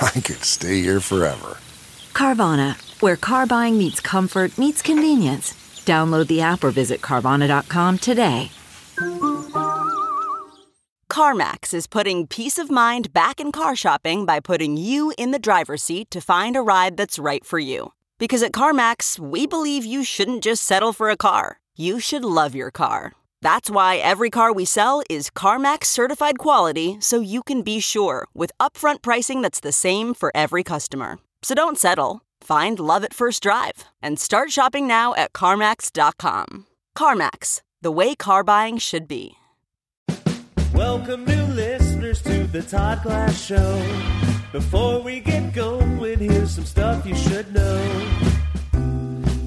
I could stay here forever. Carvana, where car buying meets comfort, meets convenience. Download the app or visit Carvana.com today. CarMax is putting peace of mind back in car shopping by putting you in the driver's seat to find a ride that's right for you. Because at CarMax, we believe you shouldn't just settle for a car, you should love your car. That's why every car we sell is CarMax certified quality so you can be sure with upfront pricing that's the same for every customer. So don't settle. Find love at first drive and start shopping now at CarMax.com. CarMax, the way car buying should be. Welcome, new listeners, to the Todd Glass Show. Before we get going, here's some stuff you should know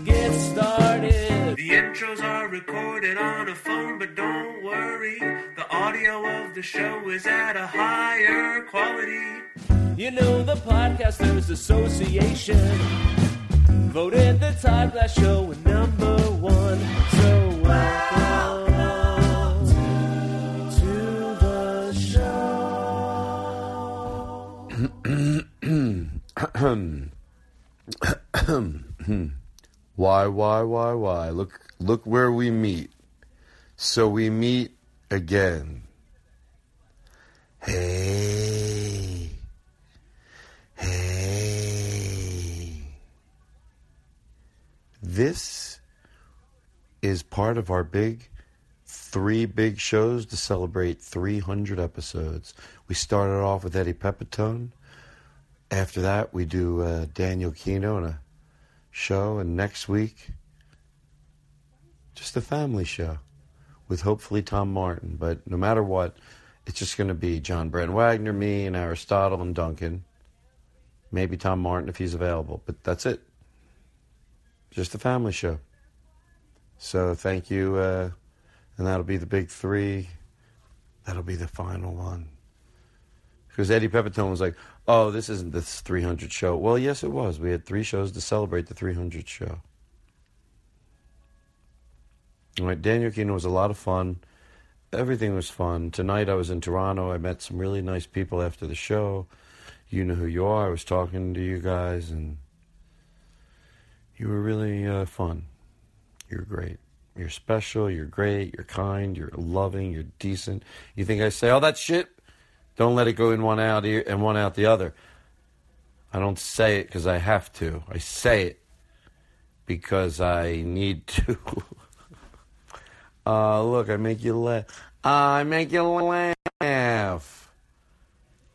gets started. The intros are recorded on a phone, but don't worry. The audio of the show is at a higher quality. You know, the Podcasters Association voted the Todd Glass Show number one. So welcome to the show. Why, why, why, why? Look, look where we meet. So we meet again. Hey. Hey. This is part of our big three big shows to celebrate 300 episodes. We started off with Eddie Pepitone. After that, we do uh, Daniel Kino and a show, and next week, just a family show with hopefully Tom Martin. But no matter what, it's just going to be John Brand Wagner, me, and Aristotle and Duncan. Maybe Tom Martin if he's available, but that's it. Just a family show. So thank you, uh, and that'll be the big three. That'll be the final one. Because Eddie Pepitone was like, "Oh, this isn't the 300 show." Well, yes, it was. We had three shows to celebrate the 300 show. All right, Daniel Kino was a lot of fun. Everything was fun. Tonight, I was in Toronto. I met some really nice people after the show. You know who you are. I was talking to you guys, and you were really uh, fun. You're great. You're special. You're great. You're kind. You're loving. You're decent. You think I say all that shit? Don't let it go in one out ear and one out the other. I don't say it because I have to. I say it because I need to. uh, look, I make you laugh. I make you laugh.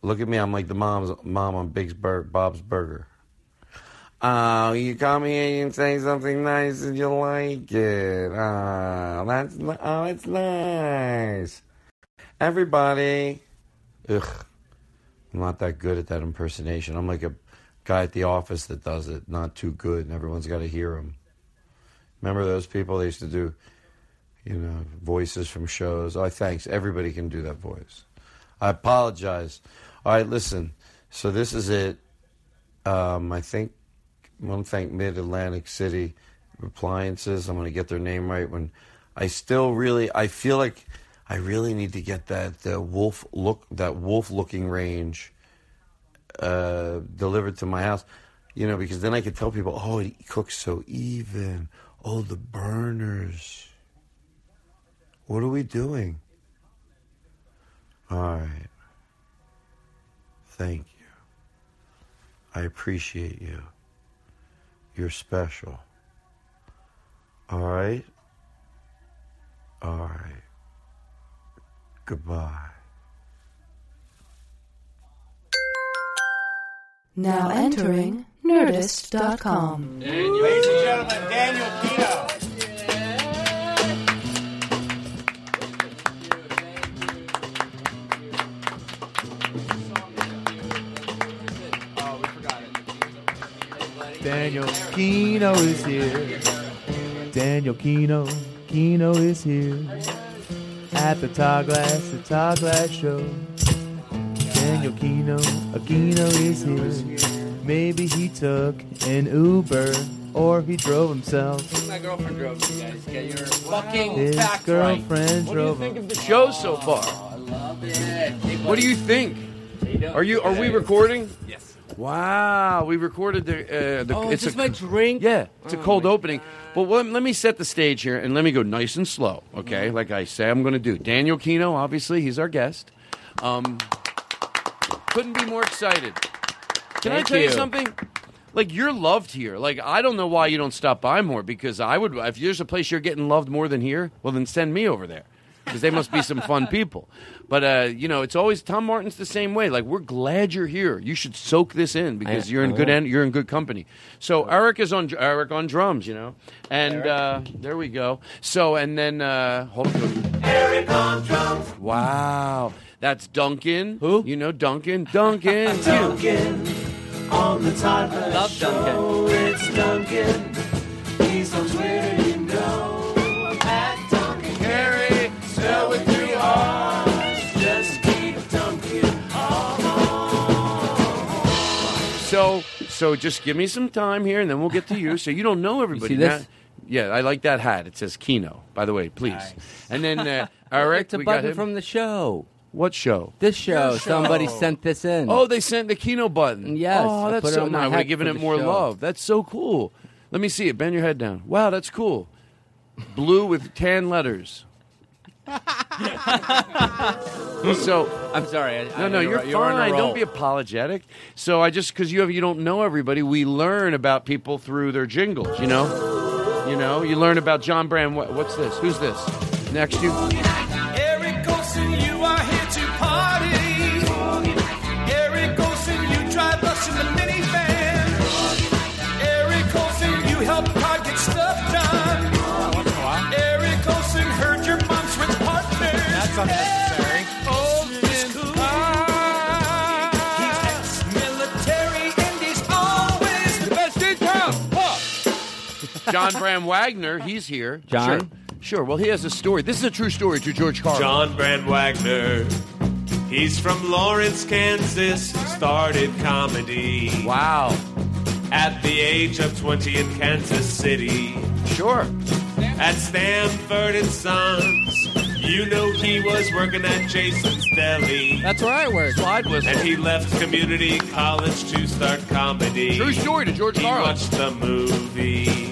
Look at me. I'm like the mom's mom on Big Bur- Bob's Burger. Oh, you come here and say something nice and you like it. Oh, that's ni- oh, it's nice. Everybody, ugh, I'm not that good at that impersonation. I'm like a guy at the office that does it, not too good, and everyone's got to hear him. Remember those people? They used to do, you know, voices from shows. Oh, thanks. Everybody can do that voice. I apologize. All right, listen. So this is it. Um, I think I want to thank Mid Atlantic City Appliances. I'm going to get their name right when I still really I feel like I really need to get that uh, wolf look that wolf looking range uh, delivered to my house. You know, because then I could tell people, oh, it cooks so even. Oh, the burners. What are we doing? All right. Thank you. I appreciate you. You're special. All right? All right. Goodbye. Now entering Nerdist.com. Ladies and gentlemen, Daniel Pino. Daniel Kino is here. Daniel Kino, Kino is here. At the Todd Glass, the Todd Glass Show. Daniel Kino, Aquino is here. Maybe he took an Uber or he drove himself. My girlfriend drove you guys. Get your fucking His facts girlfriend right. What do you drove think him. of the show so far? I love it. What do you think? Are you? Are we recording? Yes. Wow, we recorded the. Uh, the Oh, it's is this a, my drink? Yeah, it's a cold opening. But let, let me set the stage here and let me go nice and slow. Okay, like I say, I'm going to do. Daniel Kino, obviously, he's our guest. Um, couldn't be more excited. Can I Thank tell you. you. something? Like you're loved here. Like I don't know why you don't stop by more because I would. If there's a place you're getting loved more than here, well then send me over there because they must be some fun people. But uh, you know, it's always Tom Martin's the same way. Like we're glad you're here. You should soak this in because I- you're in I good will. en- you're in good company. So Eric is on Eric on drums, you know, and uh, there we go. So and then uh, hold on. Eric on drums. Wow, that's Duncan. Who you know Duncan? Duncan. you. Duncan on the Todd Glass Love Show. It's Duncan. He's on Twitter, you know. At Duncan Carey, spell with three R's. Just keep Duncan So, so just give me some time here, and then we'll get to you. So you don't know everybody. see this? Now- yeah, I like that hat. It says Kino, by the way, please. And then uh, Eric, It's a we got button him. from the show. What show? This show. Your show. Somebody sent this in. Oh, they sent the Kino button. Yes, Oh, I that's put it so. on my I would have hat given for it the more show. love. That's so cool. Let me see it. Bend your head down. Wow, that's cool. Blue with tan letters. so I'm sorry. I, no, I, no, you're, fine. Don't be a apologetic. So I just because you have you don't know everybody, we learn about people through their jingles. You know, you know, you learn about John Brand. What, what's this? Who's this? Next, you. Eric Olsen, you are here to party. Eric Olsen, you drive us in the minivan. Eric Olsen, you help Todd get stuff done. Eric Olsen heard your mom switch partners. That's unnecessary. Olsen, he's ex-military and he's always the best in town. John Bram Wagner, he's here. John? Sure. Sure. Well, he has a story. This is a true story to George Carlin. John Brand Wagner. He's from Lawrence, Kansas. Started comedy. Wow. At the age of 20 in Kansas City. Sure. At Stanford and Sons. You know he was working at Jason's Deli. That's where I work. Slide whistle. And he left community college to start comedy. True story to George He Carlin. watched the movie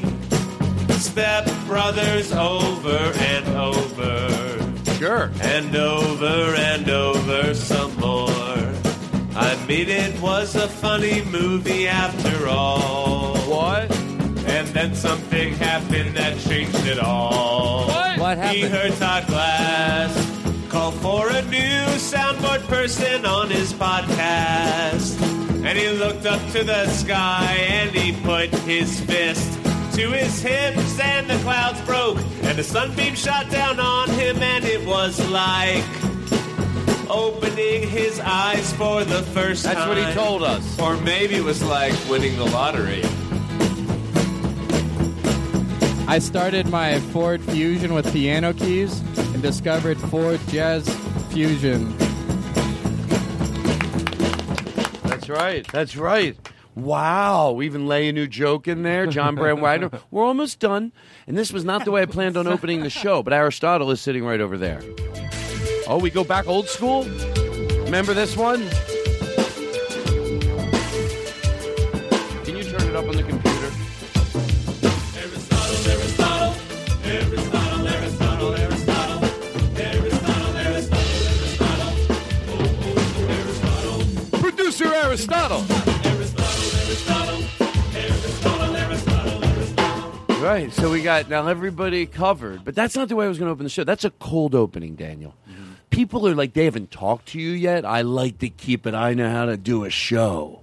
Step Brothers over and over. Sure. And over and over some more. I mean, it was a funny movie after all. What? And then something happened that changed it all. What? What He happened? heard Todd Glass call for a new soundboard person on his podcast. And he looked up to the sky and he put his fist to his hips and the clouds broke and the sunbeam shot down on him and it was like opening his eyes for the first That's time. what he told us. Or maybe it was like winning the lottery. I started my Ford Fusion with piano keys and discovered Ford Jazz Fusion. That's right. That's right. Wow, we even lay a new joke in there. John Brand Wagner. We're almost done. And this was not the way I planned on opening the show, but Aristotle is sitting right over there. Oh, we go back old school? Remember this one? Can you turn it up on the computer? Producer Aristotle. Right, so we got now everybody covered, but that's not the way I was going to open the show. That's a cold opening, Daniel. People are like, they haven't talked to you yet. I like to keep it. I know how to do a show.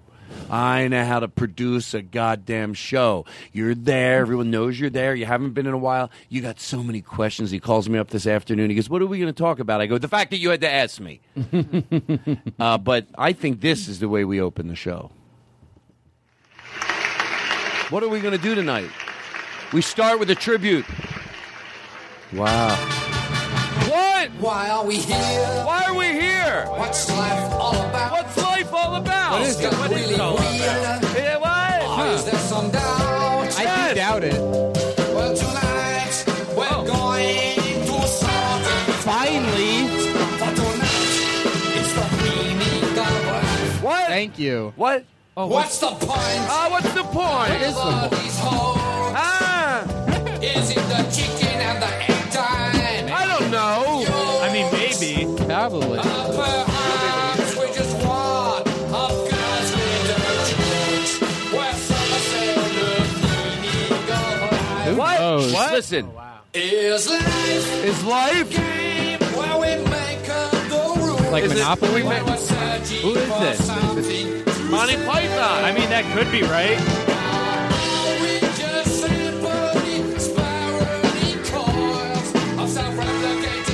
I know how to produce a goddamn show. You're there. Everyone knows you're there. You haven't been in a while. You got so many questions. He calls me up this afternoon. He goes, What are we going to talk about? I go, The fact that you had to ask me. uh, but I think this is the way we open the show. What are we going to do tonight? We start with a tribute. Wow. What? Why are we here? Why are we here? What's life all about? What's life all about? What is that really real? Yeah, what? Or is there some doubt? I do doubt it. Well, tonight we're Oh. going to sort it. Finally. For tonight, it's the meaning of life. What? Thank you. What? Oh, What's the point? Ah, what's the point? What is the of point? these hoes? Ah, Is it the chicken and the egg time? I don't know. I mean, Maybe. Probably. we just want of guys with dirty jokes. We're summer sailor, meaning of life. Who What? knows? What? Listen, Is life is life? where we make up the rules? Like Is it- Monopoly? we make- We're searching Who is for this? something. Monty Python. I mean, that could be right. We just simply spiraling coils of self-replicating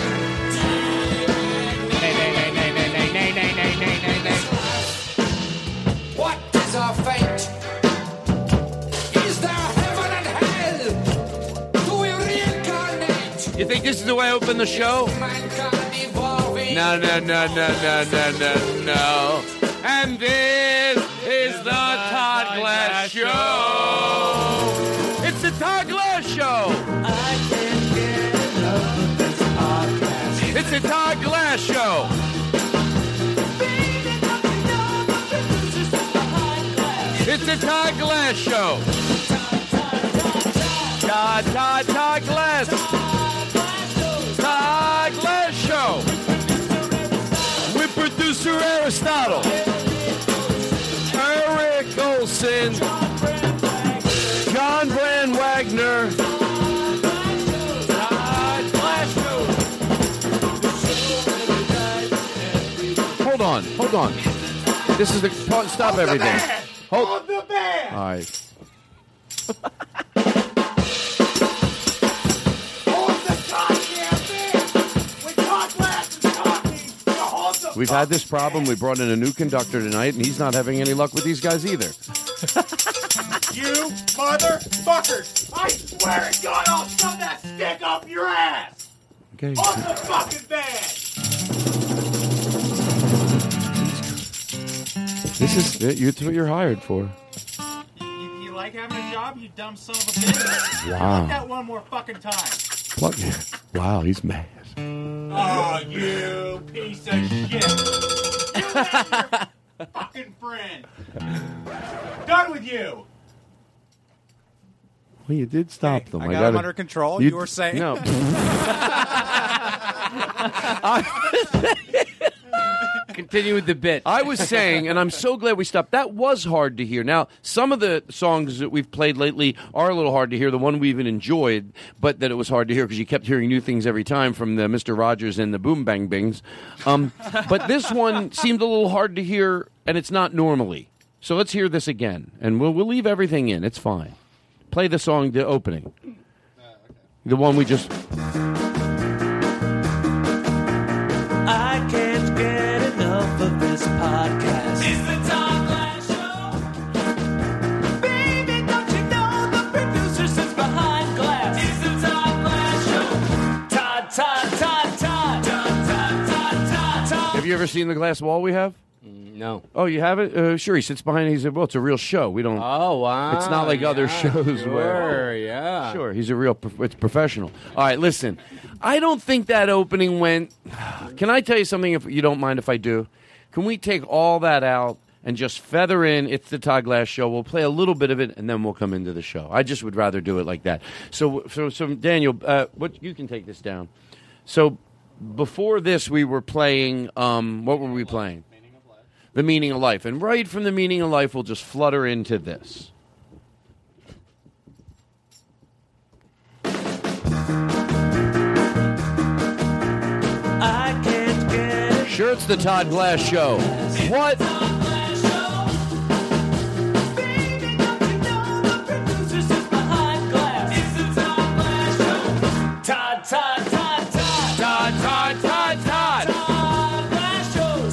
DNA. What is our fate? Is there heaven and hell? Do we reincarnate? You think this is the way I open the show? Mankind evolving. No, no, no, no, no, no, no, no. And this is the Todd Glass Show. It's the Todd Glass Show. It's the Todd Glass Show. It's the Todd Glass Show. Todd, Todd, Todd Glass. Todd Glass Show with producer Aristotle, Eric Olson, John Brand Wagner. Todd Glasgow. Hold on, hold on. This is the pa- stop everything. Hold, All right. We've had this problem. We brought in a new conductor tonight, and he's not having any luck with these guys either. You motherfuckers! I swear to God, I'll shove that stick up your ass! Okay. On the fucking bed! This is it. It's what you're hired for. You, you like having a job, you dumb son of a bitch? Wow. Like that one more fucking time. Plug. Wow, he's mad. Oh, you piece of Oh shit! You're not your fucking friend! Done with you! Well, you did stop them. I got him under control, you were saying. no. Continue with the bit. I was saying, and I'm so glad we stopped. That was hard to hear. Now, some of the songs that we've played lately are a little hard to hear. The one we even enjoyed, but that it was hard to hear because you kept hearing new things every time from the Mister Rogers and the Boom Bang Bings. Um, but this one seemed a little hard to hear, and it's not normally. So let's hear this again, and we'll we'll leave everything in. It's fine. Play the song, the opening, the one we just. I can't get enough of this podcast. It's the Tom Glass Show. Baby, don't you know the producer sits behind glass? It's the Tom Glass Show. Todd, Todd, Todd, Todd. Todd, Todd, Todd, Todd, Todd. Have you ever seen the glass wall we have? No. Oh, you haven't? Uh, sure. He sits behind. He said, "Well, it's a real show. We don't." Oh wow! It's not like other Yeah, shows sure, where. yeah. Sure. He's a real. prof- It's professional. All right. Listen, I don't think that opening went. Can I tell you something? If you don't mind, if I do, can we take all that out? And just feather in, it's the Todd Glass show. We'll play a little bit of it, and then we'll come into the show. I just would rather do it like that. So, so, so Daniel, uh, what you can take this down. So, before this, we were playing. Um, what were we playing? the meaning of life. And right from the meaning of life, we'll just flutter into this. Sure, it's the Todd Glass Show. What? Todd, Todd, Todd, Todd, Todd, Todd, Todd, Todd, Todd Glass Show,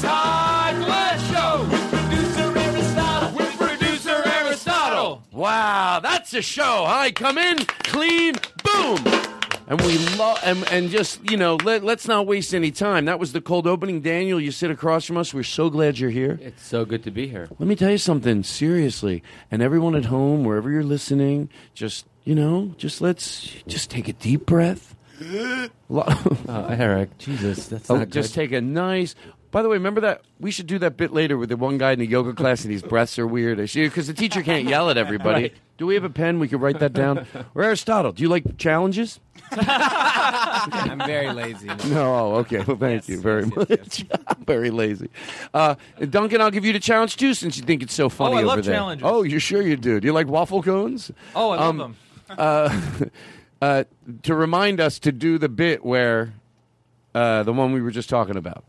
Todd Glass Show, with producer Aristotle, with producer Aristotle. Wow, that's a show. I come in clean, boom. And we love and, and just you know let, let's not waste any time. That was the cold opening. Daniel, you sit across from us. We're so glad you're here. It's so good to be here. Let me tell you something seriously, and everyone at home, wherever you're listening, just you know, just let's just take a deep breath. Lo- Oh, Eric, Jesus, that's Uh, Oh, not just good. take a nice. By the way, remember that we should do that bit later with the one guy in the yoga class and his breaths are weird because the teacher can't yell at everybody. Right. Do we have a pen? We could write that down. Or Aristotle, do you like challenges? I'm very lazy. No. Oh, okay. Well, thank you very much. I'm very lazy. Uh, Duncan, I'll give you the challenge too, since you think it's so funny I over love there. challenges. Oh, you're sure you do. Do you like waffle cones? Um, Oh, I love them. uh, uh, to remind us to do the bit where uh, the one we were just talking about.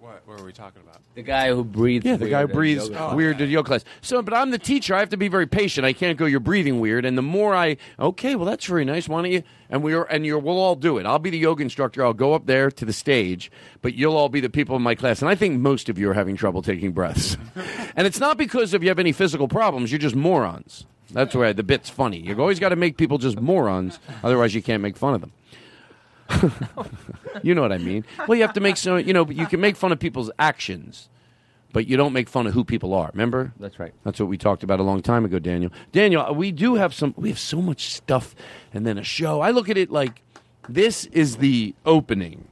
What were we talking about? The guy who breathes. Yeah, the guy who breathes weird at yoga class. So, but I'm the teacher. I have to be very patient. I can't go. You're breathing weird. And the more I, okay, well, that's very nice. Why don't you? And we are, and you're. We'll all do it. I'll be the yoga instructor. I'll go up there to the stage, but you'll all be the people in my class. And I think most of you are having trouble taking breaths. and it's not because if you have any physical problems. You're just morons. That's why the bit's funny. You've always got to make people just morons. Otherwise, you can't make fun of them. you know what I mean. Well, you have to make some. You know, you can make fun of people's actions, but you don't make fun of who people are. Remember? That's right. That's what we talked about a long time ago, Daniel. Daniel, we do have some. We have so much stuff, and then a show. I look at it like this is the opening.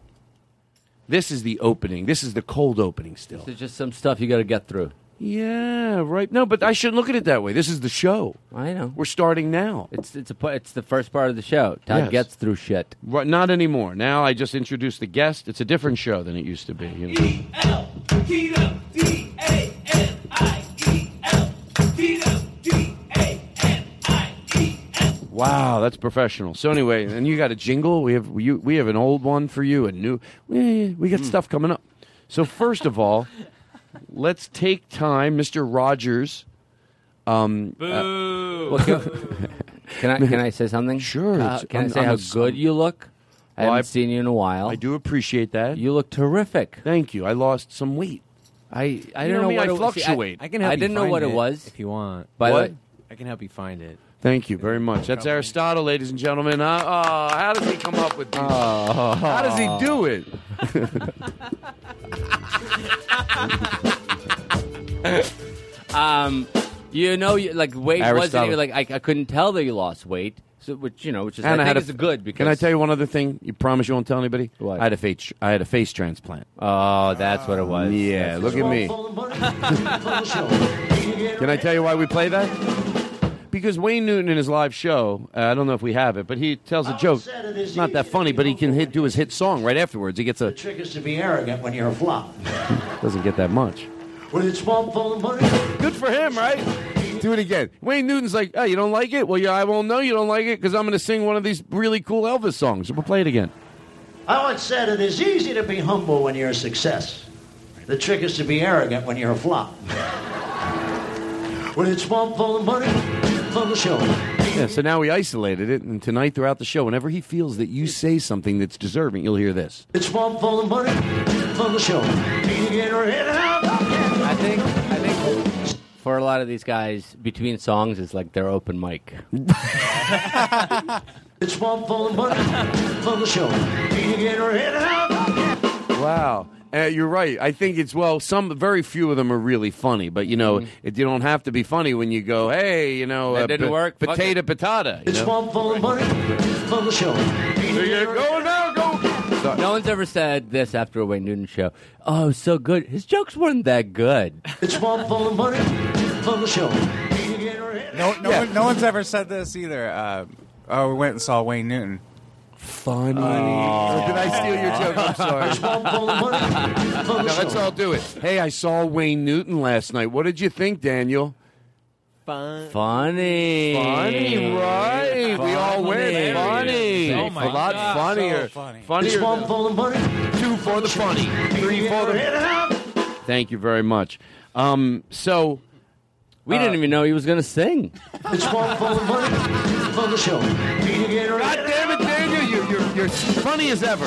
This is the opening. This is the cold opening. Still, There's just some stuff you got to get through. yeah, right. No, but I shouldn't look at it that way. This is the show. I know. We're starting now. It's it's a pa- it's the first part of the show. Todd Yes. gets through shit. Right, not anymore. Now I just introduced the guest. It's a different show than it used to be. you know. Keto, D A N I E L, Keto, D A N I E Wow, that's professional. So anyway, and you got a jingle. We have you, we have an old one for you, a new. We, we got stuff coming up. So first of all, let's take time, Mister Rogers. Um, uh, Well, can, can I can I say something? Sure. can i I'm- say I'm how s- good you look? I Well, haven't I- seen you in a while. I do appreciate that. You look terrific. Thank you. I lost some weight. I I You don't know know me, what I it was. See, fluctuate. I, can help I you didn't know find what it, it was. If you want. By the What? way, I can help you find it. thank you very much. That's Aristotle, ladies and gentlemen. Uh, uh, how does he come up with these? Uh. How does he do it? um, you know, you, like weight wasn't Aristotle. even like I, I couldn't tell that you lost weight. So which you know, which is I, think had a- is good because Can I tell you one other thing? You promise you won't tell anybody? What? I had a face. I had a face transplant. Oh, that's what it was. Yeah, look at me. Can I tell you why we play that? Because Wayne Newton in his live show, uh, I don't know if we have it, but he tells a joke. It's not that funny, but he can hit, do his hit song right afterwards. He gets a trick is to be arrogant when you're a flop. doesn't get that much. With a small full of money. Good for him, right? Do it again. Wayne Newton's like, "Oh, you don't like it? Well, yeah, I won't know you don't like it because I'm going to sing one of these really cool Elvis songs." We'll play it again. I once said it is easy to be humble when you're a success. The trick is to be arrogant when you're a flop. With a small full of money, full of show. Yeah, so now we isolated it, and tonight throughout the show, whenever he feels that you say something that's deserving, you'll hear this. It's one full of money, full of show. You get her head out. I think I think for a lot of these guys, between songs is like their open mic. It's one full of money, full of show. You get her head out. Wow. Uh, you're right. I think it's well. Some very few of them are really funny, but you know, it, you don't have to be funny when you go, "Hey, you know, That uh, didn't work. Fuck Potato, it." potato. You It's know? fun, fun, money, fun show. You're going now, go. No one's ever said this after a Wayne Newton show. Oh, it was so good. His jokes weren't that good. It's fun, fun, money, fun show. No, no, one, no one's ever said this either. Uh, oh, we went and saw Wayne Newton. Funny. Oh. Did I steal your joke? I'm sorry. no, let's all do it. Hey, I saw Wayne Newton last night. What did you think, Daniel? Fun. Funny. Funny, right? We all Funny. went funny. Oh my a lot God, funnier. so funny. Funnier It's one than- Fun, money, two for the funny, three for the. Thank you very much. Um, so uh, we didn't even know he was going to sing. It's fun, fun, money, fun show. God damn it, Daniel! You, you're, you're funny as ever.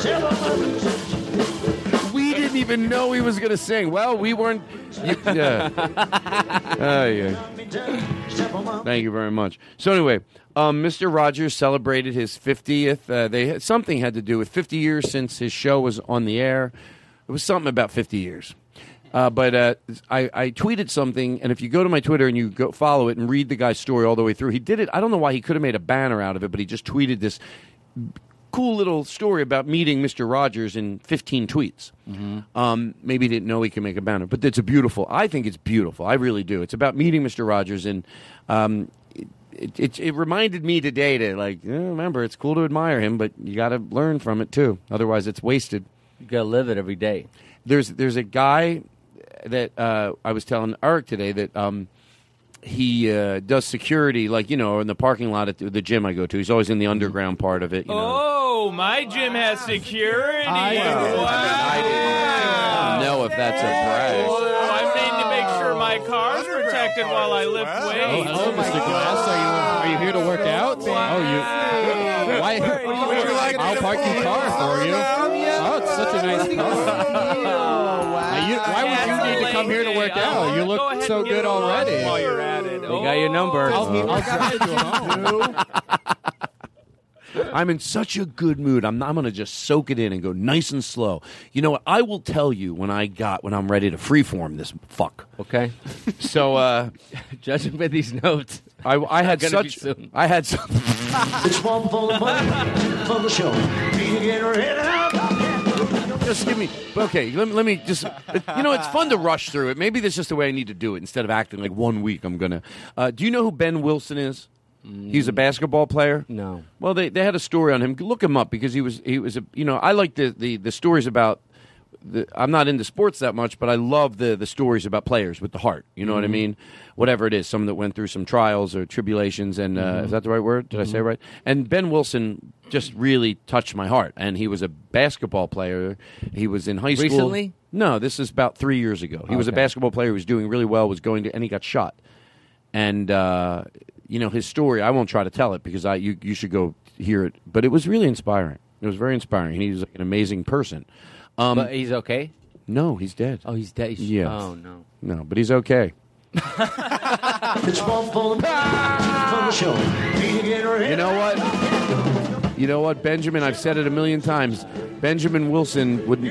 We didn't even know he was going to sing. Well, we weren't. You, yeah. Oh, yeah. Thank you very much. So anyway, um, Mr. Rogers celebrated his 50th. Uh, they had, something had to do with 50 years since his show was on the air. It was something about 50 years. Uh, but uh, I, I tweeted something, and if you go to my Twitter and you go follow it and read the guy's story all the way through, he did it. I don't know why he could have made a banner out of it, but he just tweeted this cool little story about meeting Mr. Rogers in 15 tweets. Um, maybe he didn't know he could make a banner, but it's a beautiful. I think it's beautiful. I really do. It's about meeting Mr. Rogers, and um, it, it, it, it reminded me today to like eh, remember it's cool to admire him, but you got to learn from it too. Otherwise, it's wasted. You got to live it every day. There's there's a guy that uh, I was telling Eric today that. Um, he uh, does security, like you know, in the parking lot at the the gym I go to. He's always in the underground part of it. You know? Oh, my gym has security. I know if that's a brag. Oh, I'm needing to make sure my Oh, car's protected while I lift weights. Oh, Mr. Glass, are you, are you here to work out? Oh, you. Why? Would you like I'll park your car for you. Oh, it's such a nice car. Now, you- why would you need to come here to work out? You look so good already. While you're at it, They got your number. Uh, I'll, Oh. I'll drive you Oh. home. I'm in such a good mood. I'm, I'm going to just soak it in and go nice and slow. You know what? I will tell you when I got when I'm ready to freeform this fuck. Okay. So uh, judging by these notes, I, I had Gonna be such I had some. It's fun, fun, money, fun show. Just give me okay. Let me, let me just you know it's fun to rush through it. Maybe that's just the way I need to do it instead of acting like one week I'm gonna. Uh, do you know who Ben Wilson is? He's a basketball player. No. Well, they, they had a story on him. Look him up because he was he was a you know I like the the, the stories about. The, I'm not into sports that much, but I love the the stories about players with the heart. You know what I Mhm. mean? Whatever it is, some that went through some trials or tribulations, and uh, Mm-hmm. is that the right word? Did I say it right? And Ben Wilson just really touched my heart, and he was a basketball player. He was in high school. Recently? No, this is about three years ago. He was a Okay. basketball player who was doing really well, was going to, and he got shot. And uh, you know his story. I won't try to tell it because I you you should go hear it. But it was really inspiring. It was very inspiring. He's like an amazing person. Um, but he's okay. no, he's dead. Oh, he's dead. He's- Yeah. oh, no. No, but he's okay. It's fun, fun, fun show. You know what? You know what, Benjamin? I've said it a million times. Benjamin Wilson would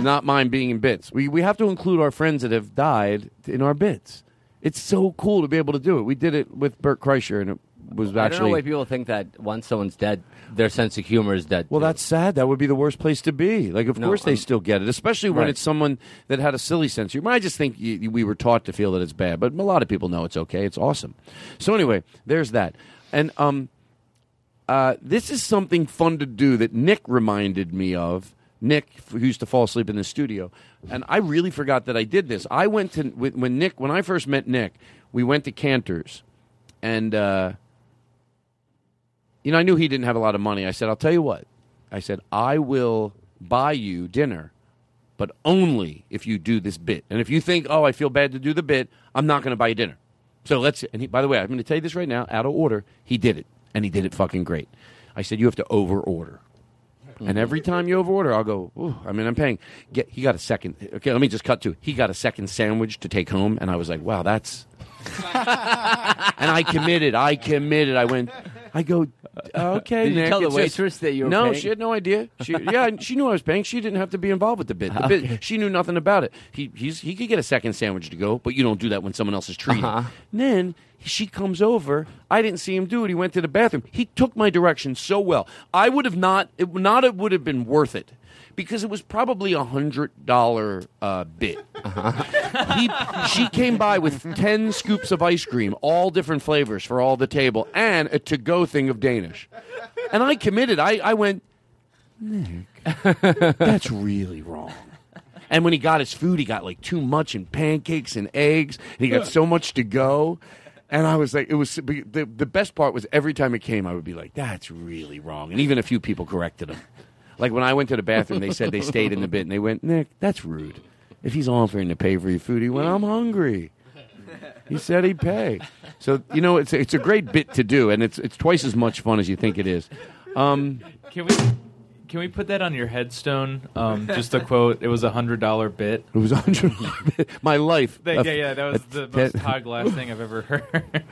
not mind being in bits. We we have to include our friends that have died in our bits. It's so cool to be able to do it. We did it with Bert Kreischer, and it was I don't know why actually. people think that once someone's dead, their sense of humor is dead. Well, that's sad. That would be the worst place to be. Like, of No, course they I'm- still get it, especially when Right. it's someone that had a silly sense of humor. I just think y- we were taught to feel that it's bad, but a lot of people know it's okay. It's awesome. So anyway, there's that, and um, uh, this is something fun to do that Nick reminded me of. Nick, who used to fall asleep in the studio, and I really forgot that I did this. I went to when when Nick when I first met Nick, we went to Cantor's, and uh, you know I knew he didn't have a lot of money. I said, "I'll tell you what," I said, "I will buy you dinner." But only if you do this bit. And if you think, oh, I feel bad to do the bit, I'm not going to buy you dinner. So let's. And he, by the way, I'm going to tell you this right now, out of order. He did it, and he did it fucking great. I said you have to over order, and every time you over order, I'll go. Ooh, I mean, I'm paying. Get, he got a second. Okay, let me just cut to. He got a second sandwich to take home, and I was like, wow, that's. and I committed. I committed. I went. I go. Okay, Did you Nick, tell the it's just- waitress that you were No, paying? she had no idea. She, yeah, she knew I was paying. She didn't have to be involved with the bit. The bit she knew nothing about it. He he's, he could get a second sandwich to go, but you don't do that when someone else is treating. Uh-huh. And then she comes over. I didn't see him do it. He went to the bathroom. He took my direction so well. I would have not. It, would- not it would have been worth it. Because it was probably a hundred dollar uh, bit. He, she came by with ten scoops of ice cream, all different flavors for all the table, and a to go thing of Danish. And I committed. I, I went, Nick, that's really wrong. And when he got his food, he got like too much and pancakes and eggs. And he got so much to go. And I was like, it was the, the best part was every time it came, I would be like, that's really wrong. And even a few people corrected him. Like when I went to the bathroom, they said they stayed in the bit and they went, Nick, that's rude. If he's offering to pay for your food, he went, I'm hungry. He said he'd pay. So, you know, it's, it's a great bit to do, and it's, it's twice as much fun as you think it is. Um, Can we? Can we put that on your headstone? Um, just a quote. It was a hundred dollar bit. It was a hundred. My life. They- yeah, yeah, that was A- the that- most Todd Glass thing I've ever heard.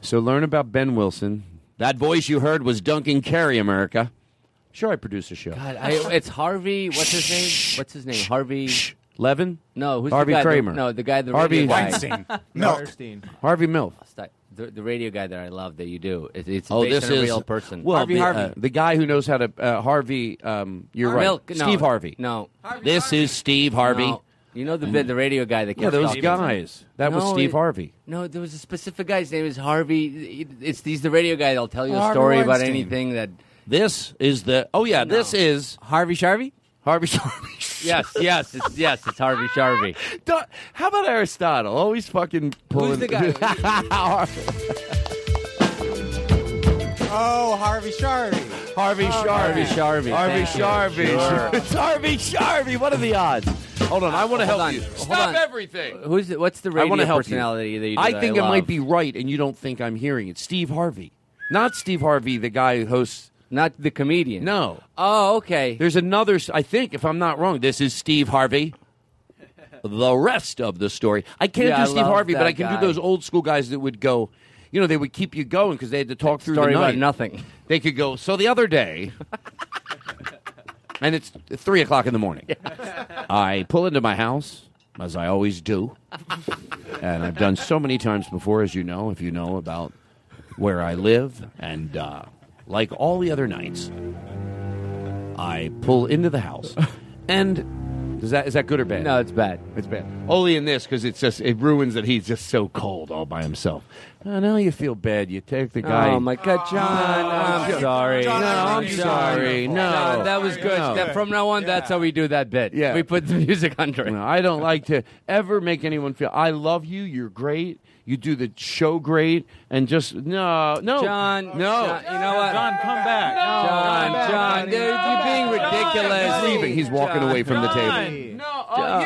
So learn about Ben Wilson. That voice you heard was Duncan Carey, America. Sure, I produce a show. God, I, it's Harvey. What's his name? What's his name? Harvey. Levin. No, who's Harvey the guy? Kramer. The, no, the guy. The Harvey radio guy. Harvey Milk. The, the radio guy that I love that you do. It, it's Oh, based this on a is real person. Well, the, uh, the guy who knows how to uh, Harvey. Um, you're right, Milk, no, Steve Harvey. No, this is Steve Harvey. No. You know the bit, the radio guy that. Yeah, kept those talking. guys. That was No, Steve it- Harvey. No, there was a specific guy's name is Harvey. It's he's the radio guy that'll tell you a Harvey story about Weinstein. anything that. This is the. Oh yeah, this is Harvey Sharvey. Harvey Sharvey. yes, yes, it's, yes, it's Harvey Sharvey. Don't- How about Aristotle? Always fucking pulling. the guy? Oh, Harvey Oh, Sharvey. Harvey Harvey Sharvey. Harvey Sharvey. it's Harvey Sharvey. What are the odds? Hold on, I want to Hold help on. you. Hold Stop on. everything. Who's the, what's the I radio want to help personality you. that you do? I that think it love? might be right, and you don't think I'm hearing it. Steve Harvey, not Steve Harvey, the guy who hosts, not the comedian. No. Oh, okay. There's another. s- I think, if I'm not wrong, this is Steve Harvey. The rest of the story, I can't Yeah, I do Steve love Harvey, but that I can guy. do those old school guys that would go. You know, they would keep you going because they had to talk through Story the about night. nothing. They could go. So the other day, and it's three o'clock in the morning. I pull into my house as I always do, and I've done so many times before, as you know, if you know about where I live, and uh, like all the other nights, I pull into the house, and is that is that good or bad? No, it's bad. It's bad. Only in this because it's just it ruins that he's just so cold all by himself. I know you feel bad. You take the guy. Oh my God, John! Oh, I'm sorry. John, no, I'm I'm sorry. sorry. No. John, that was good. No. That- from now on, that's how we do that bit. Yeah. we put the music under it. No, I don't like to ever make anyone feel I love you. You're great. You do the show great, and just no, no, John, no. John, you know what? John, come back. John, No. John, dude, you're being ridiculous. He's leaving. He's walking away from the table. No, oh,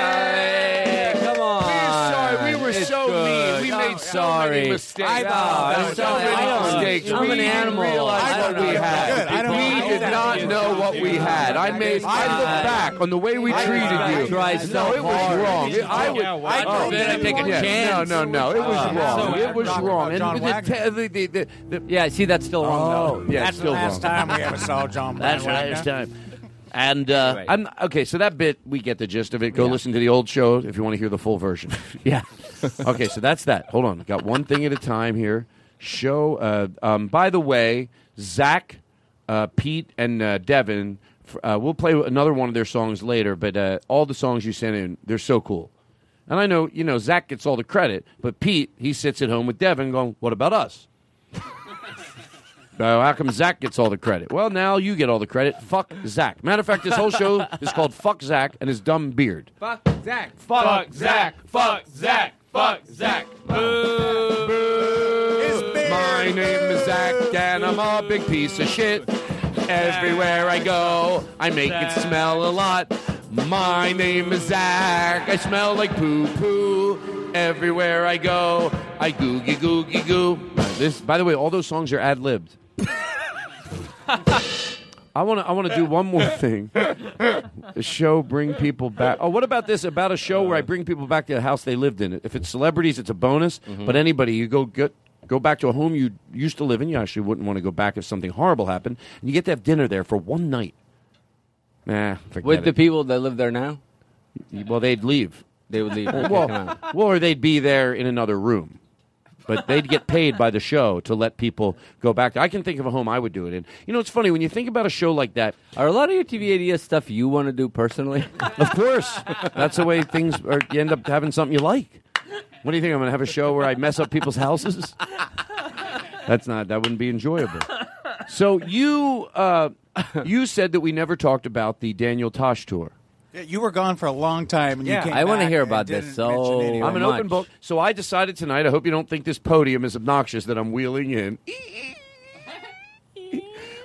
yeah. Come on. We're sorry. We were so mean. We made so sorry. many mistakes. I, No, I'm so sorry. many I don't- mistakes. I'm We an didn't animal. realize I what don't we know. had. I don't know. We did not know what we had. I made. I look John. back on the way we I treated you. tried so No, it was hard. wrong. It- I would. Yeah, well, I oh, prefer to take a yeah, chance. No, no, no. It was Uh, wrong. so It was after wrong. John And the Wagner- te- the- the- the- the- Yeah, see, that's still wrong. Oh, yeah, it's still wrong. That's the Wagner. last time. And uh, I'm okay. So that bit, we get the gist of it. Go listen to the old show if you want to hear the full version. yeah. okay, so that's that. Hold on, got one thing at a time here. Show. Uh, um, by the way, Zach, uh, Pete, and uh, Devin. f- Uh, we'll play another one of their songs later, but uh, all the songs you sent in, they're so cool. And I know, you know, Zach gets all the credit, but Pete, he sits at home with Devin going, What about us? Uh, how come Zach gets all the credit? Well, now you get all the credit. Fuck Zach. Matter of fact, this whole show is called Fuck Zach and his dumb beard. Fuck Zach. Fuck Zach. Fuck Zach. Fuck Zach. Boo. My name is Zach, and I'm a big piece of shit. Everywhere I go, I make it smell a lot. My name is Zach, I smell like poo poo. Everywhere I go, I googie googie goo. This, by the way, all those songs are ad libbed. I want to. I want to do one more thing. The show bring people back. Oh, what about this? About Mm-hmm. a show where I bring people back to the house they lived in. If it's celebrities, it's a bonus. But anybody, you go get Go back to a home you used to live in. You actually wouldn't want to go back if something horrible happened. And you get to have dinner there for one night. Nah, forget With the it. people that live there now? Well, they'd leave. They would leave. Okay, well, come on. well, or they'd be there in another room. But they'd get paid by the show to let people go back. I can think of a home I would do it in. You know, it's funny when you think about a show like that. Are a lot of your TV ideas stuff you want to do personally? of course, that's the way things are. You end up having something you like. What do you think? I'm going to have a show where I mess up people's houses? That's not. That wouldn't be enjoyable. So you uh, you said that we never talked about the Daniel Tosh tour. Yeah, You were gone for a long time, and you came back and wanna didn't mention any of I'm it. an open book. So I decided tonight. I hope you don't think this podium is obnoxious that I'm wheeling in.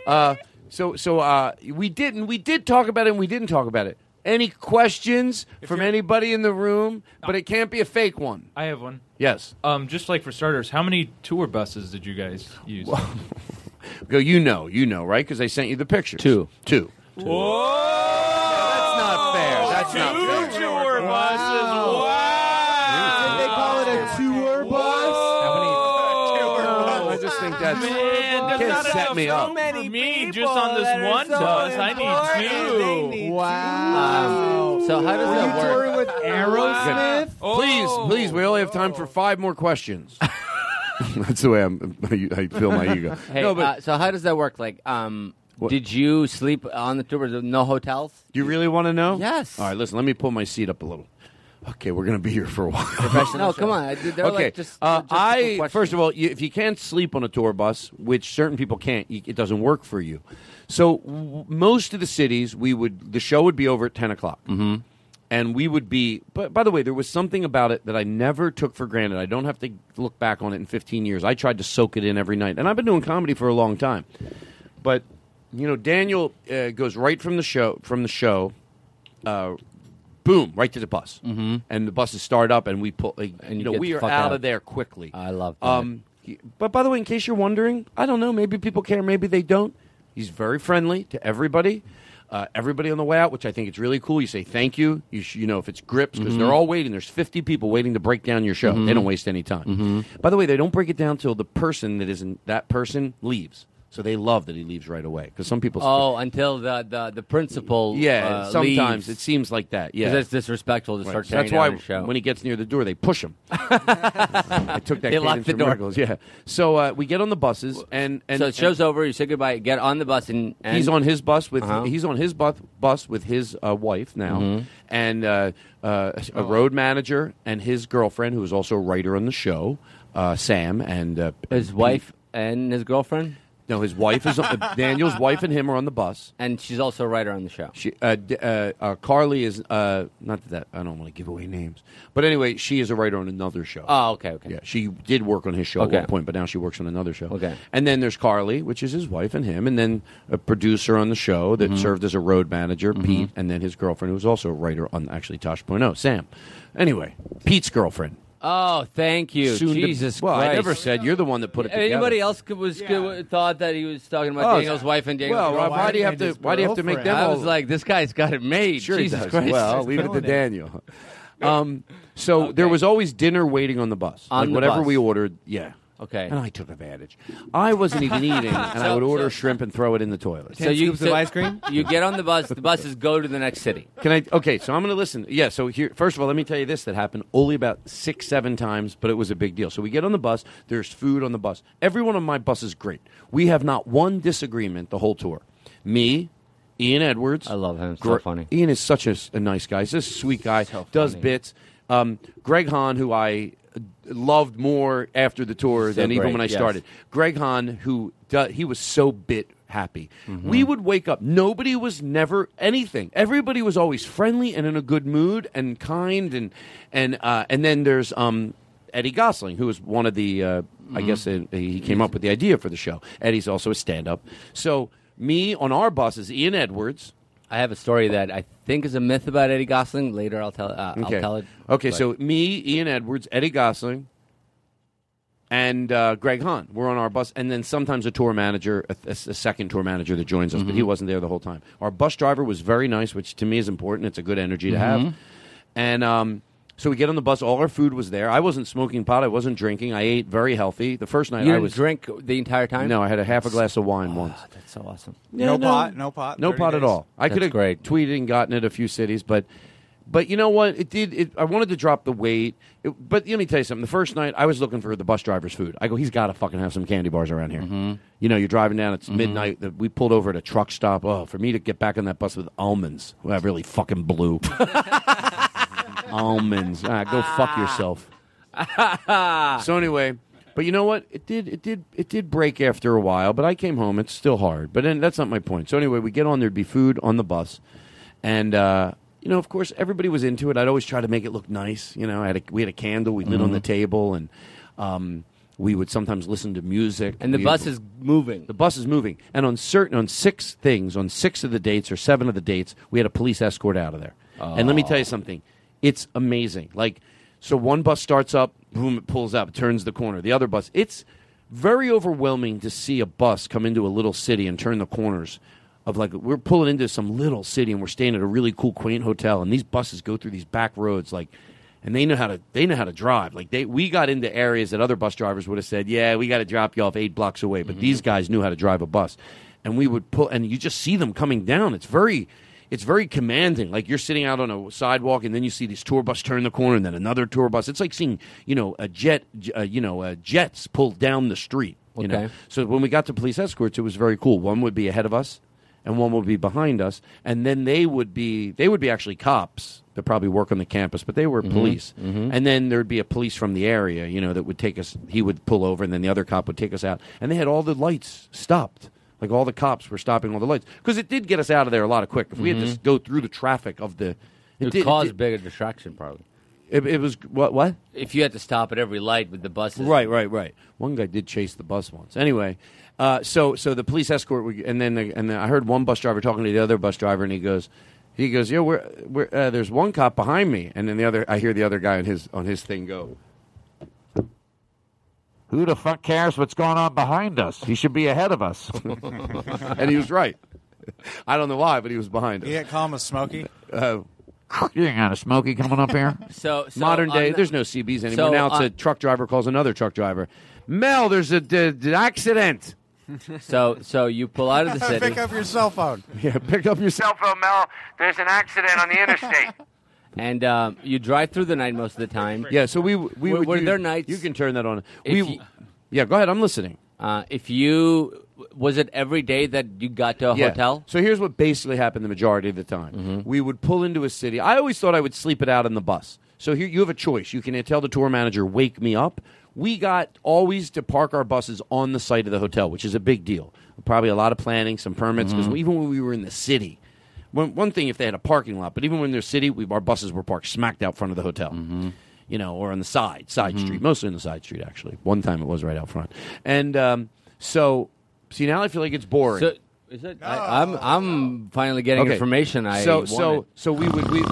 uh, so so uh, we didn't. We did talk about it. and We didn't talk about it. Any questions from anybody in the room? But it can't be a fake one. I have one. Yes. Um, just like for starters, how many tour buses did you guys use? Go. You know. You know, right? Because I sent you the pictures. Two. Two. That's not fair. That's not fair. Two tour buses. Did they call it a tour bus? I just think that's Man, Kids there's set not me enough up. so many me, just on this one bus. I need two. Wow. So how does Were that you work? touring with Aerosmith? Good. Please, please, we only have time for five more questions. That's the way I'm, I feel my ego. Hey, no, but uh, so how does that work? Like, um, did you sleep on the tour? with No hotels? you really want to know? Yes. All right, listen. Let me pull my seat up a little. Okay, we're gonna be here for a while. No, come on. They're okay. like just, uh, just I questions. first of all, you, if you can't sleep on a tour bus, which certain people can't, you, it doesn't work for you. So w- most of the cities, we would the show would be over at ten o'clock, mm-hmm. and we would be. But by the way, there was something about it that I never took for granted. I don't have to look back on it in fifteen years. I tried to soak it in every night, and I've been doing comedy for a long time. But you know, Daniel uh, goes right from the show from the show. Uh, Boom! Right to the bus, mm-hmm. and the buses start up, and we pull. Like, And you you know, get we the are fuck out out. of there quickly. I love that. Um, he- but by the way, in case you're wondering, I don't know. Maybe people care. Maybe they don't. He's very friendly to everybody. Uh, everybody on the way out, which I think it's really cool. You say thank you. You, sh- you know if it's grips because they're Mhm. all waiting. There's 50 people waiting to break down your show. They Mhm. don't waste any time. By the way, they don't break it down till the person that isn't that person leaves. So they love that he leaves right away because some people. Oh, until the the, the principal. Yeah, uh, leaves. sometimes it seems like that. Yeah, 'Cause that's disrespectful to start So that's tearing why down the show. when he gets near the door, they push him. I took that. They cadence lock the from door. Miracles, Yeah. So uh, we get on the buses, and and so the show's over. You say goodbye. Get on the bus and, and he's on his bus with Uh-huh. he's on his bus bus with his uh, wife now, Mhm. and uh, uh, a road manager and his girlfriend, who is also a writer on the show, uh, Sam, and uh, his wife and his girlfriend. No, his wife is on, uh, Daniel's wife and him are on the bus, and she's also a writer on the show. She, uh, d- uh, uh, Carly is uh, not that I don't want to give away names, but anyway, she is a writer on another show. Oh, okay, okay. Yeah, she did work on his show Okay. at one point, but now she works on another show. Okay. And then there's Carly, which is his wife and him, and then a producer on the show that Mhm. served as a road manager, Mhm. Pete, and then his girlfriend, who's also a writer on actually Tosh.0, Sam. Anyway, Pete's girlfriend. Oh, thank you, Soon to- Jesus well, Christ. I never said you're the one that put it together. Anybody else could, was could, thought that he was talking about Oh, Daniel's wife and Daniel's well, why- girlfriend? why do you have to- why do you have to make them I all- was like, this guy's got it made. Sure, he Jesus does. Christ. Well, leave it to Daniel. Um, so there was always dinner waiting on the bus. On Like, the whatever bus. we ordered, yeah. Okay. And I took advantage. I wasn't even eating, and I So- would order shrimp and throw it in the toilet. so You get on the bus. The buses go to the next city. Can I? Okay, so I'm going to listen. Yeah. So here, first of all, let me tell you this that happened only about six, seven times, but it was a big deal. So we get on the bus. There's food on the bus. Everyone on my bus is great. We have not one disagreement the whole tour. Me, Ian Edwards. I love him. so funny. Ian is such a, s- a nice guy. He's a sweet guy. does bits. Um, Greg Hahn, who I uh, loved more after the tour So than even great, when I yes. started. Greg Hahn, who do, he was so bit happy. Mm-hmm. We would wake up. Nobody was never anything. Everybody was always friendly and in a good mood and kind and and uh, and then there's um, Eddie Gosling, who was one of the uh, Mm-hmm. I guess uh, he came up with the idea for the show. Eddie's also a stand up. So me on our bus is Ian Edwards. I have a story that I think is a myth about Eddie Gosling. Later, I'll tell. Uh, I'll tell it. Okay, but- so me, Ian Edwards, Eddie Gosling, and uh, Greg Hahn were on our bus, and then sometimes a tour manager, a, a- a second tour manager that joins us, but Mm-hmm. he wasn't there the whole time. Our bus driver was very nice, which to me is important. It's a good energy to Mhm. have. And um, So we get on the bus. All our food was there. I wasn't smoking pot. I wasn't drinking. I ate very healthy. The first night You I didn't was drink the entire time. Ah, No, I had a half a glass of wine once. That's so awesome. No pot, no pot, no 30 pot at days. all. I That's could have tweeted and gotten it a few cities, but but you know what? It did. It, I wanted to drop the weight, It- but let me tell you something. The first night, I was looking for the bus driver's food. I go, he's got to fucking have some candy bars around here. You know, you're driving down. It's midnight. The- We pulled over at a truck stop. Oh, for me to get back on that bus with almonds, well, I really fucking blew. almonds. Ah, go fuck yourself so anyway, but you know what? It did it did it did break after a while, but I came home. It's still hard, but then, that's not my point. So anyway, we get on there'd be food on the bus, and uh, you know, of course, everybody was into it. I'd always try to make it look nice. You know, I had a, we had a candle we lit on the Mm-hmm. table, and um, we would sometimes listen to music. And the We- bus is moving. The bus is moving, and on certain on six things, on six of the dates or seven of the dates, we had a police escort out of there. And let me tell you something. It's amazing. Like, so one bus starts up, boom, it pulls up, turns the corner. The other bus, it's very overwhelming to see a bus come into a little city and turn the corners of like, we're pulling into some little city and we're staying at a really cool, quaint hotel. And these buses go through these back roads, like, and they know how to they know how to drive. Like they we got into areas that other bus drivers would have said, "Yeah, we got to drop you off 8 blocks away." But these guys knew how to drive a bus. And we would pull and you just see them coming down. It's very it's very commanding. Like you're sitting out on a sidewalk and then you see this tour bus turn the corner and then another tour bus. It's like seeing, you know, a jet j- uh, you know, uh, jets pull down the street, you know. Okay. So when we got to police escorts, it was very cool. One would be ahead of us, and one would be behind us, and then they would be they would be actually cops that probably work on the campus, but they were Mm-hmm. police. And then there'd be a police from the area, you know, that would take us. He would pull over, and then the other cop would take us out, and they had all the lights stopped. Like all the cops were stopping all the lights because it did get us out of there a lot of quick. If we had Mhm. to s- go through the traffic of the, It would did- cause did- bigger distraction, probably. It, it was what what If you had to stop at every light with the buses, Right, right, right. One guy did chase the bus once. Anyway, uh, so so the police escort, would- and then the, and then I heard one bus driver talking to the other bus driver, and he goes, he goes, yo, we're, we're, uh, there's one cop behind me, and then the other, I hear the other guy on his on his thing go. Who the fuck cares what's going on behind us? He should be ahead of us. and he was right. I don't know why, but he was behind us. You didn't call him a smoky? Uh, you ain't got a smoky coming up here. So, so modern on day, the- there's no CBs anymore. So now it's on- a truck driver calls another truck driver. Mel, Oh, there's a d- d- accident. So, so you pull out of the city. Pick up your cell phone. Yeah, pick up your cell phone, Mel. There's an accident on the interstate. and um, you drive through the night most of the time. Yeah, so we we were, would were use- there nights. You can turn that on. If We you- yeah, go ahead. I'm listening. uh, if you was it every day that you got to a Yeah. hotel? Mm-hmm. So here's what basically happened the majority of the time. We would pull into a city. I always thought I would sleep it out in the bus. So here you have a choice. You can tell the tour manager, "Wake me up." We got always to park our buses on the site of the hotel, which is a big deal. Probably a lot of planning, some permits, Mm-hmm. because even when we were in the city, one, one thing if they had a parking lot, but even when they're city, we, our buses were parked smacked out front of the hotel, you know, or on the side side Mm-hmm. street, mostly on the side street actually. One time it was right out front, and um, so see now I feel like it's boring. So is it? I, I'm I'm finally getting Okay. information. I so wanted. so so we would we.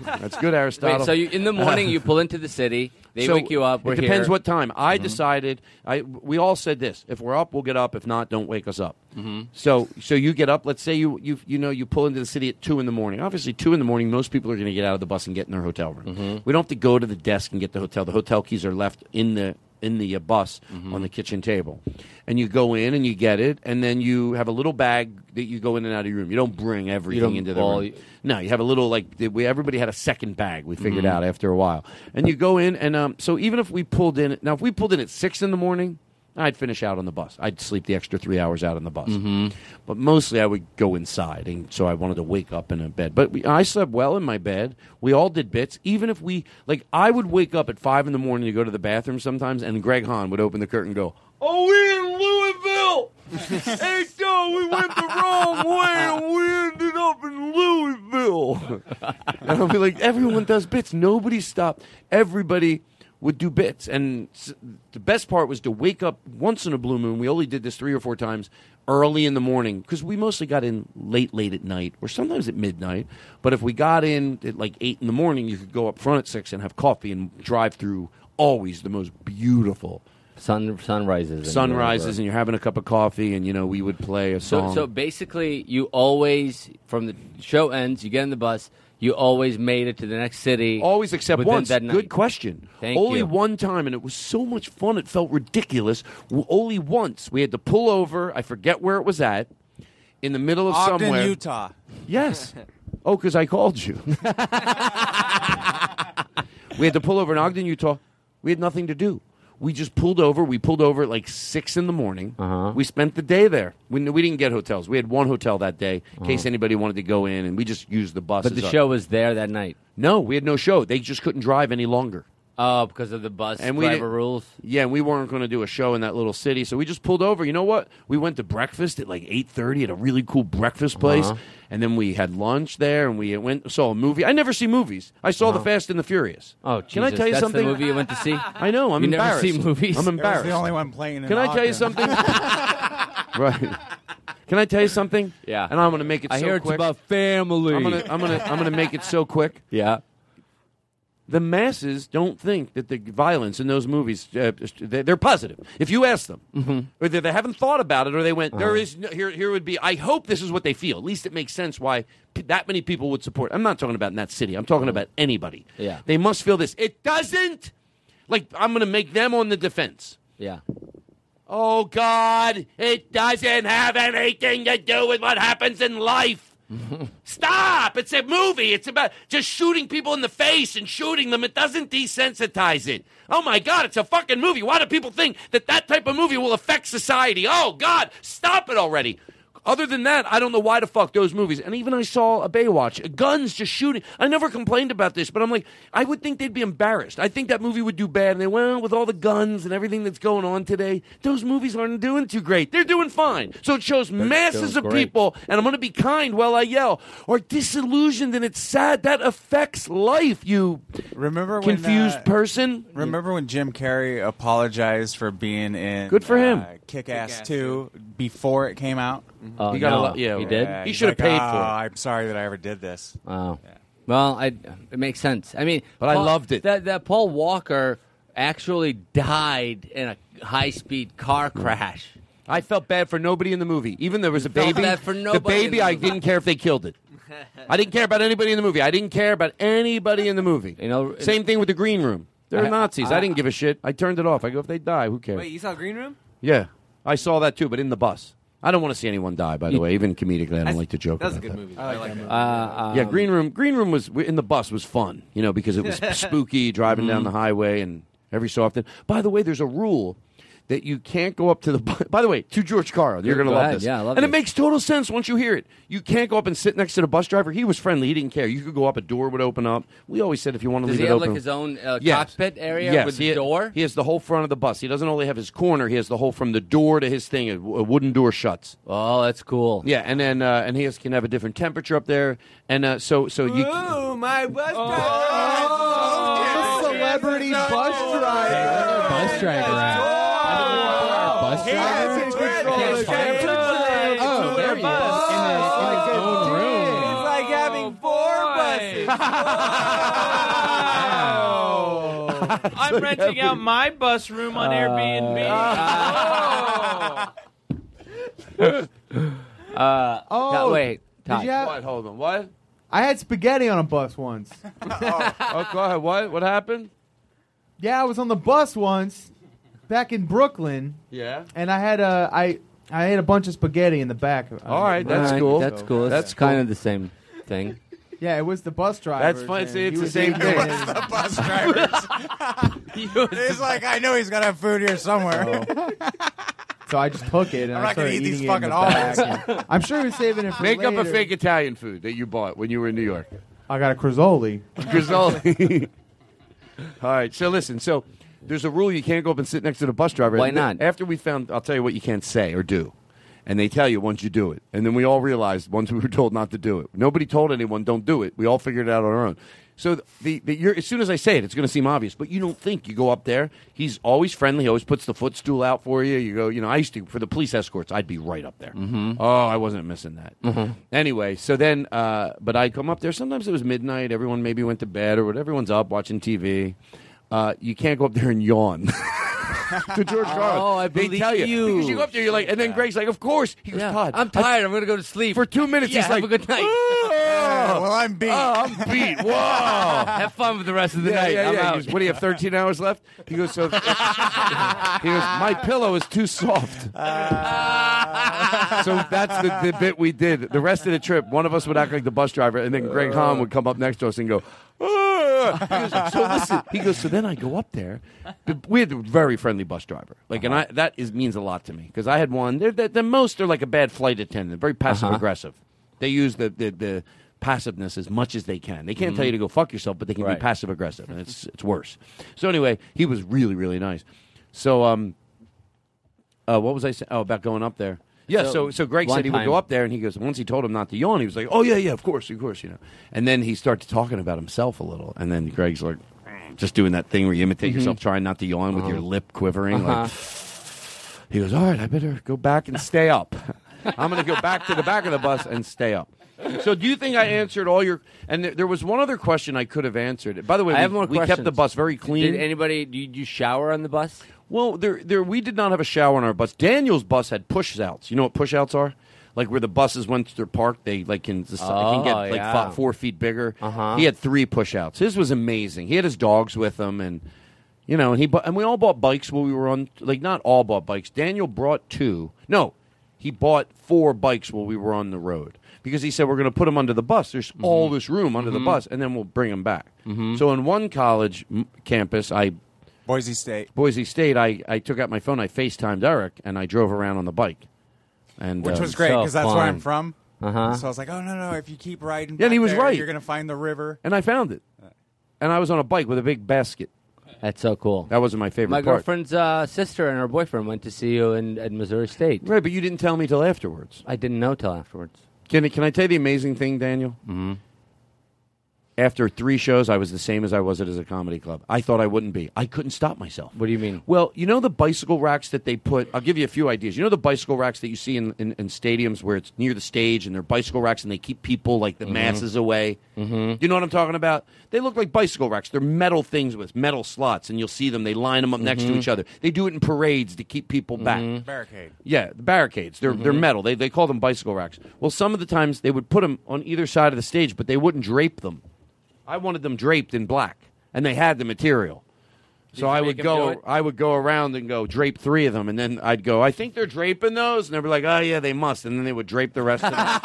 That's good, Aristotle. Wait, so you, in the morning you pull into the city. They So wake you up. We're it depends here. Mm-hmm. what time. I decided. I we all said this: if we're up, we'll get up. If not, don't wake us up. Mm-hmm. So so you get up. Let's say you you you know you pull into the city at two in the morning. Obviously, two in the morning, most people are going to get out of the bus and get in their hotel room. Mm-hmm. We don't have to go to the desk and get the hotel. The hotel keys are left in the in the uh, bus Mm-hmm. on the kitchen table, and you go in and you get it, and then you have a little bag that you go in and out of your room. You don't bring everything don't- into the well, room. you- No, you have a little like th- we everybody had a second bag. We figured out after a while, and you go in and um, so even if we pulled in now if we pulled in at six in the morning, I'd finish out on the bus. I'd sleep the extra three hours out on the bus, but mostly I would go inside, and so I wanted to wake up in a bed. But we, I slept well in my bed. We all did bits. Even if we like, I would wake up at five in the morning to go to the bathroom sometimes, and Greg Hahn would open the curtain and go. Oh, we in Louisville. hey, yo, we went the wrong way and we ended up in Louisville. and I'll be like, everyone does bits. Nobody stopped. Everybody would do bits. And s- the best part was to wake up once in a blue moon. We only did this three or four times early in the morning because we mostly got in late, late at night or sometimes at midnight. But if we got in at like eight in the morning, you could go up front at six and have coffee and drive through always the most beautiful. Sun sunrises. and Sunrises, whatever. and you're having a cup of coffee, and you know, we would play a So song. so basically, you always from the show ends. You get in the bus. You always made it to the next city. Always except within once. That night. Good question. Thank only you. one time, and it was so much fun. It felt ridiculous. W- Only once we had to pull over. I forget where it was at. In the middle of Ogden, somewhere, Utah. Yes. Oh, because I called you. we had to pull over in Ogden, Utah. We had nothing to do. We just pulled over. We pulled over at like six in the morning. Uh-huh. We spent the day there. We, we didn't get hotels. We had one hotel that day in case Uh-huh. anybody wanted to go in, and we just used the bus. But the show was there that night. No, we had no show. They just couldn't drive any longer. Oh, because of the bus And we driver didn't- rules. Yeah, and we weren't going to do a show in that little city, so we just pulled over. You know what? We went to breakfast at like eight thirty at a really cool breakfast place, Uh-huh. and then we had lunch there, and we went and saw a movie. I never see movies. I saw The Uh-huh. Fast and the Furious. Oh, can I Jesus, tell you that's the something? movie you went to see? I know. I'm You never embarrassed. see movies? That was I'm the embarrassed. only one playing in Can I tell you Ogden. something? right. Can I tell you something? Yeah. And I'm going to make it. I so hear it's quick. about family. I'm gonna, I'm gonna, I'm gonna make it so quick. Yeah. The masses don't think that the violence in those movies uh, they- they're positive. If you ask them, or they, they haven't thought about it, or they went, "There Mm-hmm. Uh-huh. is no, here. Here would be. I hope this is what they feel. At least it makes sense why p- that many people would support. I'm not talking about in that city. I'm talking about anybody. Uh-huh. Yeah. They must feel this. It doesn't. Like I'm going to make them on the defense. Yeah. Oh God, it doesn't have anything to do with what happens in life. Stop! It's a movie. It's about just shooting people in the face and shooting them. It doesn't desensitize it. Oh my God, it's a fucking movie. Why do people think that that type of movie will affect society? Oh God, stop it already. Other than that, I don't know why the fuck those movies. And even I saw a Baywatch, guns just shooting. I never complained about this, but I'm like, I would think they'd be embarrassed. I think that movie would do bad. And they well, with all the guns and everything that's going on today, those movies aren't doing too great. They're doing fine. So it shows masses of doing great. people, and I'm going to be kind while I yell, or disillusioned, and it's sad. That affects life. You remember when, confused uh, person. Remember when Jim Carrey apologized for being in Good for him. Kick Ass Two before it came out? Oh, He got a no. lot- yeah. He did? He he's should've like, paid for "Oh, it." I'm sorry that I ever did this. Wow. Well, I, it makes sense. I mean, But I loved it. That, that Paul Walker actually died in a high speed car crash. I felt bad for nobody in the movie. Even there was a felt baby. bad for nobody the in baby, the I movie. didn't care if they killed it. I didn't care about anybody in the movie. I didn't care about anybody in the movie. You know, same thing with the green room. They're I- Nazis. I, I- didn't give a shit. I turned it off. I go if they die, who cares? Wait, you saw Green Room? Yeah, I saw that too, but in the bus. I don't want to see anyone die. By the way, even comedically, I don't like to joke. That was a about good movie. though. I like that. Uh, yeah, green room. Green room was in the bus was fun, you know, because it was spooky driving Mm-hmm. down the highway and every so often. By the way, there's a rule that you can't go up to the. bu- By the way, to George Carl, you're Go going to love ahead. this. Yeah, I love and it this. makes total sense once you hear it. You can't go up and sit next to the bus driver. He was friendly. He didn't care. You could go up. A door would open up. We always said if you want to Does he leave it have open. like his own uh, Yes. cockpit area Yes, with he- the door? He has the whole front of the bus. He doesn't only have his corner. He has the whole from the door to his thing. A w- a wooden door shuts. Oh, that's cool. Yeah, and then uh, and he has, can have a different temperature up there, and uh, so so you. Ooh, my bus driver. Oh. Oh, celebrity bus driver. Bus driver. Bus driver. Oh, there he is. It's like having four Oh, buses. I'm renting out my bus room on Airbnb. Uh, Uh, Oh, no, wait. did Todd. you have- What? Hold on. What? I had spaghetti on a bus once. oh, go ahead. What? What happened? Yeah, I was on the bus once, back in Brooklyn, Yeah. and I had a I I ate a bunch of spaghetti in the back. All right, that's All right, cool. That's cool. That's, That's kind of the same thing. Yeah, it was the bus driver. That's fine. It's, it's the same thing. the bus drivers. he's like, I know he's got to have food here somewhere. So I just took it. And I'm I not gonna started eat these eating it in fucking the back, olives. and I'm sure he was saving it for Make later. up a fake Italian food that you bought when you were in New York. I got a Crizzoli. Grizzoli. All right. So listen. So there's a rule you can't go up and sit next to the bus driver. Why And then not? After we found, I'll tell you what you can't say or do. And they tell you once you do it. And then we all realized once we were told not to do it. Nobody told anyone don't do it. We all figured it out on our own. So th- the, the you're, as soon as I say it, it's going to seem obvious, but you don't think you go up there. He's always friendly. He always puts the footstool out for you. You go, you know, I used to for the police escorts, I'd be right up there. Mm-hmm. Oh, I wasn't missing that. Mhm. Mm-hmm. Anyway, so then, uh, but I'd come up there. Sometimes it was midnight. Everyone maybe went to bed or whatever. Everyone's up watching TV. Uh, you can't go up there and yawn. to George Carlin. Oh, I they believe tell you. you. Because you go up there, you're like, and then Greg's like, of course. He goes, Todd, I'm tired. I'm gonna go to sleep for two minutes. Yeah, he's have like, a good night. "Oh." Well, I'm beat. Oh, I'm beat. Whoa. Have fun with the rest of the yeah, night. Yeah, I'm yeah. out. He goes, what do you have? 13 hours left. He goes, so. he goes, my pillow is too soft. so that's the, the bit we did. The rest of the trip, one of us would act like the bus driver, and then Greg Hahn would come up next to us and go. "Ah." He goes, so listen, he goes. So then I go up there. But We had a very friendly bus driver, like, and I Uh-huh. that is means a lot to me because I had one. They're, they're, the most they're like a bad flight attendant, very passive Uh-huh. aggressive. They use the, the the passiveness as much as they can. They can't tell you to Mhm. go fuck yourself, but they can Right. be passive aggressive, and it's it's worse. So anyway, he was really really nice. So um, uh, what was I saying? Oh, about going up there. Yeah, So, so so, Greg one said he would time- go up there, and he goes. Once he told him not to yawn, he was like, "Oh yeah, yeah, of course, of course," you know. And then he started talking about himself a little, and then Greg's like, just doing that thing where you imitate Mhm. yourself, trying not to yawn with your Uh-huh. lip quivering. Like, Uh-huh. he goes, "All right, I better go back and stay up. Uh-huh. I'm going to go back to the back of the bus and stay up." So, do you think I answered all your? And there, there was one other question I could have answered. By the way, I we, have more we kept the questions. bus very clean. Did anybody? Did you shower on the bus? Well, there, there, we did not have a shower on our bus. Daniel's bus had pushouts. You know what pushouts are? Like where the buses, once they're parked, they like can, they can get Oh, like yeah. fi- four feet bigger. Uh-huh. He had three pushouts. His was amazing. He had his dogs with him, and you know, and he bu- and we all bought bikes while we were on. Like not all bought bikes. Daniel brought two. No, he bought four bikes while we were on the road because he said we're going to put them under the bus. There's all this room under Mhm. the bus, and then we'll bring them back. Mhm. So in one college m- campus, I Boise State. Boise State, I, I took out my phone, I FaceTimed Eric, and I drove around on the bike. And Which uh, was great because that's where I'm from. Uh-huh. So I was like, oh no no, if you keep riding, Yeah, and he back was there, right. You're gonna find the river. And I found it. And I was on a bike with a big basket. That's so cool. That wasn't my favorite My part. girlfriend's uh, sister and her boyfriend went to see you in at Missouri State. Right, but you didn't tell me till afterwards. I didn't know till afterwards. Can, I- can I tell you the amazing thing, Daniel? Mm-hmm. After three shows, I was the same as I was at as a comedy club. I thought I wouldn't be. I couldn't stop myself. What do you mean? Well, you know the bicycle racks that they put. I'll give you a few ideas. You know the bicycle racks that you see in, in, in stadiums where it's near the stage and they're bicycle racks and they keep people like the Mhm. masses away. You know what I'm talking about? They look like bicycle racks. They're metal things with metal slots, and you'll see them. They line them up next to Mhm. each other. They do it in parades to keep people back. Barricade. Yeah, the barricades. They're they're Mhm. metal. They they call them bicycle racks. Well, some of the times they would put them on either side of the stage, but they wouldn't drape them. I wanted them draped in black, and they had the material. Did So you I make would them do go it? I would go around and go drape three of them, and then I'd go. I think they're draping those, and they'd be like, "Oh yeah, they must," and then they would drape the rest of them.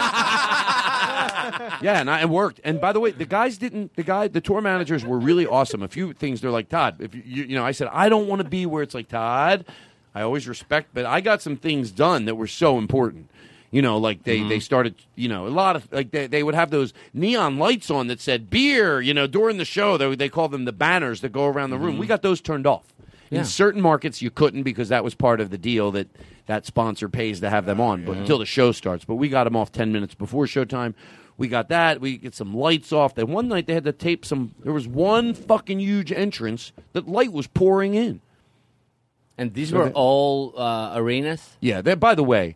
yeah, and I, it worked. And by the way, the guys didn't. The guy, the tour managers were really awesome. A few things they're like Todd. If you, you, you know, I said I don't want to be where it's like Todd. I always respect, but I got some things done that were so important. You know, like they, they started, you know, a lot of, like they, they would have those neon lights on that said beer, you know, during the show. They, they call them the banners that go around the room. We got those turned off. Yeah. In certain markets, you couldn't because that was part of the deal that that sponsor pays to have them on, but Yeah. until the show starts. But we got them off ten minutes before showtime. We got that. We get some lights off. Then one night they had to tape some. There was one fucking huge entrance that light was pouring in. And these So were they- all uh, arenas. Yeah. That. By the way,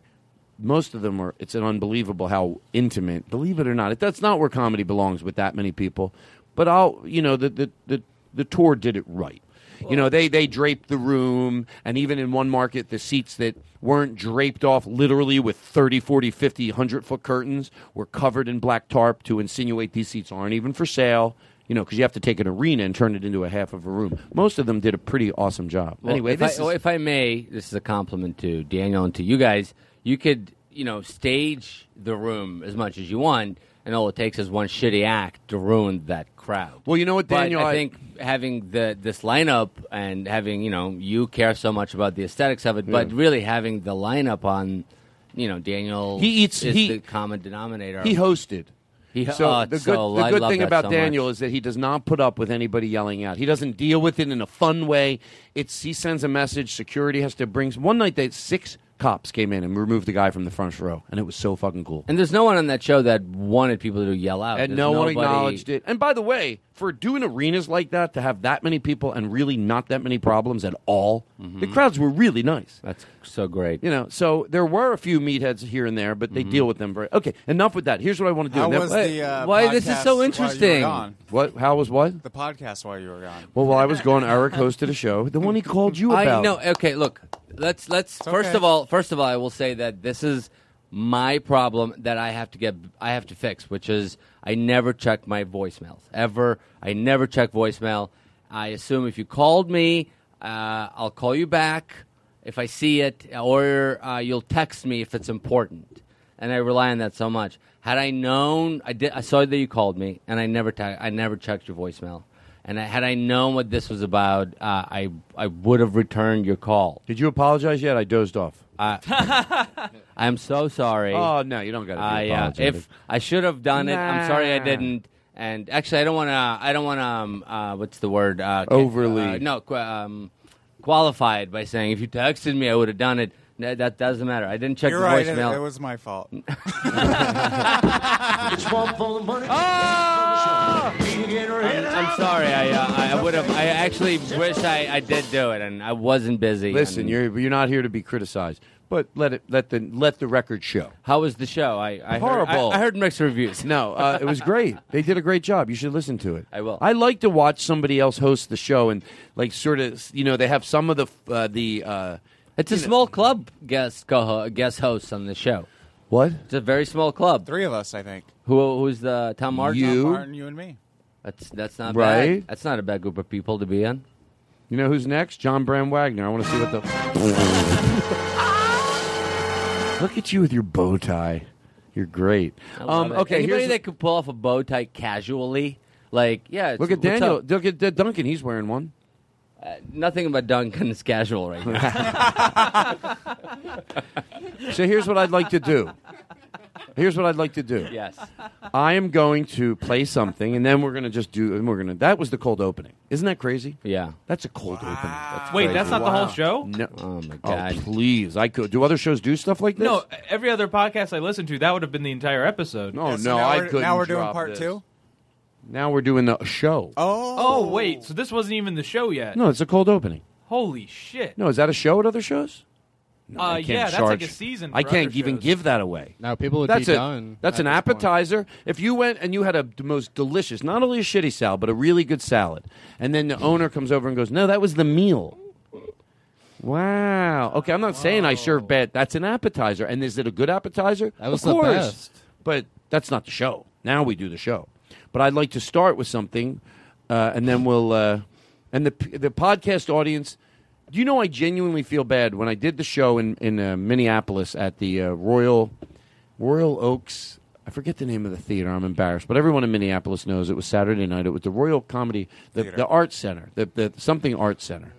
most of them are. It's an unbelievable how intimate. Believe it or not, it, that's not where comedy belongs with that many people. But I'll. You know the the the, the tour did it right. You know they they draped the room, and even in one market, the seats that weren't draped off literally with 30, 40, 50, 100 foot curtains were covered in black tarp to insinuate these seats aren't even for sale. You know, because you have to take an arena and turn it into a half of a room. Most of them did a pretty awesome job. Well, anyway, if this I, is, well, if I may, this is a compliment to Daniel and to you guys. You could, you know, stage the room as much as you want, and all it takes is one shitty act to ruin that crowd. Well, you know what, But Daniel, I I- think having the this lineup and having you know you care so much about the aesthetics of it, but Yeah. really having the lineup on, you know, Daniel He eats- is he- the common denominator. He hosted. He ho- so oh, the good, so the I good love thing that about so much. Daniel is that he does not put up with anybody yelling out. He doesn't deal with it in a fun way. It's he sends a message. Security has to bring. One night they six cops came in and removed the guy from the front row, and it was so fucking cool. And there's no one on that show that wanted people to yell out. And There's no one nobody- acknowledged it. And by the way, for doing arenas like that to have that many people and really not that many problems at all, the crowds were really nice. Mm-hmm. That's so great. Mm-hmm. You know, so there were a few meatheads here and there, but they deal with them very okay. Enough with that. Here's what I want to do. How Now- was Wait, the, uh, why this is podcast so while you were interesting? gone? What? How was what? The podcast while you were gone. Well, while I was gone, Eric hosted a show. The one he called you about. I know. Okay, look. Let's let's first okay. of all first of all I will say that this is my problem that I have to get I have to fix, which is I never check my voicemails ever. I never check voicemail. I assume if you called me, uh, I'll call you back if I see it, or uh, you'll text me if it's important. And I rely on that so much. Had I known, I did. I saw that you called me, and I never te- I never checked your voicemail. And I, had I known what this was about, uh, I I would have returned your call. Did you apologize yet? I dozed off. Uh, I'm so sorry. Oh, no, you don't gotta I, be uh, apologetic. if I should have done it, I'm sorry I Nah. didn't. And actually, I don't want to. I don't want to. Um, uh, what's the word? Uh, ca- Overly. Uh, no, qu- um, qualified by saying if you texted me, I would have done it. No, that doesn't matter. I didn't check You're the right. It, voicemail. it was my fault. It's Bob Volenberg. Ah! I'm, I'm sorry. I uh, I- I would have. I actually wish I, I did do it, and I wasn't busy. Listen, and- you're you're not here to be criticized, but let it let the let the record show. How was the show? I, I heard- horrible. I- I heard mixed reviews. No, uh, it was great. They did a great job. You should listen to it. I will. I like to watch somebody else host the show and like sort of you know they have some of the uh, the. Uh, It's a small club guest co guest hosts on the show. What? It's a very small club. Three of us, I think. Who who's the Tom Martin? Tom Martin, you and me. That's that's not Right? Bad. That's not a bad group of people to be in. You know who's next? John Bram Wagner. I want to see what the. Look at you with your bow tie. You're great. I love Um, it. okay, anybody here's- that could pull off a bow tie casually, like yeah. it's- Look at what's Daniel. up? Look at uh, Duncan. He's wearing one. Uh, nothing about Duncan is casual right now. So here's what I'd like to do. Here's what I'd like to do. Yes. I am going to play something, and then we're going to just do. And we're going to. That was the cold opening. Isn't that crazy? Yeah. That's a cold opening. Wait, that's not the whole show? No. Oh my god. please, I could. Do other shows do stuff like this? No, every other podcast I listened to, that would have been the entire episode. Oh, Yeah, so no, now I we're- couldn't now we're doing drop part this. two? Now we're doing the show. Oh, wait. So this wasn't even the show yet. No, it's a cold opening. Holy shit. No, is that a show at other shows? uh, I yeah, can't that's like a charge. season. I for can't other even shows. give that away. No, people would that's be a- done That's at an this point. appetizer. If you went and you had a the most delicious, not only a shitty salad, but a really good salad, and then the owner comes over and goes, "No, that was the meal." Wow. Okay, I'm not saying I serve bad. That's an appetizer, and is it a good appetizer? That was of the course. best. But that's not the show. Now we do the show. But I'd like to start with something, uh, and then we'll. Uh, and the the podcast audience. Do you know I genuinely feel bad when I did the show in in uh, Minneapolis at the uh, Royal Royal Oaks. I forget the name of the theater. I'm embarrassed, but everyone in Minneapolis knows it was Saturday night. It was the Royal Comedy, the, the Art Center, the, the something Art Center.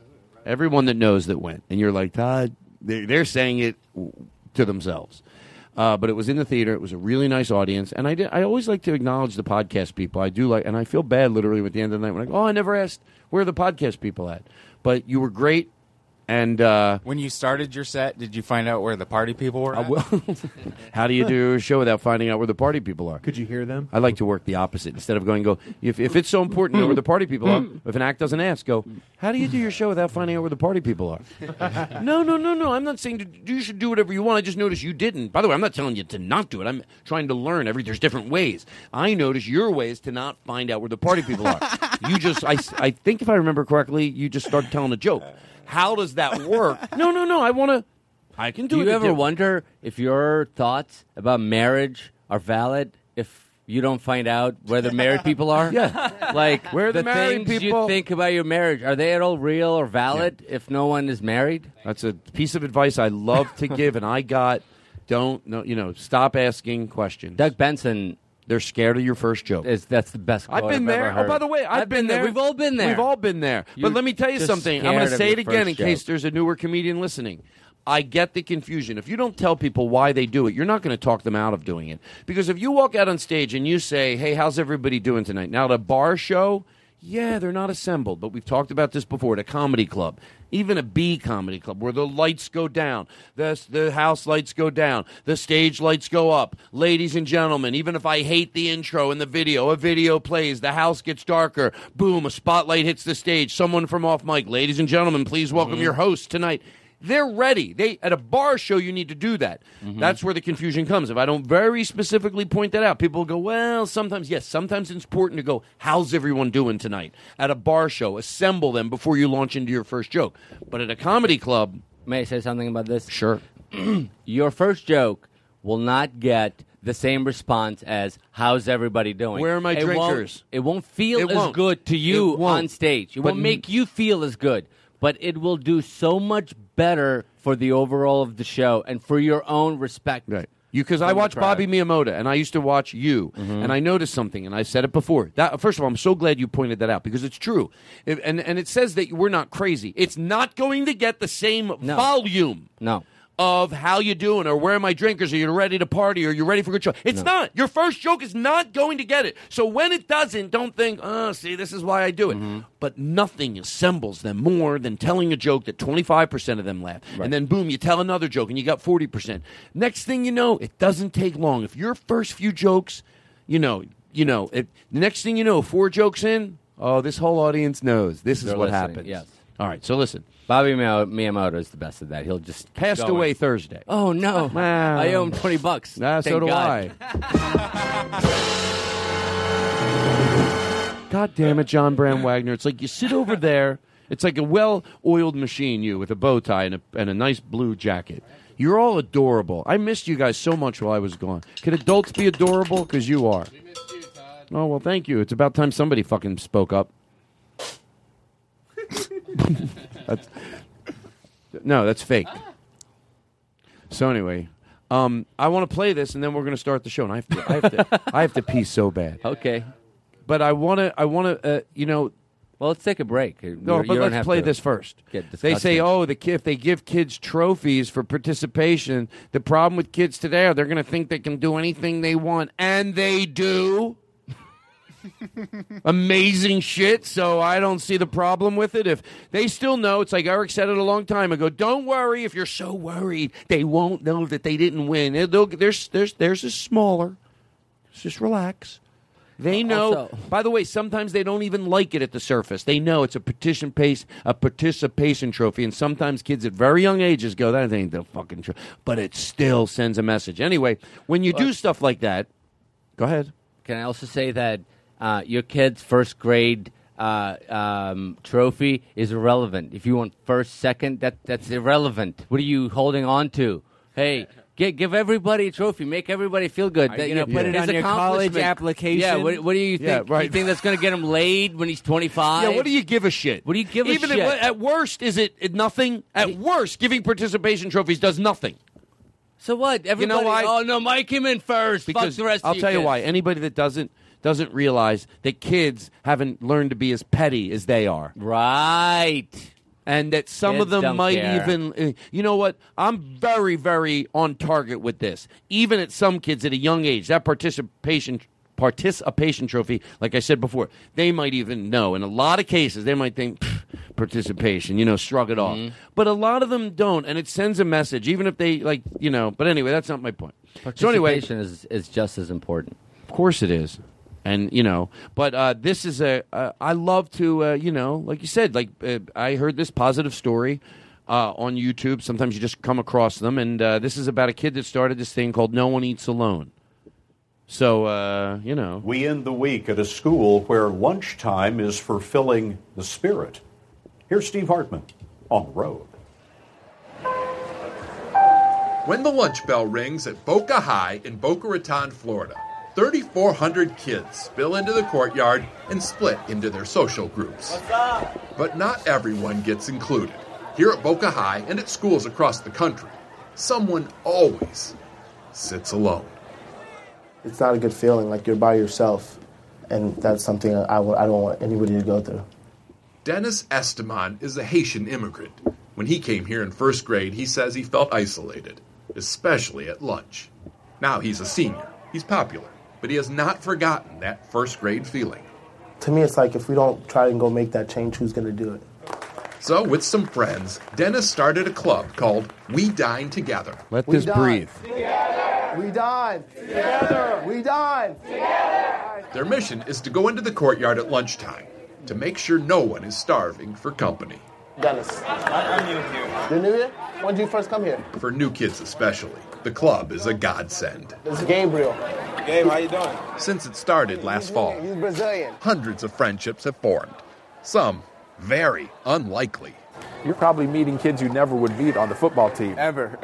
Everyone that knows that went, and you're like Todd. They're, they're saying it to themselves. Uh, but it was in the theater. It was a really nice audience, and I did, I always like to acknowledge the podcast people. I do like, and I feel bad literally at the end of the night. When I go, oh, I never asked where are the podcast people at, but you were great, and uh, When you started your set, did you find out where the party people were? At? how do you do a show without finding out where the party people are? Could you hear them? I like to work the opposite. Instead of going, go if, if it's so important to know where the party people are. If an act doesn't ask, go. How do you do your show without finding out where the party people are? no, no, no, no. I'm not saying to, you should do whatever you want. I just noticed you didn't. By the way, I'm not telling you to not do it. I'm trying to learn. Every there's different ways. I notice your way is to not find out where the party people are. you just, I, s- I think if I remember correctly, you just start telling a joke. How does that work? no, no, no. I want to. I can do. Do it you a ever different- wonder if your thoughts about marriage are valid if you don't find out where the married people are? Yeah, like where are the married things people? you think about your marriage are they at all real or valid if no one is married? That's a piece of advice I love to give, and I got don't know. You know, stop asking questions. Doug Benson, they're scared of your first joke. Is that's the best? I've quote been I've ever there. Oh, heard. by the way, I've, been, there. We've all been there. We've all been there. You're but let me tell you just something. I'm going scared to of say your it again first in case joke. there's a newer comedian listening. I get the confusion. If you don't tell people why they do it, you're not going to talk them out of doing it. Because if you walk out on stage and you say, "Hey, how's everybody doing tonight?" Now at a bar show, Yeah, they're not assembled, but we've talked about this before at a comedy club, even a B comedy club, where the lights go down, the, the house lights go down, the stage lights go up. Ladies and gentlemen, even if I hate the intro and the video, a video plays, the house gets darker, boom, a spotlight hits the stage, someone from off mic, ladies and gentlemen, please welcome your host tonight. They're ready. They at a bar show you need to do that. That's where the confusion comes. If I don't very specifically point that out, people go, "Well, sometimes yes, sometimes it's important to go, how's everyone doing tonight?" At a bar show, assemble them before you launch into your first joke. But at a comedy club, may I say something about this? Sure. Your first joke will not get the same response as "How's everybody doing?" Where are my It won't- drinkers? it won't feel It as won't. good to It you won't. on stage. It But won't n- make you feel as good, but it will do so much better for the overall of the show and for your own respect. Right. You because I watch Bobby Miyamoto and I used to watch you, and I noticed something, and I said it before. That first of all, I'm so glad you pointed that out because it's true, If- and and it says that we're not crazy. It's not going to get the same volume. No. Of how you doing, or where are my drinkers? Are you ready to party? Are you ready for a good show? It's not. Your first joke is not going to get it. So when it doesn't, don't think, oh, see, this is why I do it. Mm-hmm. But nothing assembles them more than telling a joke that 25% of them laugh. And then boom, you tell another joke and you got 40%. Next thing you know, it doesn't take long. If your first few jokes, you know, you know, it, the next thing you know, four jokes in, oh, this whole audience knows. This is They're what listening, happens. yes. All right, so listen. Bobby Miya- Miyamoto is the best at that. He'll just keep Passed going. away Thursday. Oh no! Wow. I owe him twenty bucks. Ah, so Thank do God. I. God damn it, John Bram Wagner. It's like you sit over there. It's like a well oiled machine, you, with a bow tie and a, and a nice blue jacket. You're all adorable. I missed you guys so much while I was gone. Can adults be adorable? Because you are. We missed you, Todd. Oh, well, thank you. It's about time somebody fucking spoke up. That's- no, that's fake. So anyway, um, I want to play this, and then we're going to start the show. And I have to, I have to, I have to pee so bad. Okay. But I want to, I want to, uh, you know. Well, let's take a break. No, You're- but you don't let's have play to this first. get They say, disgusting. oh, the ki- if they give kids trophies for participation, the problem with kids today are they're going to think they can do anything they want, and they do. amazing shit. So I don't see the problem with it. If they still know, it's like Eric said it a long time ago. Don't worry if you're so worried. They won't know that they didn't win. They'll- they'll- There's there's there's a smaller. Just relax. They know. Also- by the way, sometimes they don't even like it at the surface. They know it's a petition pace, a participation trophy, and sometimes kids at very young ages go, "That ain't the fucking trophy," but it still sends a message. Anyway, when you do stuff like that, go ahead. Can I also say that uh, your kid's first grade uh, um, trophy is irrelevant? If you want first, second, that that's irrelevant. What are you holding on to? Hey. gi- give everybody a trophy. Make everybody feel good. Are that, you you know, gonna put it his on your college accomplishment- application? Yeah. What, what do you Yeah, think? right. You think that's going to get him laid when he's twenty five? Yeah, what do you give a shit? What do you give Even a if- shit? at worst, is it it nothing? At worst, giving participation trophies does nothing. so what? Everybody. why? Oh no, Mike came in first. Fuck the rest. I'll of you tell you kids. why. Anybody that doesn't doesn't realize that kids haven't learned to be as petty as they are. Right. And that some of Kids them don't might care. even uh, you know what? I'm very very on target with this. Even at some kids at a young age, that participation participation trophy, like I said before, they might even know. In a lot of cases, they might think "Pfft, participation, you know, shrug it off. Mm-hmm. But a lot of them don't, and it sends a message, even if they like, you know. But anyway, that's not my point. So anyway, Participation is is just as important. of course it is. And you know, but uh, this is a uh, I love to uh, you know, like you said, like uh, I heard this positive story uh, on YouTube. Sometimes you just come across them, and uh, this is about a kid that started this thing called "No One Eats Alone." So uh, you know, We end the week at a school where lunchtime is for filling the spirit. Here's Steve Hartman on the road. When the lunch bell rings at Boca High in Boca Raton, Florida, 3,400 kids spill into the courtyard and split into their social groups. But not everyone gets included. Here at Boca High and at schools across the country, someone always sits alone. It's not a good feeling, like you're by yourself, and that's something I, w- I don't want anybody to go through. Dennis Esteban is a Haitian immigrant. When he came here in first grade, he says he felt isolated, especially at lunch. Now he's a senior. He's popular, but he has not forgotten that first grade feeling. to me, it's like if we don't try and go make that change, who's going to do it? So, with some friends, Dennis started a club called We Dine Together. Let We this dine. breathe. We dine together. We dine. Their mission is to go into the courtyard at lunchtime to make sure no one is starving for company, Dennis. I'm new here. You're new here? When did you first come here? for new kids especially. The club is a godsend. This is Gabriel. Gabe, how you doing? Since it started last fall, He's Brazilian. hundreds of friendships have formed. Some very unlikely. You're probably meeting kids you never would meet on the football team. Ever.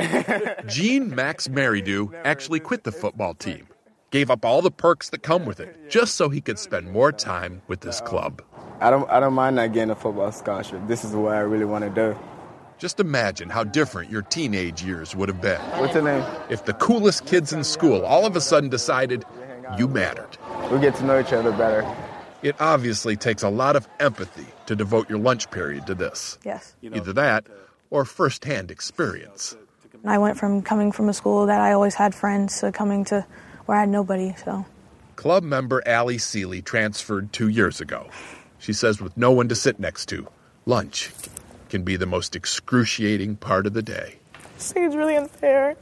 Gene Max Merridew actually quit the football team, gave up all the perks that come with it, just so he could spend more time with this club. I don't, I don't mind not getting a football scholarship. This is what I really want to do. Just imagine how different your teenage years would have been. What's your name? If the coolest kids in school all of a sudden decided you mattered. We get to know each other better. It obviously takes a lot of empathy to devote your lunch period to this. Yes. Either that or firsthand experience. I went from coming from a school that I always had friends to coming to where I had nobody. So Club member Allie Seeley transferred two years ago. She says, with no one to sit next to, lunch can be the most excruciating part of the day. I think it's really unfair.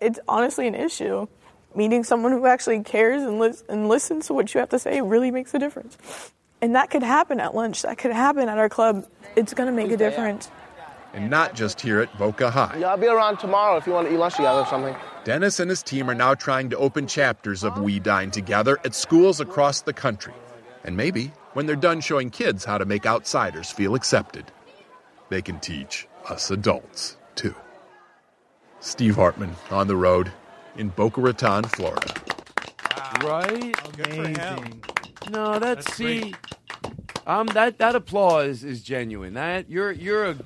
It's honestly an issue. Meeting someone who actually cares and, lis- and listens to what you have to say really makes a difference. And that could happen at lunch. That could happen at our club. It's going to make a difference. And not just here at Boca High. Yeah, I'll be around tomorrow if you want to eat lunch together or something. Dennis and his team are now trying to open chapters of We Dine Together at schools across the country. And maybe when they're done showing kids how to make outsiders feel accepted, they can teach us adults too. Steve Hartman on the road in Boca Raton, Florida. Right? Amazing. No, that's, see, um, that that applause is genuine. That you're you're a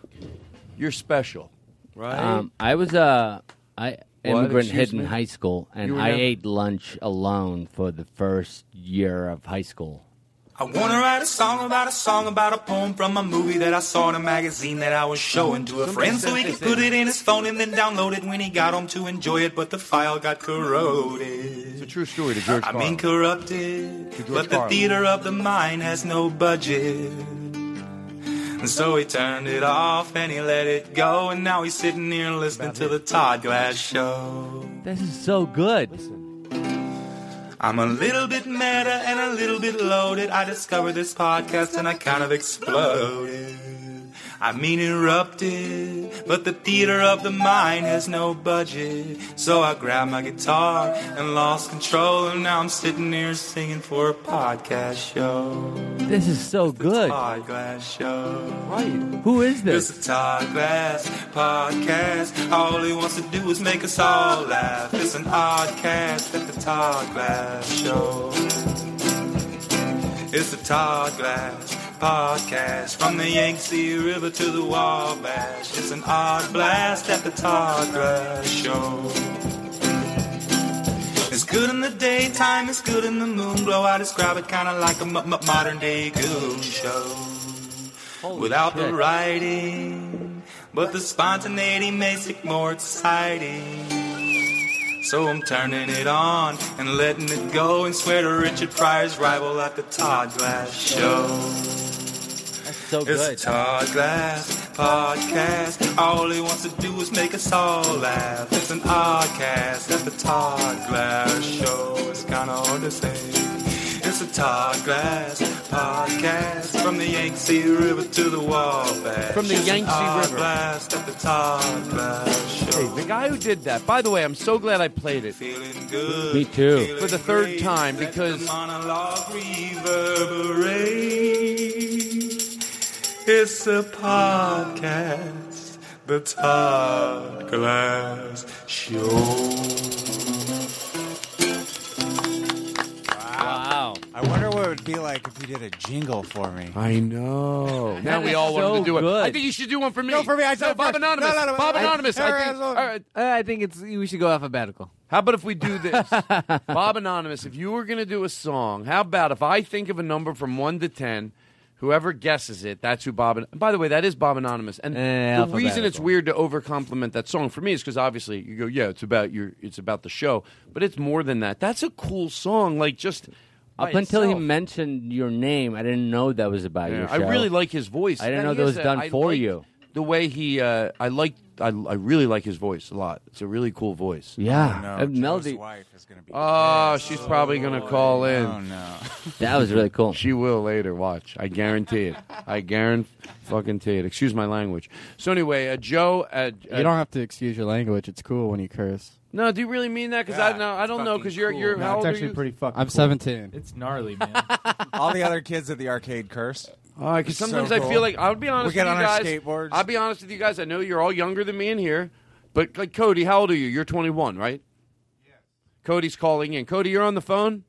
you're special, right? Um, I was a I What? immigrant Excuse hid in me? high school, You and were I never- ate lunch alone for the first year of high school. I wanna write a song about a song about a poem from a movie that I saw in a magazine that I was showing to a friend so he could put it in his phone and then download it when he got home to enjoy it, but the file got corroded. It's a true story to George I Carlin. mean corrupted, George but the Carlin. theater of the mind has no budget. And so he turned it off and he let it go, and now he's sitting here listening to the Todd Glass show. This is so good. I'm a little bit meta and a little bit loaded. I discovered this podcast and I kind of exploded. I mean, erupted, but the theater of the mind has no budget. So I grabbed my guitar and lost control, and now I'm sitting here singing for a podcast show. This is so good. Todd Glass Show. Right. Who is this? It's a Todd Glass podcast. All he wants to do is make us all laugh. It's an odd cast at the Todd Glass Show. It's the Todd Glass podcast from the Yangtze River to the Wabash. It's an odd blast at the Todd Glass Show. It's good in the daytime, it's good in the moon glow. I describe it kind of like a m- m- modern day goon show. Without the writing, but the spontaneity makes it more exciting. So I'm turning it on and letting it go and swear to Richard Pryor's rival at the Todd Glass Show. So It's a Todd Glass podcast. All he wants to do is make us all laugh. It's an oddcast at the Todd Glass show. It's kind of hard to say. It's a Todd Glass podcast from the Yangtze River to the Wabash. From the It's an Yangtze Odd River. Blast at the Todd Glass show. Hey, the guy who did that. By the way, I'm so glad I played it. Me too. For the third time because Monologue reverberate. It's a podcast, the Todd Glass Show. Wow. I wonder what it would be like if you did a jingle for me. I know. now That we is all so want to do good. it. I think you should do one for me. No, for me, I no, said Bob first. Anonymous. No, no, no, Bob I- Anonymous. I Harry think. Arizona. all right. I think it's we should go alphabetical. How about if we do this? Bob Anonymous, if you were going to do a song, how about if I think of a number from 1 to 10, whoever guesses it, that's who Bob. An- By the way, that is Bob Anonymous. Eh, And the reason it's alphabetical. weird to overcompliment that song for me is because obviously you go, yeah, it's about your, it's about the show, but it's more than that. That's a cool song. Like just Up By until he itself. mentioned your name, I didn't know that was about your Yeah, show. I really like his voice. I didn't know he that has was a- done I for like you. The way he, uh, I like, I, I really like his voice a lot. It's a really cool voice. Yeah. No, Uh, Joe's Melody- wife is gonna be. Oh, she's probably gonna call in. No, no. That was really cool. She will later. Watch, I guarantee it. I guarantee fucking it. Excuse my language. So anyway, uh, Joe. Uh, You don't have to excuse your language. It's cool when you curse. No, do you really mean that? Because I know I don't know. Because you're you're No, how it's old actually are you? pretty fucking I'm cool. 17. It's gnarly, man. All the other kids at the arcade curse. All right, because Uh, sometimes I feel like I'll be We honest. get with on you guys, our skateboards. I'll be honest with you guys. I know you're all younger than me in here, but like Cody, how old are you? You're 21, right? Cody's calling in. Cody, you're on the phone.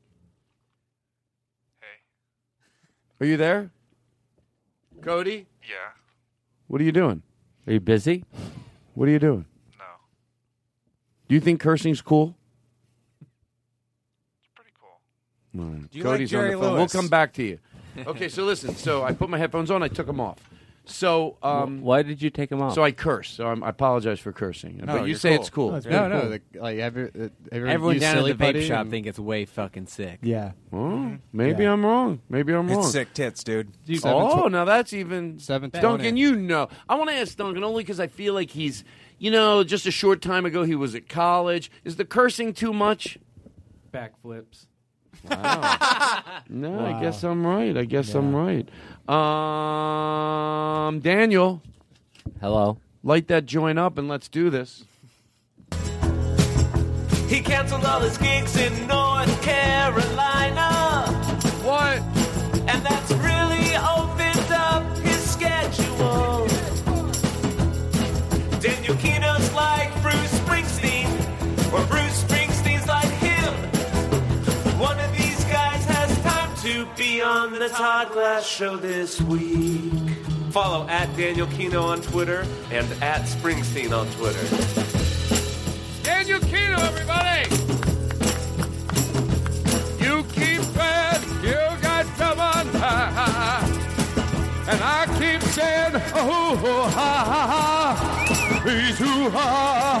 Hey. Are you there? Cody? Yeah. What are you doing? Are you busy? What are you doing? No. Do you think cursing's cool? It's pretty cool. Do you like Cody's Jerry on the phone. Lewis? We'll come back to you. Okay, so listen. So I put my headphones on. I took them off. So um, why did you take them off? So I curse. So I'm, I apologize for cursing. No, but you you're say cool. it's cool. No, it's No, pretty no, cool. the- like, every- uh, everyone Everyone used down at Silly the vape Putty shop and- think it's way fucking sick. Yeah. Oh, maybe I'm wrong. Maybe I'm It's wrong. sick tits, dude. oh, now that's even seven. 720. Duncan, you know, I want to ask Duncan only because I feel like he's, you know, just a short time ago he was at college. Is the cursing too much? Backflips. No, Wow. I guess I'm right. I guess I'm right. Um, Daniel. Hello. Light that joint up and let's do this. He canceled all his gigs in North Carolina. What? And that's really opened up his schedule. Daniel Keno's like Bruce Springsteen, or Bruce Springsteen's like him. One of these guys has time to be on the Todd Glass Show this week. Follow at Daniel Keno on Twitter and at Springsteen on Twitter. Daniel Keno, everybody! You keep bad, you got someone high. And I keep saying, oh, ha, ha, ha. He's who, ha,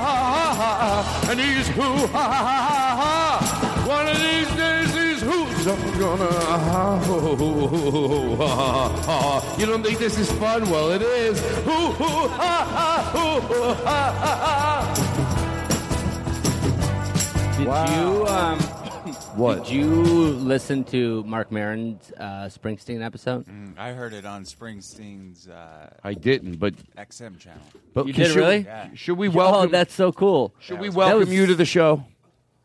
ha, ha, ha. And he's who, ha, ha, ha, ha. One of these days, he's who's gonna, ha, ho, ho, ho, ho, ha, ha, Uh-uh. ha. You don't think this is fun? Well, it is. Hoo, hoo, ha, ha, hoo, hoo, ha, ha, ha. Did you um, what? Did you listen to Mark Maron's uh, Springsteen episode? Mm. Mm, I heard it on Springsteen's uh, I didn't, but XM channel. but you did should, really? Should we Oh, welcome? that's so cool. Should we welcome you to the show?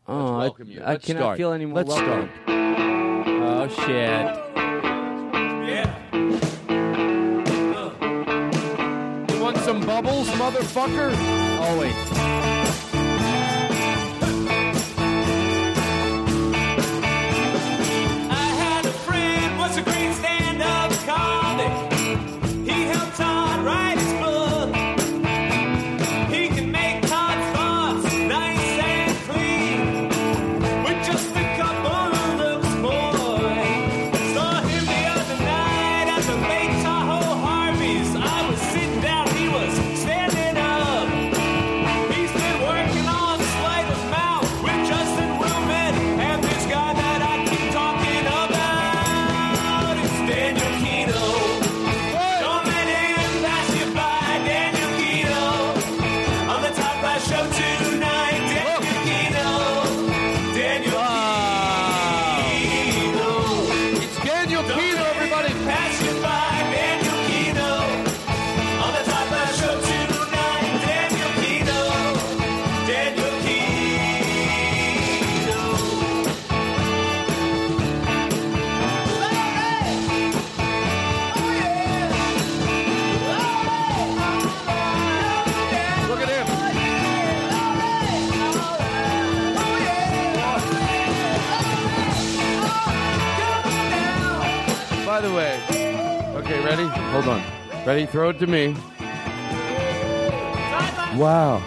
Oh, welcome I, you. I Let's cannot start. feel any more. Let's welcome. Oh shit! You want some bubbles, motherfucker? Oh, Always. I had a friend was a great stand-up comic. He helped Todd write his book. He can make Todd's thoughts nice and clean with just a couple of looks more. Saw him the other night at the Lake Tahoe Harvey's. I was sitting down, he was standing up. He's been working on sleight of mouth with Justin Willman and this guy that I keep talking about. It's Daniel Keto. Don't let him pass you by, Daniel Keto. On the Top Glass Show tonight, Daniel Keto. Daniel Keto. It's Daniel Keto, everybody. Pass you by, Daniel Keto. On the Top Glass Show tonight, Daniel Keto. Daniel Keaton. Look at him. By the way, okay, ready? Hold on. Ready? Throw it to me. Wow.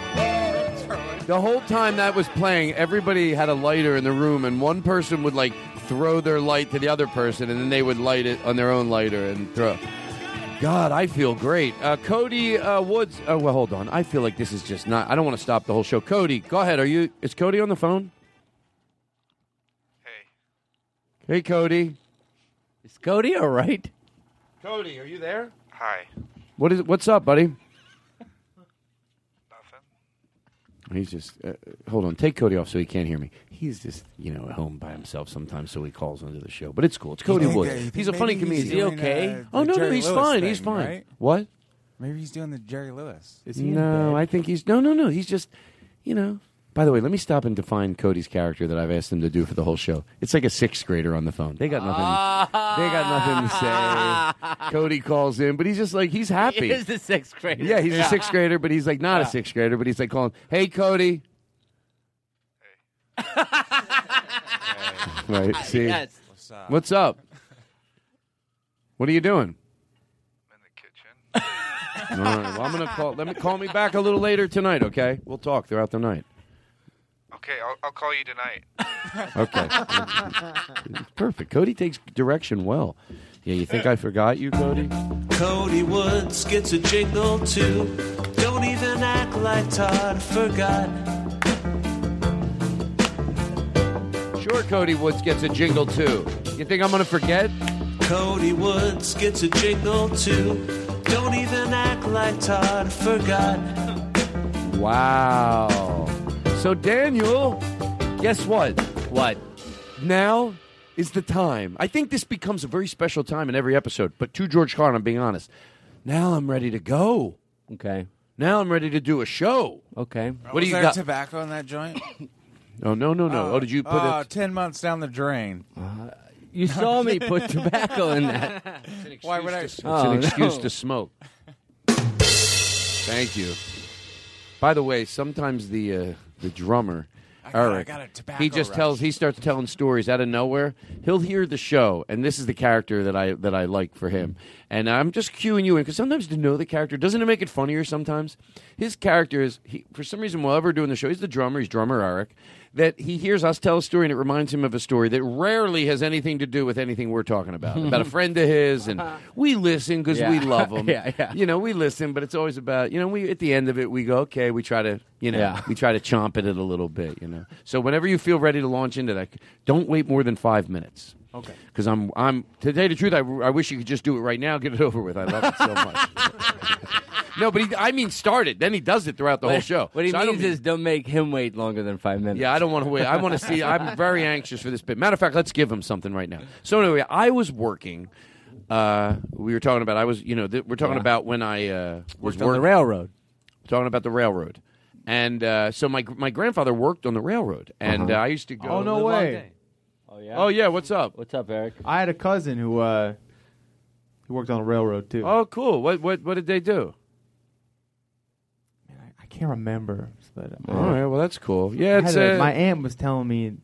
The whole time that was playing, everybody had a lighter in the room, and one person would like throw their light to the other person, and then they would light it on their own lighter and throw. God, I feel great. Uh, Cody uh, Woods. Oh, well, hold on. I feel like this is just not. I don't want to stop the whole show. Cody, go ahead. Are you? Is Cody on the phone? Hey, Cody. Is Cody all right? Cody, are you there? Hi. What is? What's up, buddy? He's just uh, hold on. Take Cody off so he can't hear me. He's just you know at home by himself sometimes, so he calls into the show. But it's cool. It's Cody You think Woods. that- you he's think a funny maybe he's comedian. Is he doing, okay? uh, oh the no, no, Jerry he's Lewis fine. thing, he's fine. right? What? Maybe he's doing the Jerry Lewis. no, I think he's no, no, no. He's just you know. By the way, let me stop and define Cody's character that I've asked him to do for the whole show. It's like a sixth grader on the phone. They got nothing. they Ah. got nothing to say. Cody calls in, but he's just like he's happy. He is the sixth grader. Yeah, he's a sixth grader, but he's like not a sixth grader, but he's like calling, "Hey, Cody." right. See. Yes. What's up? What are you doing? I'm in the kitchen. All right. Well, I'm gonna call. Let me call me back a little later tonight. Okay. We'll talk throughout the night. Okay, I'll, I'll call you tonight. Okay. Perfect. Cody takes direction well. Yeah. You think I forgot you, Cody? Cody Woods gets a jingle too. Don't even act like Todd forgot. Sure. Cody Woods gets a jingle too. You think I'm gonna forget? Cody Woods gets a jingle too. Don't even act like Todd forgot. Wow. So, Daniel, guess what? What? Now is the time. I think this becomes a very special time in every episode, but to George Carlin, I'm being honest. Now I'm ready to go. Okay. Now I'm ready to do a show. Okay. What do you there got? Tobacco in that joint? oh, no, no, no. Oh, Oh, did you put oh, it? 10 months down the drain. Uh, you saw me put tobacco in that. Oh, Why would I? It's an excuse to smoke. Thank you. By the way, sometimes the uh, the drummer got- I Eric, got a tobacco he just rush. tells he starts telling stories out of nowhere. He'll hear the show, and this is the character that I that I like for him. And I'm just cueing you in because sometimes to know the character doesn't it make it funnier? Sometimes his character is he, for some reason while we're doing the show, he's the drummer. He's drummer Eric. That he hears us tell a story and it reminds him of a story that rarely has anything to do with anything we're talking about. about a friend of his, and we listen because we Uh-huh. Yeah. love him. Yeah, yeah. You know, we listen, but it's always about you know. We at the end of it, we go okay. We try to you know Yeah. we try to chomp at it a little bit. You know, so whenever you feel ready to launch into that, don't wait more than five minutes. Okay. Because I'm I'm to tell you the truth, I, I wish you could just do it right now, get it over with. I love it so much. no, but he, I mean, start it. Then he does it throughout the whole show. What he So I don't means is don't make him wait longer than five minutes. yeah, I don't want to wait. I want to see. I'm very anxious for this bit. Matter of fact, let's give him something right now. So anyway, I was working. Uh, we were talking about. I was, you know, th- we're talking Yeah. about when I uh, was Worked on the work- railroad. Talking about the railroad, and uh, so my gr- my grandfather worked on the railroad, and uh I used to go. Oh, no Live long way. day. Oh yeah, what's up? What's up, Eric? I had a cousin who uh, he worked on a railroad too. Oh, cool. What what what did they do? I can't remember. But uh, All right, well that's cool. I Yeah, it's had a- uh, my aunt was telling me. Were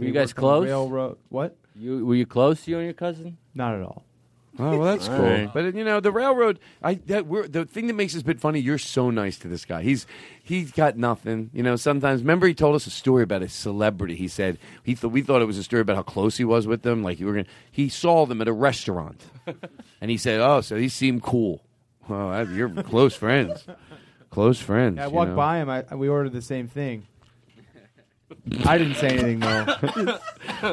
they you guys worked on a close? Railroad. What? You were you close? You and your cousin? Not at all. Oh, well, that's All cool. right. But you know, the railroad. I that we're, the thing that makes this bit funny. You're so nice to this guy. He's he's got nothing. You know, sometimes remember he told us a story about a celebrity. He said he th- we thought it was a story about how close he was with them. Like you were gonna. He saw them at a restaurant, and he said, "Oh, so these seem cool. Well, I- you're close friends, close friends." Yeah, I you walked know? by him. I, we ordered the same thing. I didn't say anything though.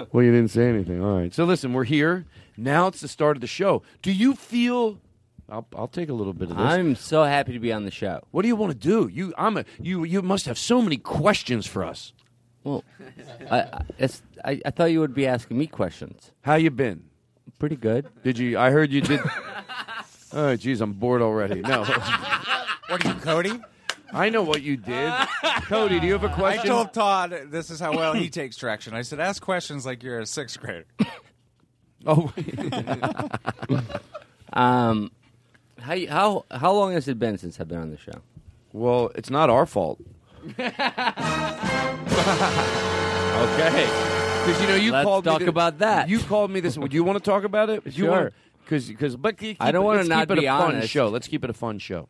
Well, you didn't say anything. All right. So listen, we're here now. It's the start of the show. Do you feel? I'll, I'll take a little bit of this. I'm so happy to be on the show. What do you want to do? You, I'm a, you, you must have so many questions for us. Well, I, I, it's, I, I thought you would be asking me questions. How you been? Pretty good. Did you? I heard you did. oh, geez, I'm bored already. No. What are you, Cody? I know what you did. Cody, do you have a I question? told Todd this is how well he takes direction. I said, ask questions like you're a sixth grader. Oh, Um, how you- how how long has it been since I've been on the show? Well, it's not our fault. okay. Because you know you Let's called. me talk th- about that. You called me this. Do you want to talk about it? Do You Sure. Because because but keep, I don't wanna let's not keep it be a fun honest. show. Let's keep it a fun show.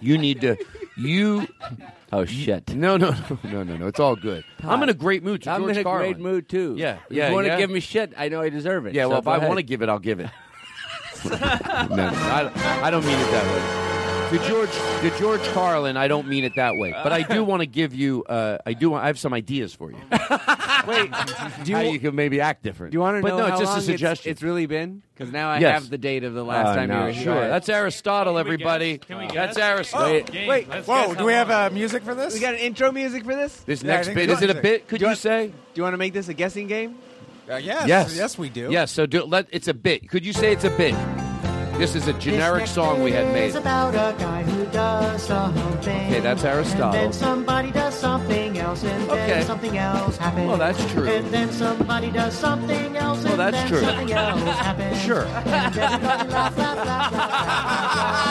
You need to. You. Oh shit. no, no, no, no, no, no. It's all good. I'm in a great mood. To I'm George in a Carlin. great mood too. Yeah, If yeah, you want to yeah. give me shit? I know I deserve it. Yeah, so well, if go I ahead. want to give it, I'll give it. no, I, I don't mean it that way. The George, the George Carlin. I don't mean it that way, but I do want to give you. Uh, I do. Want, I have some ideas for you. Wait, do you- how you can maybe act different. Do you want to But know no, how it's just long a it's- suggestion. It's, really been because now I Yes. have the date of the last Uh, time no, you were sure. here. That's Aristotle, everybody. That's Aristotle. Wait, wait. Whoa, do we have uh, music for this? We got an intro music for this. This next bit is it a bit? Could you, say? Do you want to make this a guessing game? Uh, yes. Yes. Yes, we do. Yes. So do, let it's a bit. Could you say it's a bit? This is a generic song we had made. It's about a guy who does something. Okay, that's And then Aristotle. somebody does something else, and then Okay. something else happens. Well, that's true. And then somebody does something else, Well, and that's then true. something else happens. Sure. And everybody laughs, laughs, laughs,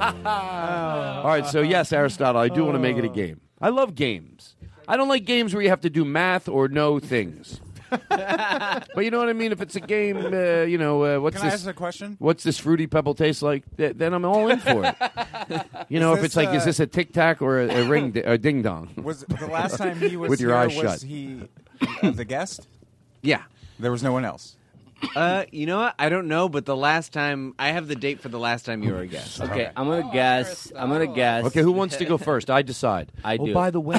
All right. So yes, Aristotle. I do want to make it a game. I love games. I don't like games where you have to do math or know things. but you know what I mean. If it's a game, uh, you know uh, what's Can I this? ask a question? What's this fruity pebble taste like? Th- then I'm all in for it. you know, Is if it's this, like, is uh, this a tic tac or a, a ring, di- a ding dong? Was the last time he was with your here, eyes was shut? he uh, the guest? Yeah. There was no one else. Uh, you know what? I don't know, but the last time I have the date for the last time you were a guest. Okay, I'm Oh, gonna guess. I'm gonna guess. Okay, who wants to go first? I decide. I Oh, do. by the way.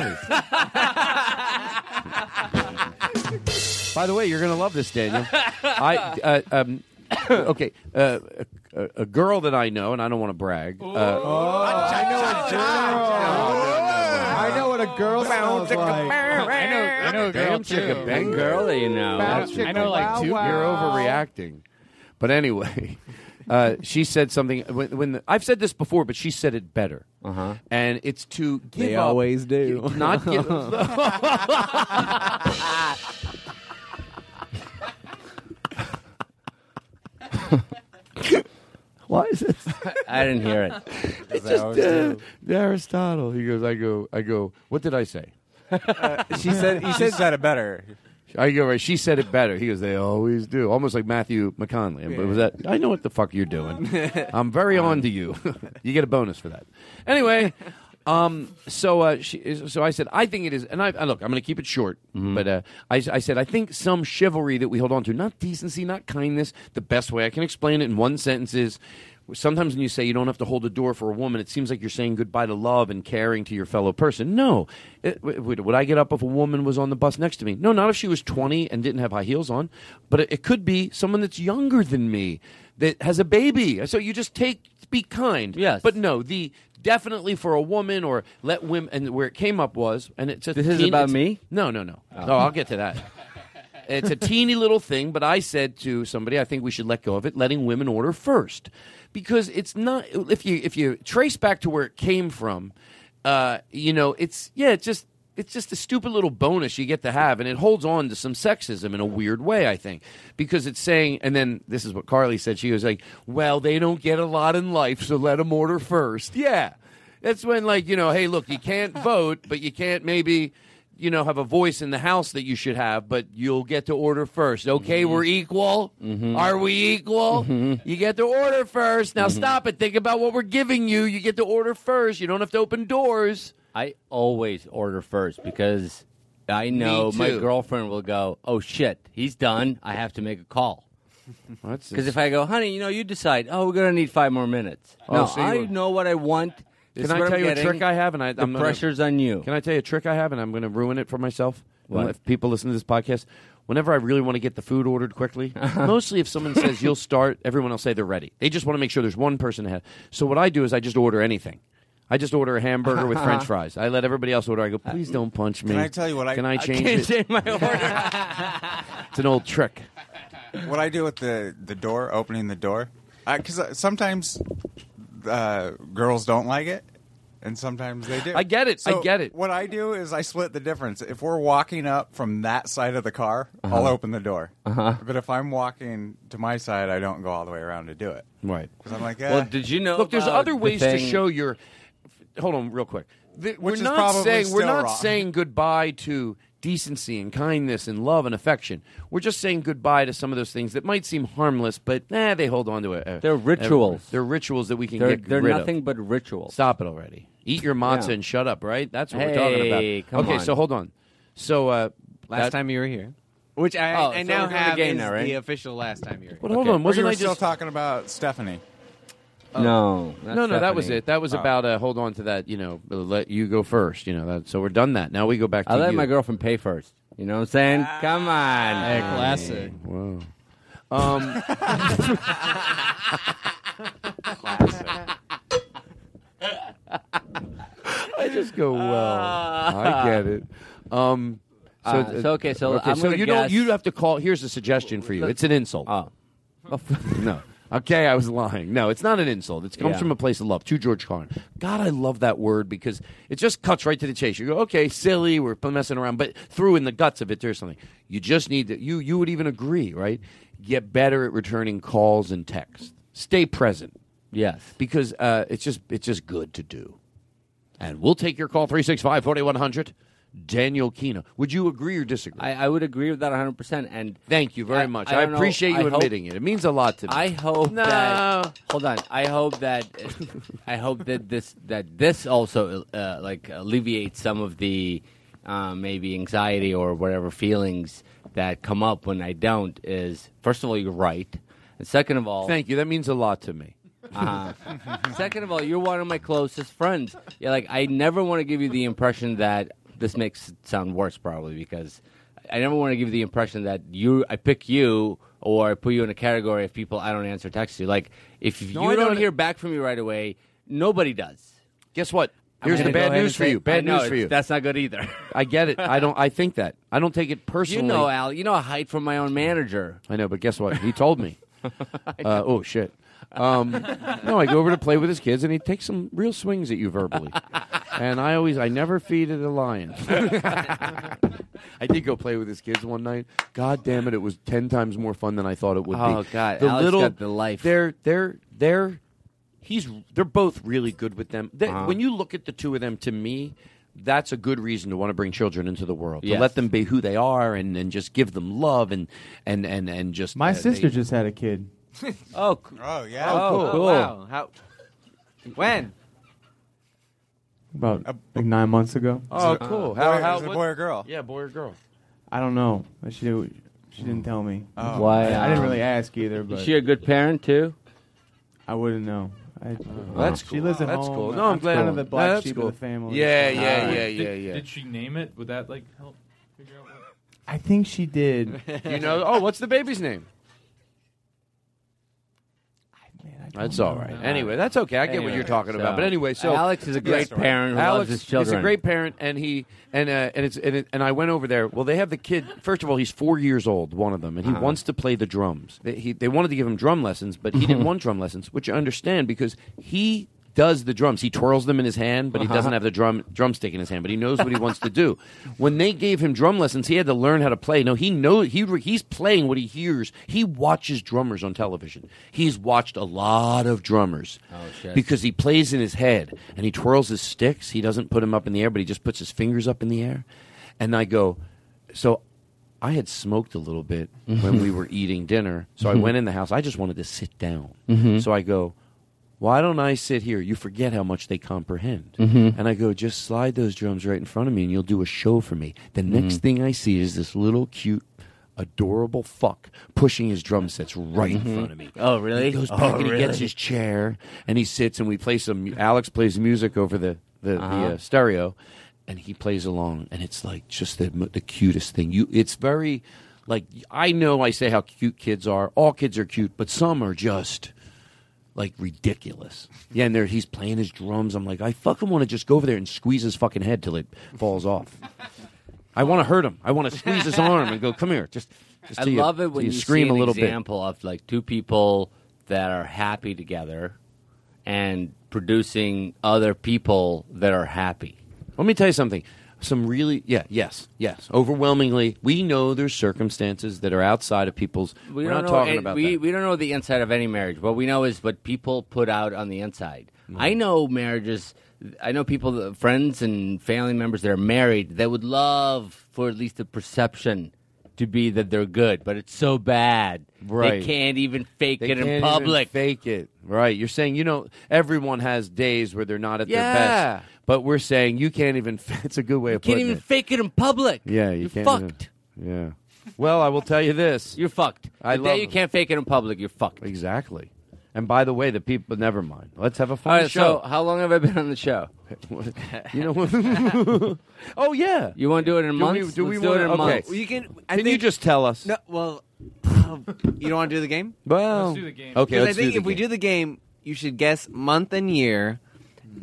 by the way, you're going to love this, Daniel. I uh, um, okay, uh, a, a- a girl that I know, and I don't want to brag. Uh, I know a girl. I know what a girl sounds like. I know, I know a damn chicken, bang girl, you know. Bam, chicka, I know, like, wow, two- wow. You're overreacting. But anyway, uh, she said something. When, when the, I've said this before, but she said it better. Uh-huh. And it's to give They up- always do. gi- Not give. Why is it? I didn't hear it. It's They just always uh, do. Aristotle. He goes. I go. I go. What did I say? she said. He said, said it better. I go right. She said it better. He goes. They always do. Almost like Matthew McConaughey. But was that? I know what the fuck you're doing. I'm very on to you. you get a bonus for that. Anyway, um, so uh, she, so I said I think it is, and I, I look. I'm going to keep it short, but uh, I, I said I think some chivalry that we hold on to, not decency, not kindness. The best way I can explain it in one sentence is. Sometimes when you say you don't have to hold a door for a woman, it seems like you're saying goodbye to love and caring to your fellow person. No. It- w- would would I get up if a woman was on the bus next to me? No, not if she was 20 and didn't have high heels on, but it, it could be someone that's younger than me that has a baby. So you just take, be kind. Yes. But no, the definitely for a woman or let women, and where it came up was, and it's a This is teen- about it's- me? No, no, no. Oh, I'll get to that. It's a teeny little thing, but I said to somebody, I think we should let go of it, letting women order first, because it's not. If you if you trace back to where it came from, uh, you know, it's yeah, it's just it's just a stupid little bonus you get to have, and it holds on to some sexism in a weird way, I think, because it's saying, and then this is what Carly said. She was like, "Well, they don't get a lot in life, so let them order first. Yeah, that's when like you know, hey, look, you can't vote, but you can't maybe you know, have a voice in the house that you should have, but you'll get to order first. Okay, we're equal. Mm-hmm. Are we equal? You get to order first. Now stop it. Think about what we're giving you. You get to order first. You don't have to open doors. I always order first because I know my too. girlfriend will go, "Oh shit, he's done. I have to make a call." Because if I go, honey, you know, you decide. Oh, we're gonna need five more minutes. Oh, no, so you I were- know what I want. This Can is I what tell I'm you getting. a trick I have? And I, the I'm gonna- pressure's on you. Can I tell you a trick I have? And I'm going to ruin it for myself. What? And If people listen to this podcast, whenever I really want to get the food ordered quickly, mostly if someone says you'll start, everyone will say they're ready. They just want to make sure there's one person ahead. So what I do is I just order anything. I just order a hamburger with French fries. I let everybody else order. I go, please don't punch me. Can I tell you what I- can I I change? can't it? change my order. it's an old trick. what I do with the the door, opening the door, because uh, sometimes uh, girls don't like it, and sometimes they do. I get it. I So get it. What I do is I split the difference. If we're walking up from that side of the car, I'll Uh-huh. open the door. Uh-huh. But if I'm walking to my side, I don't go all the way around to do it. Right. Because I'm like, "Eh." Well, did you know? Look, there's about other the ways to thing- show your. Hold on, real quick. The- Which we're is not probably saying we're still not wrong. saying goodbye to decency and kindness and love and affection. We're just saying goodbye to some of those things that might seem harmless, but nah, they hold on to it. eh, They're rituals. they're rituals that we can They're, get they're rid nothing of. but rituals. Stop it already. Eat your matzah Yeah. and shut up. Right? That's what Hey, we're talking about. come okay, on. so hold on. So uh, Last that- time you were here. Which I, Oh, I so now we're doing a have game is now, right? the official last time you were. Well, hold on, we wasn't were I still just- talking about Stephanie? No, Oh. no, no, that was it. That was Oh. about uh, hold on to that. You know, let you go first. You know that. So we're done that. Now we go back. to I let you. my girlfriend pay first. You know what I'm saying? Come on. Hey, Ah, classic. Whoa. Um, I just go well. I get it. Um, so, Uh, Ah. so, okay, so I'm so gonna you guess- don't. You have to call. Here's a suggestion for you. It's an insult. Oh. no. Okay, I was lying. No, it's not an insult. It comes Yeah. from a place of love. To George Carlin. God, I love that word because it just cuts right to the chase. You go, okay, silly, we're messing around, but through in the guts of it, there's something. You just need to. You you would even agree, right? Get better at returning calls and texts. Stay present. Yes. Because uh, it's just it's just good to do. And we'll take your call 365 4100. Daniel Kina. Would you agree or disagree? I, I would agree with that 100%. And Thank you very much. I, don't know. appreciate I you hope- admitting it. It means a lot to me. I hope No. that. Hold on. I hope that. I hope that this that this also uh, like alleviates some of the uh, maybe anxiety or whatever feelings that come up when I don't. Is first of all, you're right, and second of all, Thank you. That means a lot to me. uh Second of all, you're one of my closest friends. Yeah, like I never want to give you the impression that this makes it sound worse, probably because I never want to give you the impression that you I pick you or I put you in a category of people I don't answer text to. Like if No, you I don't, don't- hear back from me right away, nobody does. Guess what? I'm Here's gonna the go bad ahead and news for say- you. I Bad know, news for it's- you. That's not good either. I get it. I don't. I think that. I don't take it personally. You know, Al. You know, I hide from my own manager. I know, but guess what? He told me. uh, know. oh shit. Um, no, I go over to play with his kids, and he takes some real swings at you verbally. and I always, I never feed it a lion. I did go play with his kids one night. God damn it, it was ten times more fun than I thought it would be. Oh, God, Alex got the life. They're they're they're he's they're both really good with them. They, Uh-huh. When you look at the two of them, to me. That's a good reason to want to bring children into the world, to Yes. let them be who they are, and, and just give them love, and and and and just My uh, they- sister just had a kid. Oh, oh yeah. Oh, cool. Cool. wow. How? When? about like nine months ago. Oh, Uh, cool. boy- How, how, is it a what- boy or girl? Yeah, boy or girl. I don't know. She she didn't tell me. Oh. Why, I, I didn't um, really ask either. is But she a good parent too? Oh. I wouldn't know. I, that's She lives at That's home. cool. No, I'm glad. Kind of the black No, that's sheep cool. of the family. Yeah, yeah, yeah, Did- yeah, yeah. Did she name it? Would that like help figure out what? I think she did. you know. Oh, what's the baby's name? That's all right. Anyway, that's okay. I get what Anyway, you're talking so- about. But anyway, so Alex is a great Yes. parent who loves Alex his is a children. great parent, and he and uh, and it's and, it, and I went over there. Well, they have the kid. First of all, he's four years old, one of them, and he Uh-huh. wants to play the drums. They, he, they wanted to give him drum lessons, but he didn't want drum lessons, which I understand because he does the drums. He twirls them in his hand, but he Uh-huh. doesn't have the drum drumstick in his hand. But he knows what he wants to do. When they gave him drum lessons, he had to learn how to play. No, he know he re- he's playing what he hears. He watches drummers on television. He's watched a lot of drummers Oh, shit. because he plays in his head and he twirls his sticks. He doesn't put them up in the air, but he just puts his fingers up in the air. And I go, so I had smoked a little bit when we were eating dinner. So I Mhm. went in the house. I just wanted to sit down. Mhm. So I go, why don't I sit here? You forget how much they comprehend. Mhm. And I go, just slide those drums right in front of me and you'll do a show for me. The next Mhm. thing I see is this little cute, adorable fuck pushing his drum sets right in Mhm. front of me. Oh, really? He goes Oh, back and he gets really? his chair and he sits and we play some. mu- Alex plays music over the the, Uh-huh. the uh, stereo, and he plays along, and it's like just the mo- the cutest thing. You, it's very like I know I say how cute kids are. All kids are cute, but some are just like ridiculous. Yeah, and there he's playing his drums. I'm like, I fucking want to just go over there and squeeze his fucking head till it falls off. I want to hurt him. I want to squeeze his arm and go, come here, just. just I till you- love it till when you you, scream see an a little bit. example of like two people that are happy together and producing other people that are happy. Let me tell you something. Some really, yeah, yes, yes. Overwhelmingly, we know there's circumstances that are outside of people's. We are don't not know, talking and about we, that. we don't know the inside of any marriage. What we know is what people put out on the inside. Mm-hmm. I know marriages. I know people, that- friends and family members that are married that would love for at least the perception to be that they're good, but it's so bad Right. they can't even fake They it can't in even public. fake it, right? You're saying you know everyone has days where they're not at their Yeah. best, but we're saying you can't even. It's a good way of can't putting even it. fake it in public. Yeah, you You're can't. fucked. even- yeah. Well, I will tell you this: you're fucked. I The love day you can't fake it in public, you're fucked. Exactly. And by the way, the people. Never mind. Let's have a All fun right, show. so how long have I been on the show? you know what? oh yeah. You want to do it in Do months? we- do we Let's do wanna- it in okay. months. Well, you can. I Can you think- just tell us? No, well, oh, you don't want to do the game. Well, Let's do the game. okay, Because let's I think do the if we game. do the game, you should guess month and year,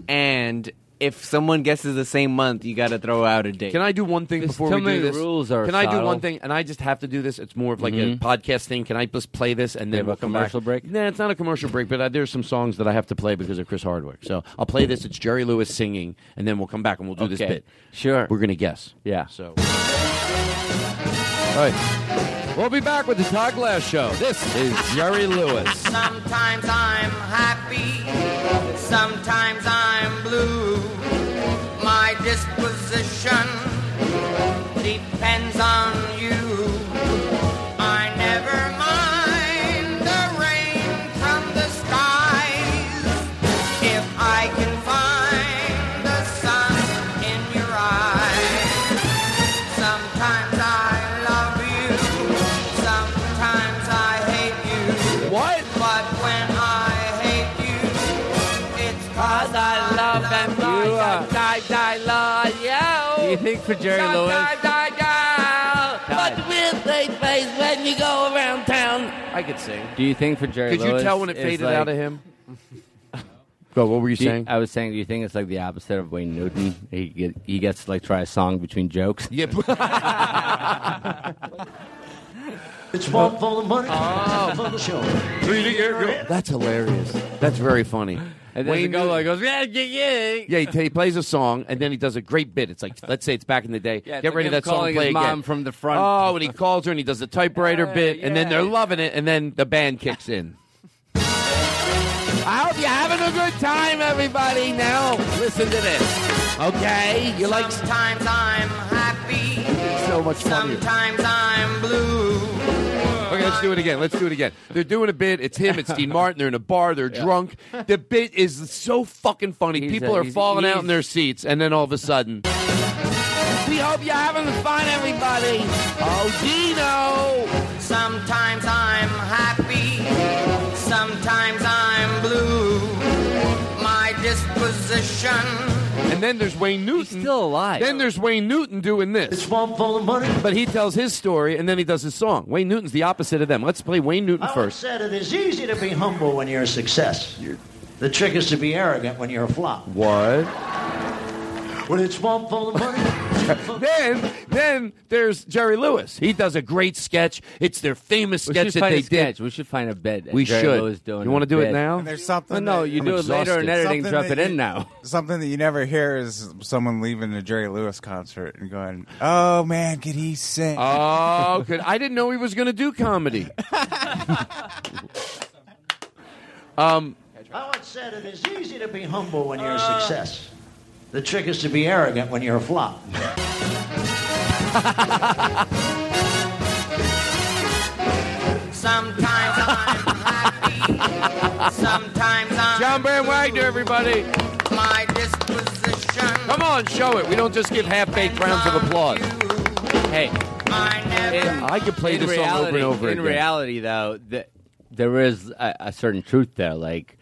and if someone guesses the same month, you got to throw out a date. Can I do one thing before we do this? Can I do one thing? And I just have to do this. It's more of like Mhm. Mm-hmm. a podcast thing. Can I just play this and then have we'll a come back? commercial break? Nah, it's not a commercial break, but uh, there's some songs that I have to play because of Chris Hardwick. So I'll play this. It's Jerry Lewis singing, and then we'll come back and we'll do this Okay. bit. Sure. We're gonna guess. Yeah. So. All right. We'll be back with the Todd Glass Show. This is Jerry Lewis. Sometimes I'm happy, sometimes I'm blue. My disposition depends on you. I never mind the rain from the skies if I can find the sun in your eyes. Sometimes I love you, sometimes I hate you. What? But when I hate you, it's cause I love and You are- I, I love you. Do you think for Jerry Lewis? Sometimes I die. But with they face when you go around town. I could sing. Do you think for Jerry Could you Lewis tell when it is faded like- out of him? Go. What were you Do you- saying? I was saying, do you think it's like the opposite of Wayne Newton? He get, he gets to like try a song between jokes. Yep. It's one for the money, for the show. That's hilarious. That's very funny. And then the go like goes yeah yeah yeah. Yeah, he, he plays a song and then he does a great bit. It's like, let's say it's back in the day. Yeah, it's Get like rid him of that song. calling Play his again. mom from the front. Oh, and he calls her and he does the typewriter bit, and then they're loving it, and then the band kicks in. I hope you're having a good time, everybody. Now listen to this. Okay, you like Sometimes I'm happy. so much funnier. Sometimes I'm blue. Okay, let's do it again. Let's do it again. They're doing a bit. It's him. It's Dean Martin. They're in a bar. They're drunk. The bit is so fucking funny. People a- are he's- falling out in he's- their seats, and then all of a sudden, We hope you're having fun, everybody. Oh, Dino. Sometimes I'm happy. Sometimes I'm blue. My disposition. and then there's Wayne Newton. still alive. Then there's Wayne Newton doing this. It's one full of money. But he tells his story, and then he does his song. Wayne Newton's the opposite of them. Let's play Wayne Newton first. said it is easy to be humble when you're a success. The trick is to be arrogant when you're a flop. What? When it's one full of money. then, then there's Jerry Lewis. He does a great sketch. It's their famous We sketch should that find they a sketch. did. We should find a bed. We Jerry should. Lewis doing You wanna a do it bit. now? And there's something. No, that- you do it later in editing. Something Drop that it you- in now. Something that you never hear is someone leaving a Jerry Lewis concert and going, "Oh man, could he sing?" Oh, good. I didn't know he was going to do comedy. um, Howard said it is easy to be humble when you're a Uh. success. The trick is to be arrogant when you're a flop. Sometimes I'm happy. Sometimes I'm. John Brand Wagner, everybody. My disposition. Come on, show it. We don't just give half-baked rounds of applause. Hey, I never. I could play in this song over reality- and over In again. reality, though, th- there is a, a certain truth there. Like,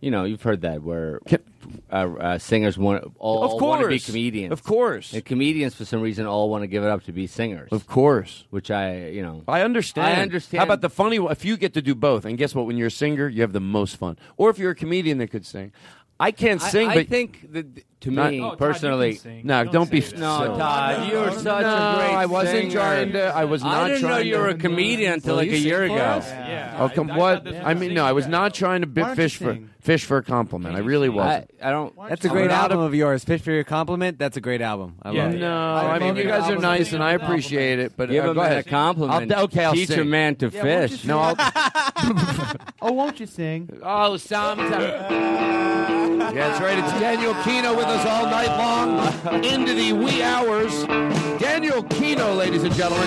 you know, you've heard that where uh, uh, singers want all Of want to be course. comedians. Of course, and comedians for some reason all want to give it up to be singers. Of course, which I, you know, I understand. I understand. How about the funny one? If you get to do both, and guess what? When you're a singer, you have the most fun. Or if you're a comedian that could sing. I can't I- sing, I but. think that to Not- me personally, No, don't, be. No, Todd, you're such a great. I wasn't singer. trying to. I was not I didn't know trying you to- were a comedian until Will like you a sing year for ago. us? oh come what? I, mean, no, I was not trying to Why bit don't you fish for sing? fish for a compliment. I really was. I don't. That's a I'm great not album a- of yours. Fish for your compliment. That's a great album. I love it. No, I mean you guys are nice and I appreciate it, but Give uh, him go a ahead. compliment. I'll, okay, I'll Teach a sing. man to Yeah, won't fish. you No, I'll, Oh, won't you sing? Oh, sometimes. That's right. It's Daniel Kino with us all night long into the wee hours. Daniel Kino, ladies and gentlemen.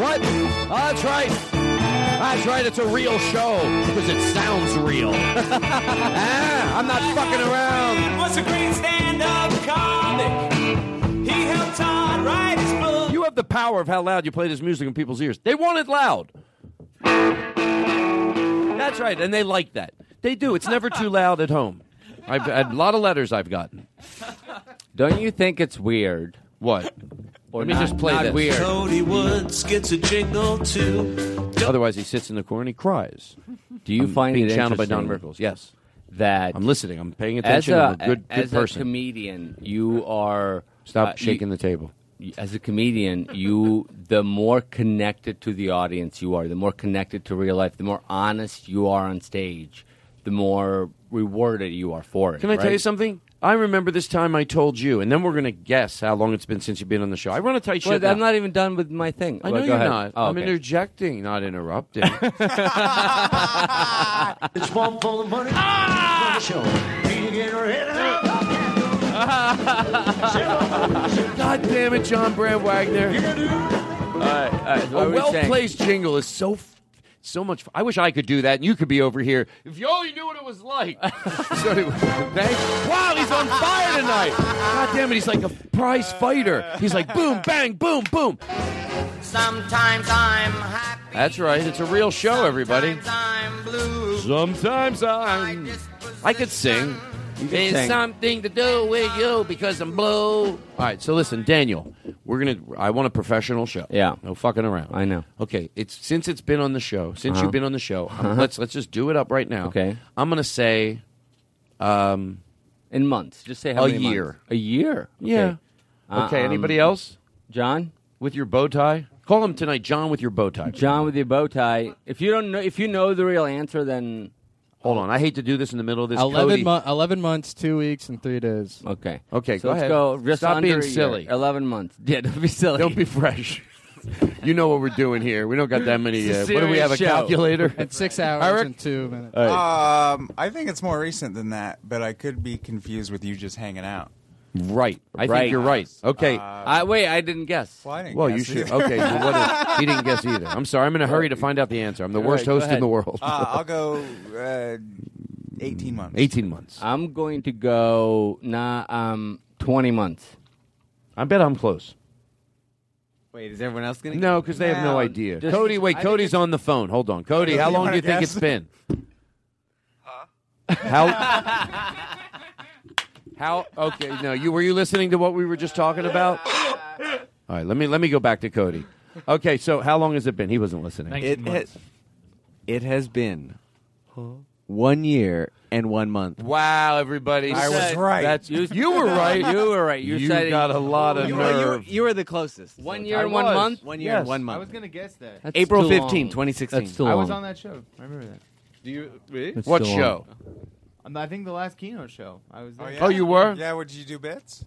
What? Oh, that's right. That's right. It's a real show because it sounds real. ah, I'm not fucking around. was a great stand-up comic. He helped Todd write his book. You have the power of how loud you play this music in people's ears. They want it loud. That's right, and they like that. They do. It's never too loud at home. I've had a lot of letters I've gotten. Don't you think it's weird? What? Let me not- just play not this. weird. Cody Woods gets a jingle too. Otherwise, he sits in the corner and he cries. Do you I'm find being it channeled by Don interesting Rickles? Yes. That I'm listening. I'm paying attention. As a, I'm a good, as good person. a comedian, you are Stop uh, you- shaking the table. as a comedian, you the more connected to the audience you are, the more connected to real life, the more honest you are on stage, the more rewarded you are for it. Can I tell you right? something? I remember this time I told you, and then we're going to guess how long it's been since you've been on the show. I run a tight Well, ship. I'm not even done with my thing. I know Well, go you're ahead. not. Oh, I'm okay. interjecting, not interrupting. It's one full of money. Ah! Show. Beating in her head. God damn it, John Brand Wagner. All right, all right. So what a were we saying? well placed jingle is so f- so much. F- I wish I could do that, and you could be over here. If you only knew what it was like. so, anyway, thanks. Wow, he's on fire tonight. God damn it, he's like a prize fighter. He's like boom, bang, boom, boom. Sometimes I'm happy, That's right. It's a real show, everybody. I'm blue. Sometimes I'm. I could sing. There's sing. something to do with you because I'm blue. All right, so listen, Daniel, we're gonna. I want a professional show. Yeah. no fucking around. I know. Okay, it's since it's been on the show, since Uh-huh. you've been on the show, I'm- Uh-huh. let's let's just do it up right now. Okay. I'm gonna say, um, in months. Just say how a many months. year. A year. Okay. Yeah. Uh, okay. um, anybody else? John. With your bow tie. Call him tonight, John. With your bow tie. John with your bow tie. If you don't know, if you know the real answer, then Hold on. I hate to do this in the middle of this. Eleven, Cody. mo- Eleven months, two weeks, and three days. Okay. Okay, So go let's ahead. go just Stop under being a year. silly. Eleven months. Yeah, don't be silly. Don't be fresh. you know what we're doing here. We don't got that many. Uh, It's what a do we have? A serious show. calculator? And six hours Eric? and two minutes. Um, I think it's more recent than that, but I could be confused with you just hanging out. Right. I Right. think you're right. Okay. Uh, I wait. I didn't guess. Well, I didn't well, guess you should. either. Okay. well, what if- he didn't guess either. I'm sorry. I'm in a hurry to find out the answer. I'm the All worst right, go host in ahead. the world. Uh, I'll go uh, 18 months. 18 months. I'm going to go nah. Um, twenty months. I bet I'm close. Wait, is everyone else gonna? No, because they have no idea. Just- Cody, wait. I think Cody's on the phone. Hold on. Cody, You how long wanna do you think guess? it's been? How? How? Okay. No. You were you listening to what we were just talking about? All right. Let me let me go back to Cody. Okay. So how long has it been? He wasn't listening. It has, it has been one year and one month. Wow, everybody! I was right. That's, you, You- were right. You were right. You said- got a lot of You were, you, were, nerve. you were the closest. One year I and one was. month. One year and one month. I was gonna guess that. That's April too long. 15, 2016. That's too I was long. on that show. I remember that. Do you That's What too long. show? Um, I think the last Kino show. I was there. Oh, you were? Yeah, would you do bits?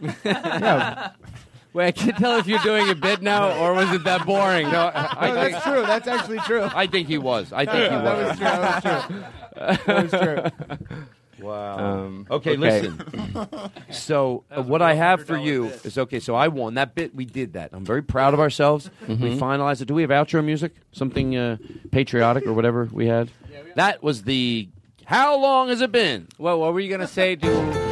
Wait, I can't tell if you're doing a bit now or was it that boring? No, I, No, I think that's true. That's actually true. I think he was. I think he No, that was was. true. That was true. That was true. Wow. Um, okay, listen. so uh, what I have for you is okay. So I won that bit. We did that. I'm very proud of ourselves. We finalized it. Do we have outro music? Something uh, patriotic or whatever we had. that was the. How long has it been? Well, what were you gonna say? To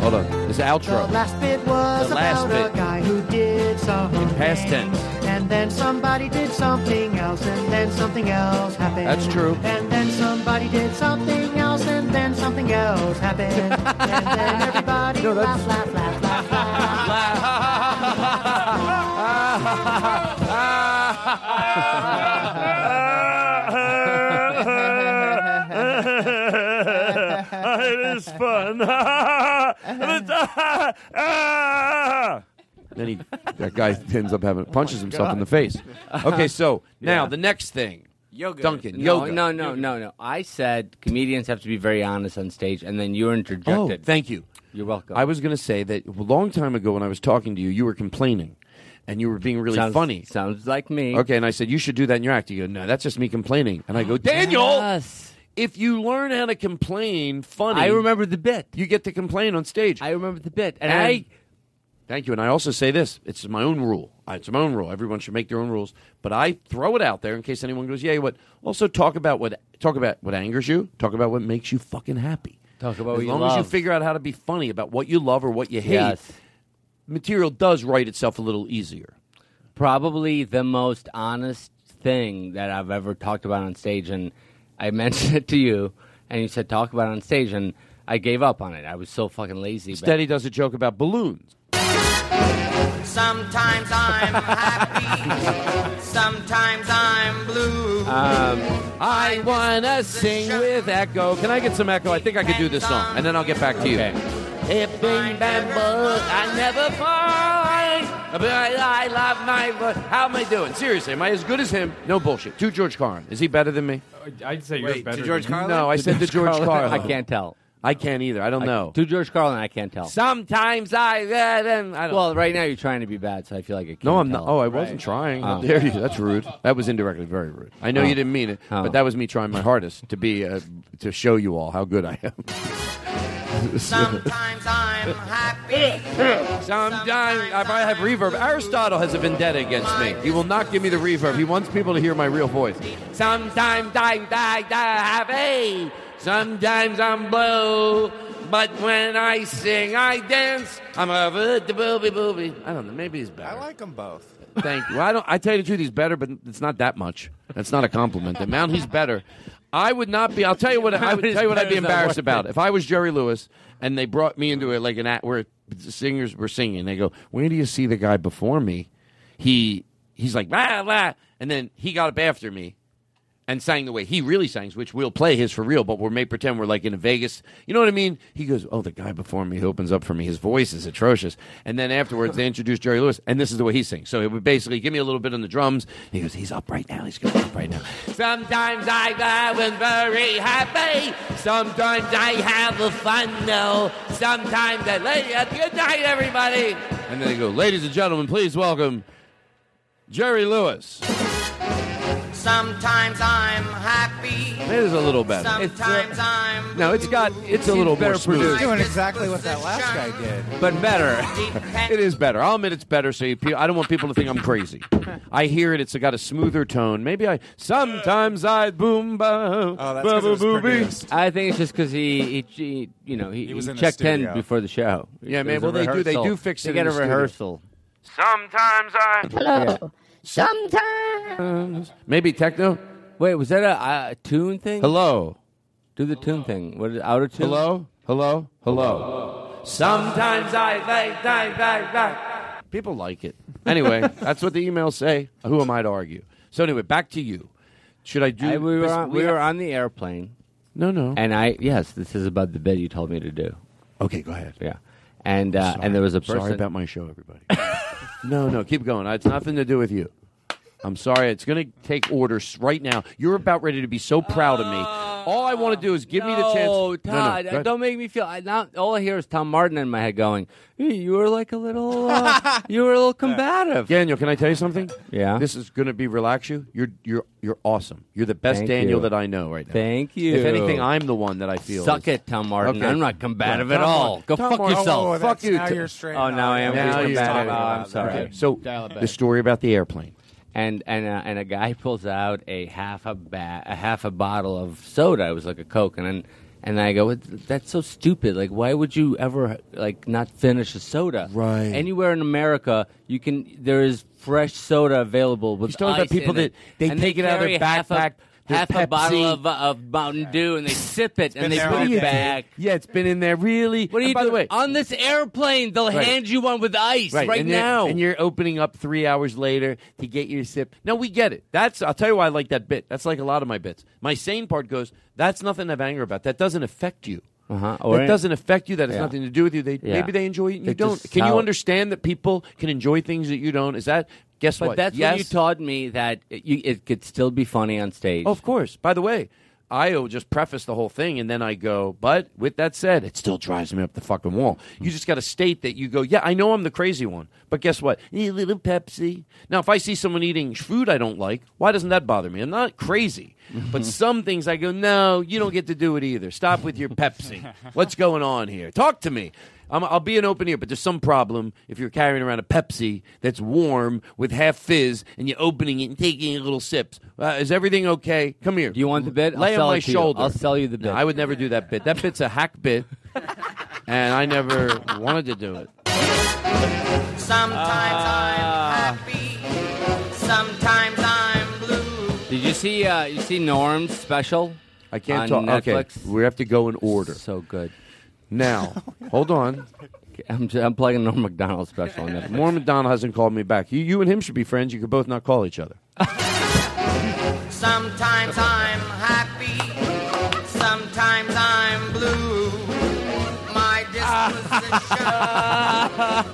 Hold on. This The outro. last bit was The last about bit. a guy who did something. Past tense. And then somebody did something else, and then something else happened. That's true. And then somebody did something else, and then something else happened. and then everybody laughed, laughed, laughed, laughed, laughed. it is fun. Ah! then he, that guy ends up having punches himself in the face. Okay, so now the next thing, Yoga. Duncan, no, yoga. no, no, no, no. I said comedians have to be very honest on stage, and then you're Oh, interjected. thank you. you're welcome. I was going to say that a long time ago when I was talking to you, you were complaining, and you were being really sounds, funny. Sounds like me. Okay, and I said you should do that in your act. You go, no, that's just me complaining. And I go, Daniel, Oh, Yes. if you learn how to complain, funny, I remember the bit. you get to complain on stage. I remember the bit, and And I. I thank you. And I also say this: it's my own rule. It's my own rule. Everyone should make their own rules. But I throw it out there in case anyone goes, "Yeah, what?" Also, talk about what talk about what angers you. Talk about what makes you fucking happy. Talk about as what you long as you love. figure out how to be funny about what you love or what you hate. Yes. Material does write itself a little easier. probably the most honest thing that I've ever talked about on stage, and I mentioned it to you, and you said talk about it on stage, and I gave up on it. I was so fucking lazy. but- Steady does a joke about balloons. Sometimes I'm happy, sometimes I'm blue. Um, I wanna sing with Echo. Can I get some Echo? I think I could do this song, and then I'll get back to you. Hey, bing, bang, bang, I never fall. But I, I love my voice. How am I doing? Seriously, am I as good as him? No bullshit. To George Carlin, is he better than me? Uh, I'd say Wait, you're better. to George than Carlin? No, I said to George Carlin. I can't tell. I can't either. I don't know. To George Carlin, I can't tell. Sometimes I, I don't. Well, right now you're trying to be bad, so I feel like it. No, I'm not. Oh, I wasn't trying. How Oh. dare you? That's rude. That was indirectly very rude. I know Oh. you didn't mean it, Oh. but that was me trying my hardest to be uh, to show you all how good I am. Sometimes I'm happy. Sometimes if I have reverb, Aristotle has a vendetta against me. He will not give me the reverb. He wants people to hear my real voice. Sometimes I'm die, die happy. Sometimes I'm blue. But when I sing, I dance. I'm a booby booby. I don't know. Maybe he's better. I like them both. Thank you. Well, I don't. I tell you the truth, he's better, but it's not that much. That's not a compliment. The amount he's better, I would not be. I'll tell you what. I would tell you what. I'd He's better be than embarrassed what? about if I was Jerry Lewis and they brought me into it like an act where singers were singing. They go, "Where do you see the guy before me? He he's like la la," and then he got up after me. And sang the way he really sings, which we'll play his for real, but we'll make pretend we're like in Vegas. You know what I mean? He goes, "Oh, the guy before me who opens up for me, his voice is atrocious." And then afterwards, they introduce Jerry Lewis, and this is the way he sings. So it would basically give me a little bit on the drums. He goes, "He's up right now. He's going up right now." Sometimes I go and very happy. Sometimes I have a fun though. Sometimes I lay up. Good night, everybody. And then they go, ladies and gentlemen, please welcome Jerry Lewis. Sometimes I'm happy. It is a little better. uh, Sometimes I'm No, it's got it's a little more smooth. Doing exactly what that last guy did. but better. it is better. I'll admit it's better. So you, pe- I don't want people to think I'm crazy. I hear it. It's got a smoother tone. Maybe I sometimes I boom ba Oh, ba ba booby. I think it's just because he, he, he, you know, he, He was he in the checked in studio. before the show. Yeah, It man, was well, a they do- they rehearsal. do fix it They get in a the studio. rehearsal. Sometimes I Hello. Sometimes maybe techno. Wait, was that a, a tune thing? Hello. Do the tune thing. What is outer tune? Hello. Hello. Hello. Sometimes I like die die die. People like it. Anyway, that's what the emails say. Who am I to argue? So anyway, back to you. Should I do? I- we were this- on, we were on the airplane. No, no. And I yes, this is about the bit you told me to do. Okay, go ahead. Yeah, and uh, and there was a person. Sorry about my show, everybody. no, no, keep going. It's nothing to do with you. I'm sorry. It's going to take orders right now. You're about ready to be so proud of me. All I want to do is give me the chance. Oh, No, no, Todd, go ahead. don't make me feel. I, now all I hear is Tom Martin in my head going, "Hey, "You were like a little, uh, you were a little combative." Daniel, can I tell you something? Yeah. This is going to be relax you. You're you're you're awesome. You're the best Thank Daniel you. that I know right now. Thank you. If anything, I'm the one that I feel. Suck is- it, Tom Martin. Okay. I'm not combative Right. at Tom all. Martin. Go Tom fuck Martin. yourself. Oh, fuck that's- you. now T- you're straight. Oh, now I am Now being you're combative. talking Oh, I'm about sorry. that. Okay. So the story about the airplane. and and uh, and a guy pulls out a half a ba- a half a bottle of soda. It was like a Coke, and then, and I go, "What- "That's so stupid! Like, why would you ever like not finish a soda? Right. Anywhere in America, you can there is fresh soda available. With He's talking about ice people in it. that- they And take it out of carry their half a- backpack, their Half a bottle Pepsi. of, uh, of Mountain Dew, and they sip it, and they there put all day. it back. Yeah, it's been in there really. What are and you by the doing way, on this airplane? They'll Right. hand you one with ice right, and you're- now. and you're opening up three hours later to get your sip. No, we get it. That's I'll tell you why I like that bit. That's like a lot of my bits. My sane part goes, that's nothing to have anger about. That doesn't affect you. uh-huh. That doesn't affect you. That has Yeah. nothing to do with you. They Yeah. maybe they enjoy it and They you don't. just Can sell- you understand that people can enjoy things that you don't? Is that guess But what? that's yes. when you taught me that it, you, it could still be funny on stage. Oh, of course. By the way, I will just preface the whole thing and then I go, but with that said, it still drives me up the fucking wall. You just got to state that you go, yeah, I know I'm the crazy one, but guess what? Eh, little Pepsi. Now, if I see someone eating food I don't like, why doesn't that bother me? I'm not crazy. but some things I go, no, you don't get to do it either. Stop with your Pepsi. What's going on here? Talk to me. I'm, I'll be an open ear, but there's some problem if you're carrying around a Pepsi that's warm with half fizz and you're opening it and taking little sips. Uh, is everything okay? Come here. Do you want the bit? I'll Lay sell on my it to you. shoulder. I'll sell you the No, bit. I would never do that bit. That bit's a hack bit, and I never wanted to do it. Ah. Sometimes I'm happy. Did you see? Uh, you see Norm's special? I can't on talk. Netflix? Okay, we have to go in order. So good. Now, hold on. I'm, I'm playing Norm McDonald special on Netflix. Norm McDonald hasn't called me back. You, you and him should be friends. You could both not call each other. Sometimes I'm happy, sometimes I'm blue. My disposition.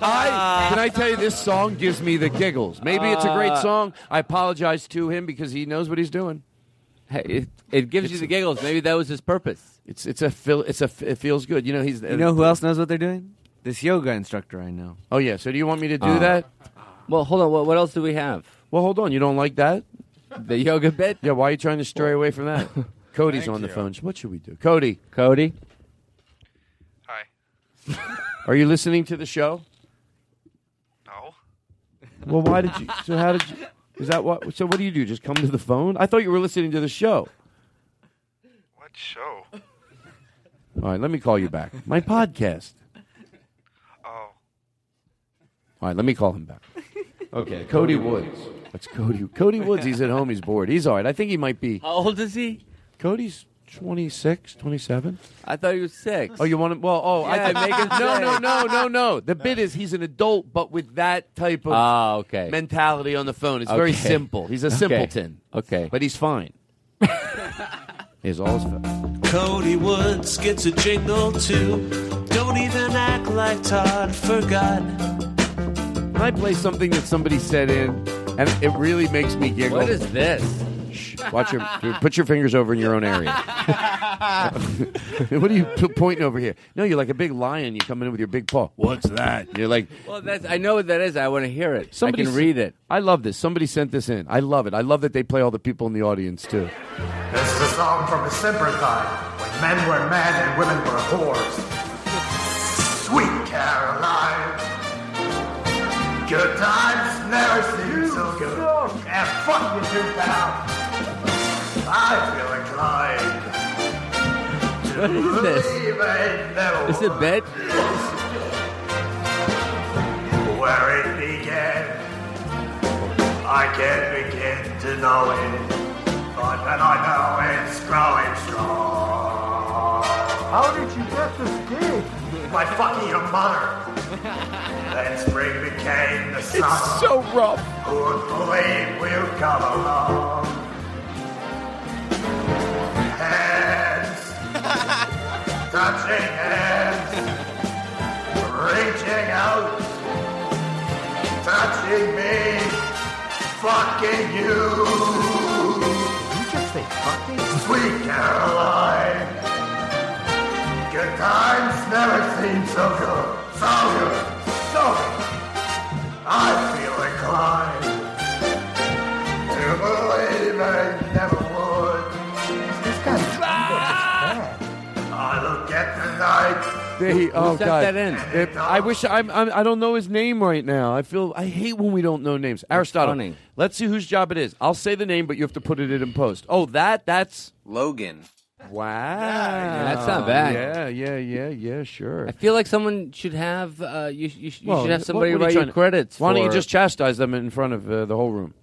I can I tell you this song gives me the giggles. Maybe it's a great Uh, song. I apologize to him because he knows what he's doing. Hey, it, it gives you the giggles. Maybe that was his purpose. It's it's a feel, it's a it feels good. You know he's uh, You know who else knows what they're doing? This yoga instructor I know. Oh yeah. So do you want me to do Uh, that? Well, hold on. What, what else do we have? Well, hold on. You don't like that? The yoga bit? Yeah. Why are you trying to stray away from that? Cody's on the phone. What should we do? Cody. Cody. Hi. Are you listening to the show? No. Well, why did you? So how did you? Is that what? So what do you do? Just come to the phone? I thought you were listening to the show. What show? All right, let me call you back. My podcast. Oh. All right, let me call him back. Okay, Cody Woods. That's Cody. Cody Woods. He's at home. He's bored. He's all right. I think he might be. How old is he? Cody's 26, 27. I thought he was six. Oh, you want him? Well, oh, Yeah, I make him No, no, say. no, no, no. The bit is he's an adult, but with that type of Ah, okay. mentality on the phone. It's very Okay. simple. He's a Okay. simpleton. Okay. But he's fine. he's all his fa- Cody Woods gets a jingle too. Don't even act like Todd forgot. Can I play something that somebody said in, and it really makes me giggle? What is this? Shh, watch your put your fingers over in your own area. what are you p- pointing over here? No, you're like a big lion. You come in with your big paw. What's that? You're like Well, that's, I know what that is. I want to hear it. somebody I can s- read it. I love this. Somebody sent this in. I love it. I love that they play all the people in the audience too. This is a song from a simpler time when men were men and women were whores. Sweet Caroline, good times never seem so good. And fuck you too, pal. I feel inclined What to is this? believe ain't never Is it bed? where it began. I can't begin to know it, but then I know it's growing strong. How did you get this gig? By fucking your mother. then spring became the summer. It's so rough. Who would believe we've come along? Hands, touching hands, reaching out touching me, fucking you. you just say fucking? Sweet Caroline, good times never seem so good, so good, so good. I feel inclined to believe I never would. This guy's I look at the night. They, oh sent God! that in? It- I wish I'm, I'm. I don't know his name right now. I feel I hate when we don't know names. Aristotle. funny. Let's see whose job it is. I'll say the name, but you have to put it in post. Oh, that. That's Logan. wow. That's not bad. Yeah, yeah, yeah, yeah. Sure. I feel like someone should have. Uh, you sh- you, sh- you Well, should have what- somebody what are you write your trying to- credits. Why don't you for- just chastise them in front of uh, the whole room?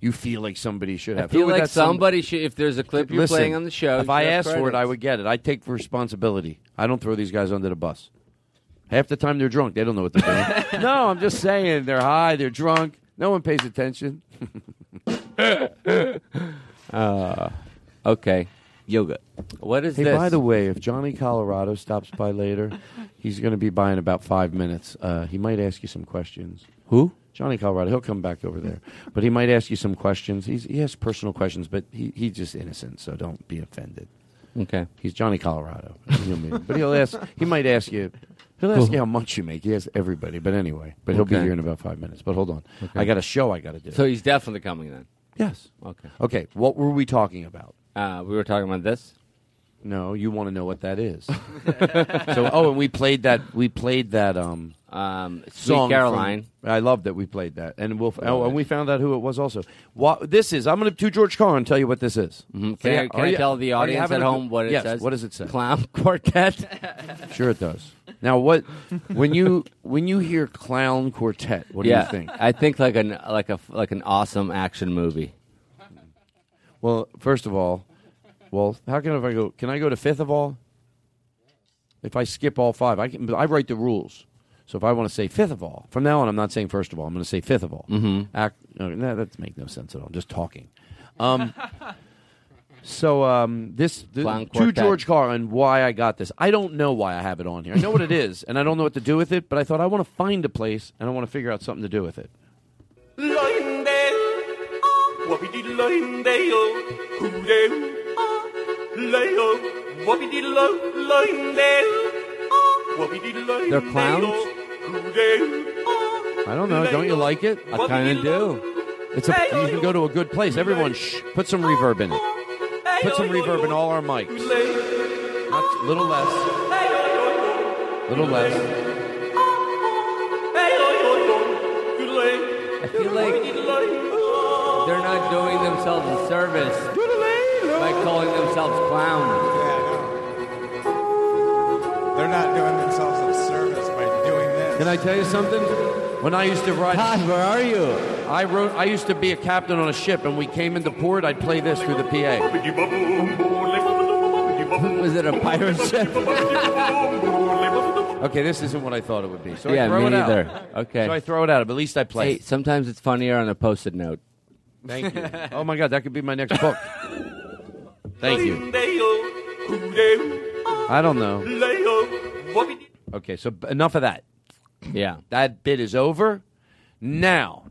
You feel like somebody should I have. feel Who would like that some- somebody should. If there's a clip you're Listen, playing on the show, If I asked for it, I would get it. I take responsibility. I don't throw these guys under the bus. Half the time they're drunk. They don't know what they're doing. no, I'm just saying they're high, they're drunk. No one pays attention. Uh, okay. Yoga. What is hey, this? by the way, if Johnny Colorado stops by later, he's going to be by in about five minutes. Uh, he might ask you some questions. Who? Johnny Colorado. He'll come back over there, but he might ask you some questions. He's, he has personal questions, but he, he's just innocent, so don't be offended. Okay. He's Johnny Colorado. He'll meet- but he'll ask. He might ask you. He'll ask you how much you make. He asks everybody. But anyway, but he'll be Okay. here in about five minutes. But hold on, Okay. I got a show I got to do. So he's definitely coming then. yes. Okay. Okay. What were we talking about? Uh, we were talking about this. No, you want to know what that is. so oh, and we played that. We played that. Um. Um, Sweet song Caroline. from- I love that we played that, and we'll. Oh, and we found out who it was also. What this is? I'm going to to George Carlin tell you what this is. Mm-hmm. Can, Yeah, I, can are I you- tell are you the audience at having a- home what it yes, says? What does it say? Clown quartet. Sure, it does. Now, what when you when you hear clown quartet, what do yeah, you think? I think like an like a like an awesome action movie. Well, first of all, well, how can if I go? Can I go to fifth of all? If I skip all five, I can. but I write the rules. So if I want to say fifth of all, from now on, I'm not saying first of all. I'm going to say fifth of all. Mhm. Act. No, no, that makes no sense at all. Just talking. Um, so um, this the, Clown to quartet. George Carlin, why I got this. I don't know why I have it on here. I know what it is, and I don't know what to do with it. But I thought I want to find a place and I want to figure out something to do with it. Lindale, whoopity Lindale, hoodoo, layo, whoopity lo, Lindale, whoopity Lindale. They're clowns? Hoodoo, I don't know. Don't you like it? I kinda do. It's a, you can go to a good place. Everyone, shh, put some reverb in it. Put some reverb in all our mics. Not, little less. Little less. I feel like they're not doing themselves a service by calling themselves clowns. They're not doing themselves a service by doing this. Can I tell you something? When I used to ride, Todd, where are you? I wrote. I used to be a captain on a ship, and we came into port. I'd play this through the PA. Was it a pirate ship? okay, this isn't what I thought it would be. So I yeah, throw me it out. neither. Okay. So I throw it out. But at least I play. Hey, sometimes it's funnier on a post-it note. Thank you. oh my God, that could be my next book. Thank you. I don't know. Okay, so b- enough of that. Yeah, that bit is over. Now,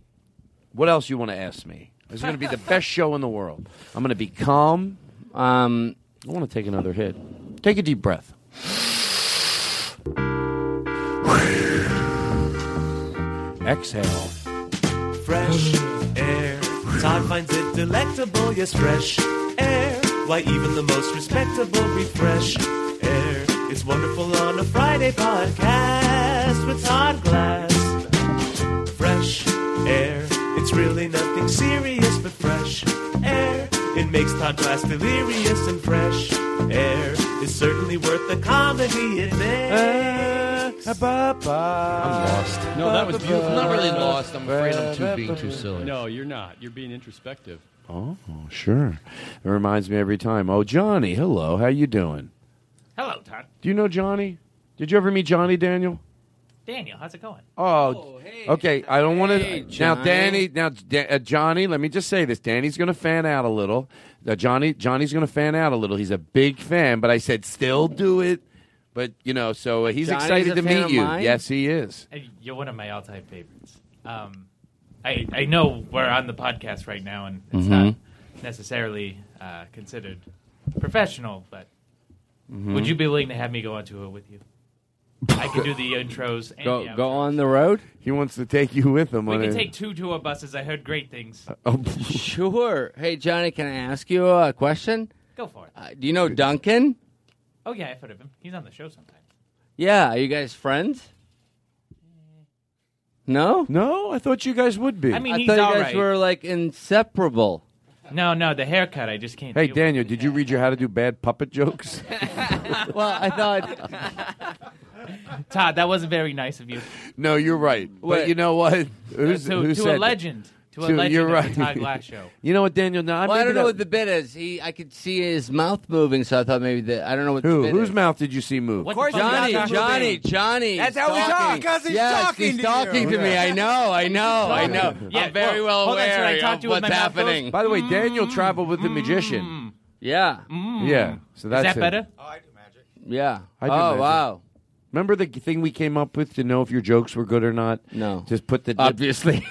what else you want to ask me? This is going to be the best show in the world. I'm going to be calm. Um, I want to take another hit. Take a deep breath. Exhale. Fresh air. Todd finds it delectable, yes, fresh air. Why, even the most respectable refresh air. It's wonderful on a Friday podcast with Todd Glass. Fresh air. It's really nothing serious, but fresh air. It makes Todd Glass delirious, and fresh air is certainly worth the comedy it Eh, makes. I'm lost. No, that was beautiful. I'm not really lost. I'm afraid I'm too being too silly. No, you're not. You're being introspective. Oh, sure. It reminds me every time. Oh, Johnny, hello. How you doing? Hello, Todd. Do you know Johnny? Did you ever meet Johnny Daniel? Daniel, how's it going? Oh, okay. I don't want to. Hey, now, Johnny. Danny. Now, Da- uh, Johnny. Let me just say this: Danny's going to fan out a little. Uh, Johnny. Johnny's going to fan out a little. He's a big fan, but I said still do it. But you know, so uh, he's Johnny's excited a to fan meet of you. mine? Yes, he is. Hey, You're one of my all-time favorites. Um, I I know we're on the podcast right now, and it's Mhm. not necessarily uh, considered professional, but Mm-hmm. Mhm. would you be willing to have me go on tour with you? I can do the intros. And Go the go on the road. He wants to take you with him. We on can a- take two tour buses. I heard great Uh, things. oh. sure. Hey, Johnny, can I ask you a question? Go for it. Uh, do you know Duncan? Oh yeah, I've heard of him. He's on the show sometimes. Yeah, are you guys friends? No, no. I thought you guys would be. I mean, I he's thought you all guys right. were like inseparable. No, no, the haircut. I just can't. Hey, deal Daniel, did you read your how to do bad puppet jokes? well, I thought. with- Todd, that wasn't very nice of you. no, you're right. But Wait. you know what? to- who to a said that? legend. To a legend You're of the right. Todd Glass show. you know what, Daniel? Now, well, I maybe don't know that- what the bit is. He, I could see his mouth moving, so I thought maybe the I don't know what Who? the bit Whose is. mouth did you see move? Of course Johnny, Johnny, Johnny, Johnny. That's how we he's talk, talking. 'cause he's yes, talking he's to talking you. to me. I know, I know, I know. Yeah, oh, I'm very well, well, aware that's what I taught of you when what's my mouth goes- happening. By the way, Daniel traveled with the magician. Yeah. Yeah. So that's Mm. Is that it. better? Oh, I do magic. Yeah. I do oh imagine. wow. Remember the thing we came up with to know if your jokes were good or not? No. Just put the obviously.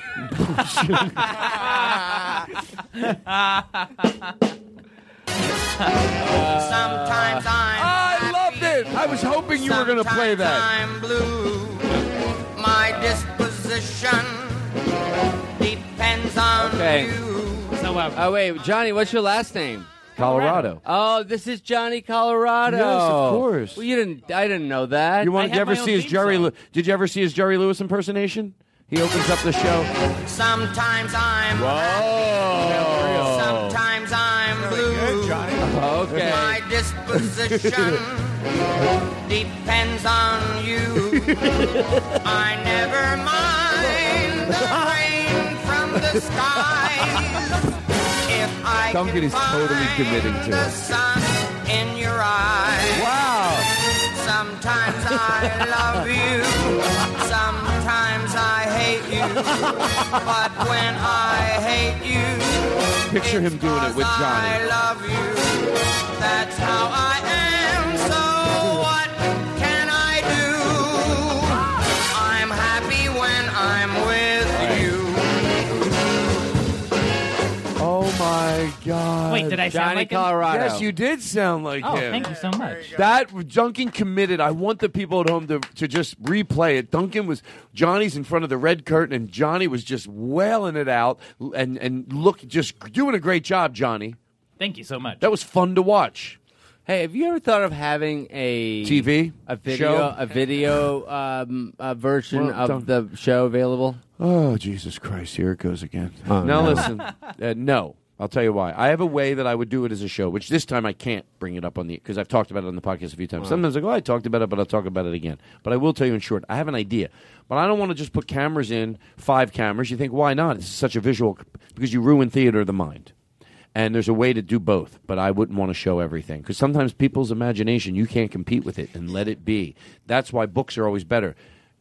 Sometimes I'm I loved it. I was hoping you were gonna play that. I'm blue. My disposition depends on Okay. you. Oh wait, Johnny, what's your last name? Colorado. Oh, this is Johnny Colorado. Yes, of course. Well, you didn't. I didn't know that. You want? You ever see his Jerry? Lew- Did you ever see his Jerry Lewis impersonation? He opens up the show. Sometimes I'm happy. Sometimes I'm blue. Okay. My disposition depends on you. I never mind the rain from the skies if I Duncan is totally committing to the it. sun in your eyes. Wow. Sometimes I love you. Sometimes I hate you. But when I hate you, Picture him doing it with I Johnny. love you. That's how I am. So what can I do? I'm happy when I'm with you. Oh my God! Wait, did I sound Johnny like him? Colorado. Yes, you did sound like Oh, him. thank you so much. That Duncan committed. I want the people at home to, to just replay it. Duncan was Johnny's in front of the red curtain, and Johnny was just wailing it out and and look just doing a great job, Johnny. Thank you so much. That was fun to watch. Hey, have you ever thought of having a TV a video, show? a video um, a version Well, of the show available? Oh Jesus Christ! Here it goes again. Oh, now no. listen, uh, no. I'll tell you why. I have a way that I would do it as a show, which this time I can't bring it up on the because I've talked about it on the podcast a few times. Wow. Sometimes I go, "Oh, I talked about it, but I'll talk about it again. But I will tell you in short, I have an idea, but I don't want to just put cameras in five cameras. You think why not? It's such a visual because you ruin theater of the mind. And there's a way to do both, but I wouldn't want to show everything because sometimes people's imagination you can't compete with it and let it be. That's why books are always better.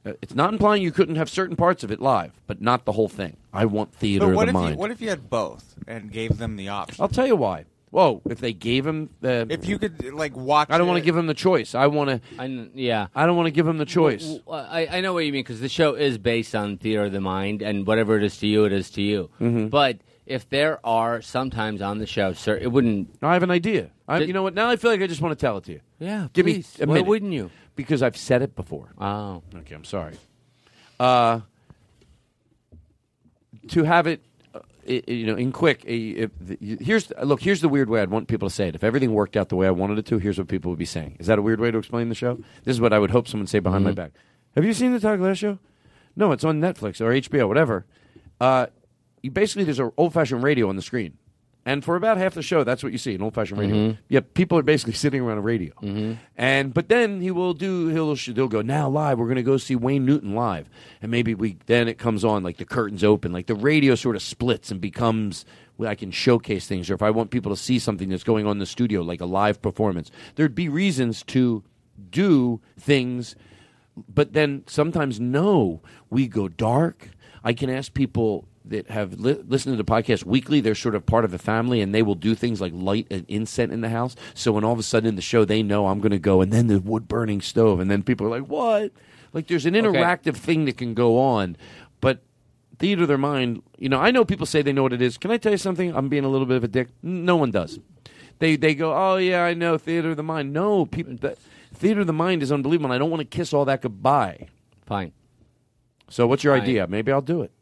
Uh, It's not implying you couldn't have certain parts of it live, but not the whole thing. I want theater But of what the if mind. you what if you had both and gave them the option? I'll tell you why. Whoa! If they gave him the, If you could like watch, I don't want it- to give him the choice. I want to. yeah. uh, I don't want to give him the choice. Well, I, I know what you mean because the show is based on theater of the mind, and whatever it is to you, it is to you. Mhm. But if there are sometimes on the show, sir, it wouldn't. I have an idea. I, you know what? Now I feel like I just want to tell it to you. Yeah, Give please. me. A Why minute. wouldn't you? Because I've said it before. Oh. Okay. I'm sorry. Uh, to have it, uh, i- i- you know, in quick. i- If the, y- here's look, here's the weird way I'd want people to say it. If everything worked out the way I wanted it to, here's what people would be saying. Is that a weird way to explain the show? This is what I would hope someone say behind my Mm-hmm. Mhm. back. Have you seen the Todd Glass show? No, it's on Netflix or HBO, whatever. Uh, you basically, there's an old-fashioned radio on the screen, and for about half the show, that's what you see—an old-fashioned radio. Mm-hmm. Mhm. Yeah, people are basically sitting around a radio. And but then he will do he'll he'll go now live. We're going to go see Wayne Newton live, and maybe we then it comes on like the curtains open, like the radio sort of splits and becomes well, I can showcase things, or if I want people to see something that's going on in the studio, like a live performance, there'd be reasons to do things but then sometimes no we go dark i can ask people that have li- listened to the podcast weekly they're sort of part of the family and they will do things like light an incense in the house so when all of a sudden in the show they know i'm going to go and then the wood burning stove and then people are like what like there's an interactive thing that can go on but theater of their mind you know i know people say they know what it is can i tell you something i'm being a little bit of a dick N- no one does they they go, oh yeah, I know theater of the mind. No, people, that, theater of the mind is unbelievable. and I don't want to kiss all that goodbye. Fine. So what's your Fine. idea? Maybe I'll do it.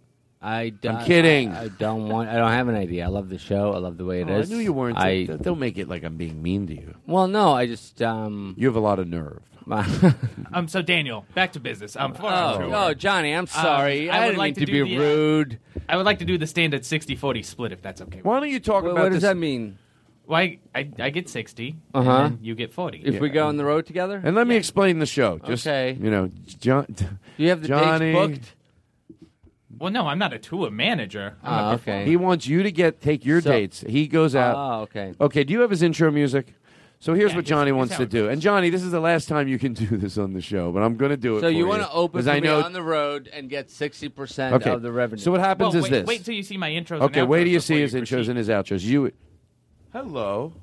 I I'm kidding. I, I don't want. I don't have an idea. I love the show. I love the way it is. Oh, I knew you weren't. I Don't- don't make it like I'm being mean to you. Well, no, I just. um You have a lot of nerve. Um, so Daniel, back to business. Um, for Oh, sure. oh, Johnny, I'm Um, sorry. I didn't mean to do the, be uh, rude. I would like to do the standard 60-40 split, if that's okay. Why don't you talk Wh- about what does this- that mean? Well, I, I, I get 60, Uh-huh. and then you get 40. If we go on the road together, And let me explain the show. Just, Okay. You know, John. you have the dates Johnny, booked? Well, no, I'm not a tour manager. I'm Ah, a performer. Uh, He wants you to get take your Oh, So- dates. He goes out. Ah, okay. Okay. Do you have his intro music? So here's Yeah, what here's- Johnny here's wants how to it do. And Johnny, this is the last time you can do this on the show, but I'm going to do it. So you want want to open because for I me know on the road and get sixty percent Okay. of the revenue. So what happens Well, is wait- this. wait till you see my intros and Okay, wait outros till you before see you his intros and his outros. You. Hello.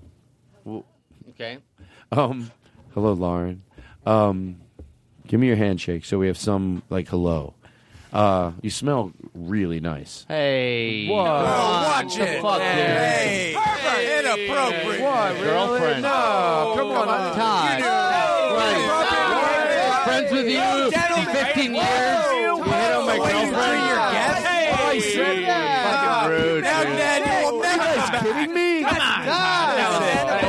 Well, Okay. Um. Hello, Lauren. Um. Give me your handshake so we have some like hello. Uh, you smell really nice. Hey. Whoa. watch it. hey, inappropriate. What, Girlfriend. No, come, on, Todd. Friends with you, fifteen years. You hit on my girlfriend. I said that. Fucking rude. Now, dude. Dad, you will never come back. kidding me? Come on.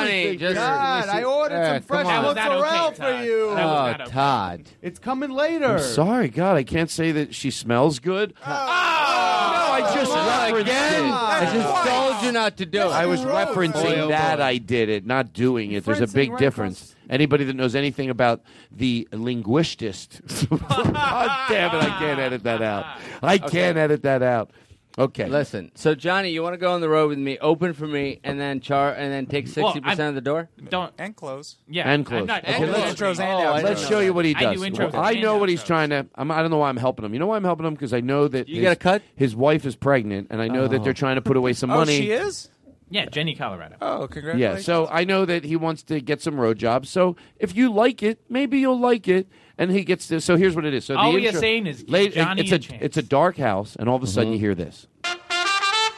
Oh, Johnny, just God, I ordered Yeah, some fresh come on. mozzarella for you. Oh, Todd. It's coming later. I'm sorry, God, I can't say that she smells good. I just referenced again. it. I just told you not to do it. I was referencing that I did it, not doing it. There's a Friends big and difference. Anybody that knows anything about the linguistist, God damn it, I can't edit that out. I Ah. Okay. can't edit that out. Okay. Listen, so Johnny, you want to go on the road with me? Open for me, and then char, and then take Well, sixty percent I'm- of the door. Don't and close. Yeah, and close. I'm not, Okay, I'm not- let's, Intros and Oh, I outros. let's don't show know. you what he I does. do intros Well, I and know what he's trying to. I'm, I don't know why I'm helping him. You know why I'm helping him because I know that his, got a cut? His wife is pregnant, and I know that Oh. they're trying to put away some money. is. Yeah, Jenny Colorado. Oh, Yeah, so I know that he wants to get some road jobs. So if you like it, maybe you'll like it. And he gets this. So here's what it is. So All the we are intro- saying is give Lady- Johnny it's a a, chance. it's a dark house, and all of a sudden you hear this. Mm-hmm.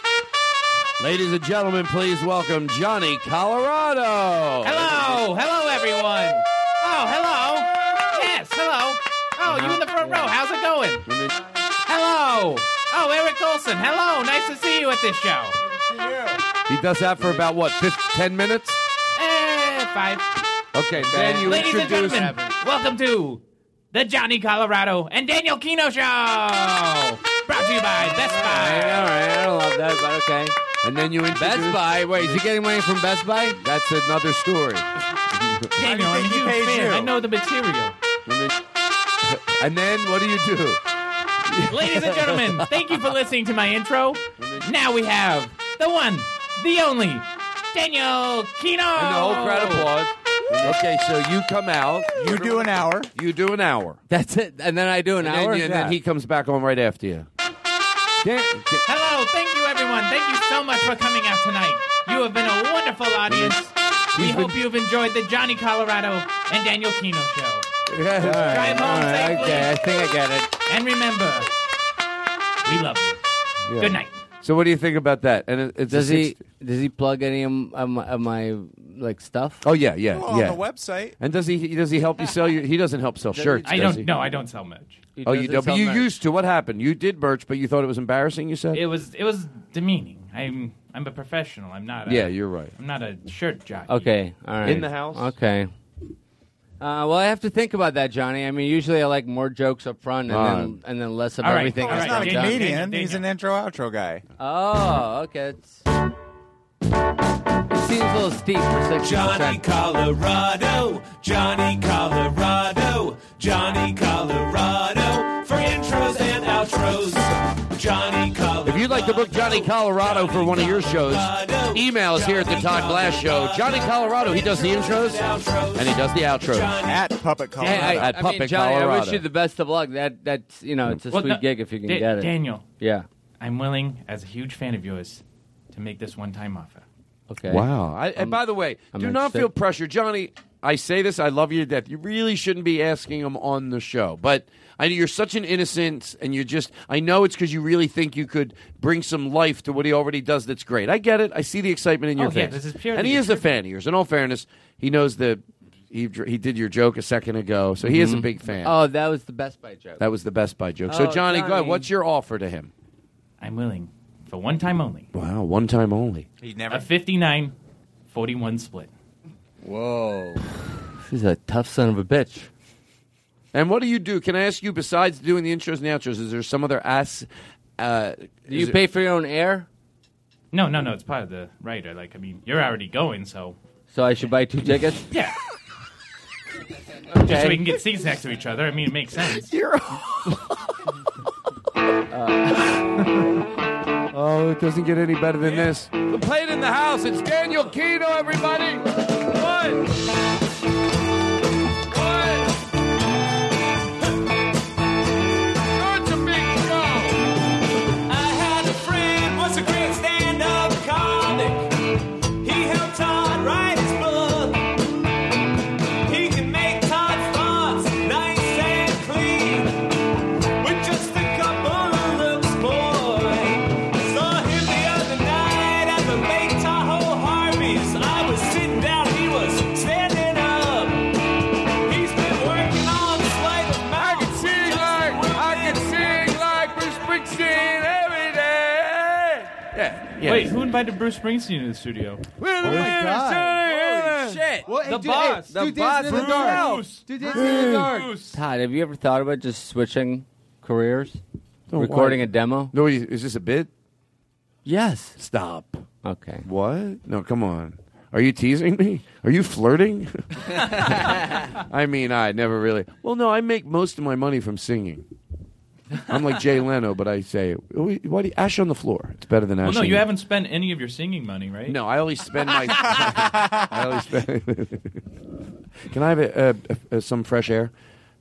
Ladies and gentlemen, please welcome Johnny Colorado. Hello, hello, everyone. Oh, hello. Yes, hello. Oh, you in the front row? How's it going? Hello. Oh, Eric Olson. Hello. Nice to see you at this show. He does that for about what, 15, 10 minutes? Eh, five. Okay, then you Ladies and introduce. gentlemen, welcome to the Johnny Colorado and Daniel Kino Show. Brought to you by Best Buy. All right, I don't love that, but okay. And then you introduce. Best Buy. Wait, is he getting money from Best Buy? That's another story. Daniel, I'm a huge fan. I know the material. And then, and then what do you do? Ladies and gentlemen, thank you for listening to my intro. Now we have the one, the only, Daniel Kino. And the whole crowd applauds. Okay, so you come out. You do an hour. You do an hour. That's it. And then I do an and hour. Then, and then he comes back on right after you. Dan- Dan- Hello, thank you everyone. Thank you so much for coming out tonight. You have been a wonderful audience. We hope you've enjoyed the Johnny Colorado and Daniel Kino show. All right, Drive home all right, safely. Okay, I think I got it. And remember, we love you. yeah. Good night. So what do you think about that? And it, it's a Does he? six- Does he plug any of m- of my, of my like stuff? Oh yeah, yeah, Well, on yeah. the website. And does he? Does he help you sell your? He doesn't help sell shirts. I does don't. he? No, I don't sell merch. Oh, you don't. But you used to. What happened? You did merch, but you thought it was embarrassing. You said. It was. It was demeaning. I'm. I'm a professional. I'm not. A, Yeah, you're right. I'm not a shirt jockey. Okay, all right. In the house? Okay. Uh, well, I have to think about that, Johnny. I mean, usually I like more jokes up front and then and then less of everything. He's else not a I'm done. comedian. He's an intro outro guy. Oh, okay. It's... It seems a little steep for six. Johnny Colorado, Johnny Colorado, Johnny Colorado for intros and outros. Johnny Colorado. If you'd like to book Johnny Colorado for one of your shows, email us here at the Todd Glass Show. Johnny Colorado, he does the intros and he does the outros. At Puppet Colorado. Hey, I, At I mean, Puppet Johnny, I wish Colorado. you the best of luck. That that's you know, it's a Well, sweet no, gig if you can Da- get it. Daniel. Yeah. I'm willing, as a huge fan of yours, to make this one-time offer. Okay. Wow. I, and by the way, I'm do not interested. feel pressure. Johnny, I say this, I love you to death. You really shouldn't be asking him on the show. But I you're such an innocent and you're just I know it's because you really think you could bring some life to what he already does that's great. I get it. I see the excitement in your Oh, yeah, face. this is purely and he is a fan of yours. In all fairness, he knows the he, dr- he did your joke a second ago, so he is a Mhm. big fan. Oh, that was the Best Buy joke. That was the Best Buy joke. so Oh, Johnny, go ahead. Johnny. What's your offer to him? I'm willing for one time only. Wow, one time only. He never. A 59, 41 split. Whoa. He's a tough son of a bitch. And what do you do? Can I ask you? Besides doing the intros and outros, is there some other ass? Uh, Do you pay for your own air? No, no, no. It's part of the writer. Like, I mean, you're already going, so So I should buy two tickets? yeah. Just so we can get seats next to each other. I mean, it makes sense. oh, it doesn't get any better than this. Play it in the house. It's Daniel Kino, everybody. One. It's a big show. I had a friend was a great stand-up comic. He helped Todd write his book. He can make Todd's thoughts nice and clean with just a couple of looks, boy. Saw him the other night at the Lake Tahoe Harvey's. I was sitting down, he was standing up. He's been working on sleight of mouth. I can sing like, I can sing like Bruce Springsteen every day. Yeah. Wait, who invited Bruce Springsteen to the studio? Oh my God. Holy shit. Well, hey, The dude, boss. Hey, The dude, dancing boss. in the dark. Bruce. Dude, dancing in the dark. Todd, have you ever thought about just switching careers? Oh, Recording why? a demo? No, is this a bit? Yes. Stop. Okay. What? No, come on. Are you teasing me? Are you flirting? I mean, I never really. Well, no, I make most of my money from singing. I'm like Jay Leno, but I say, "Why do you, Ash on the floor?" It's better than Ash. Well, no, on you the- haven't spent any of your singing money, right? No, I only spend my. I only spend. Can I have a, a, a- some fresh air?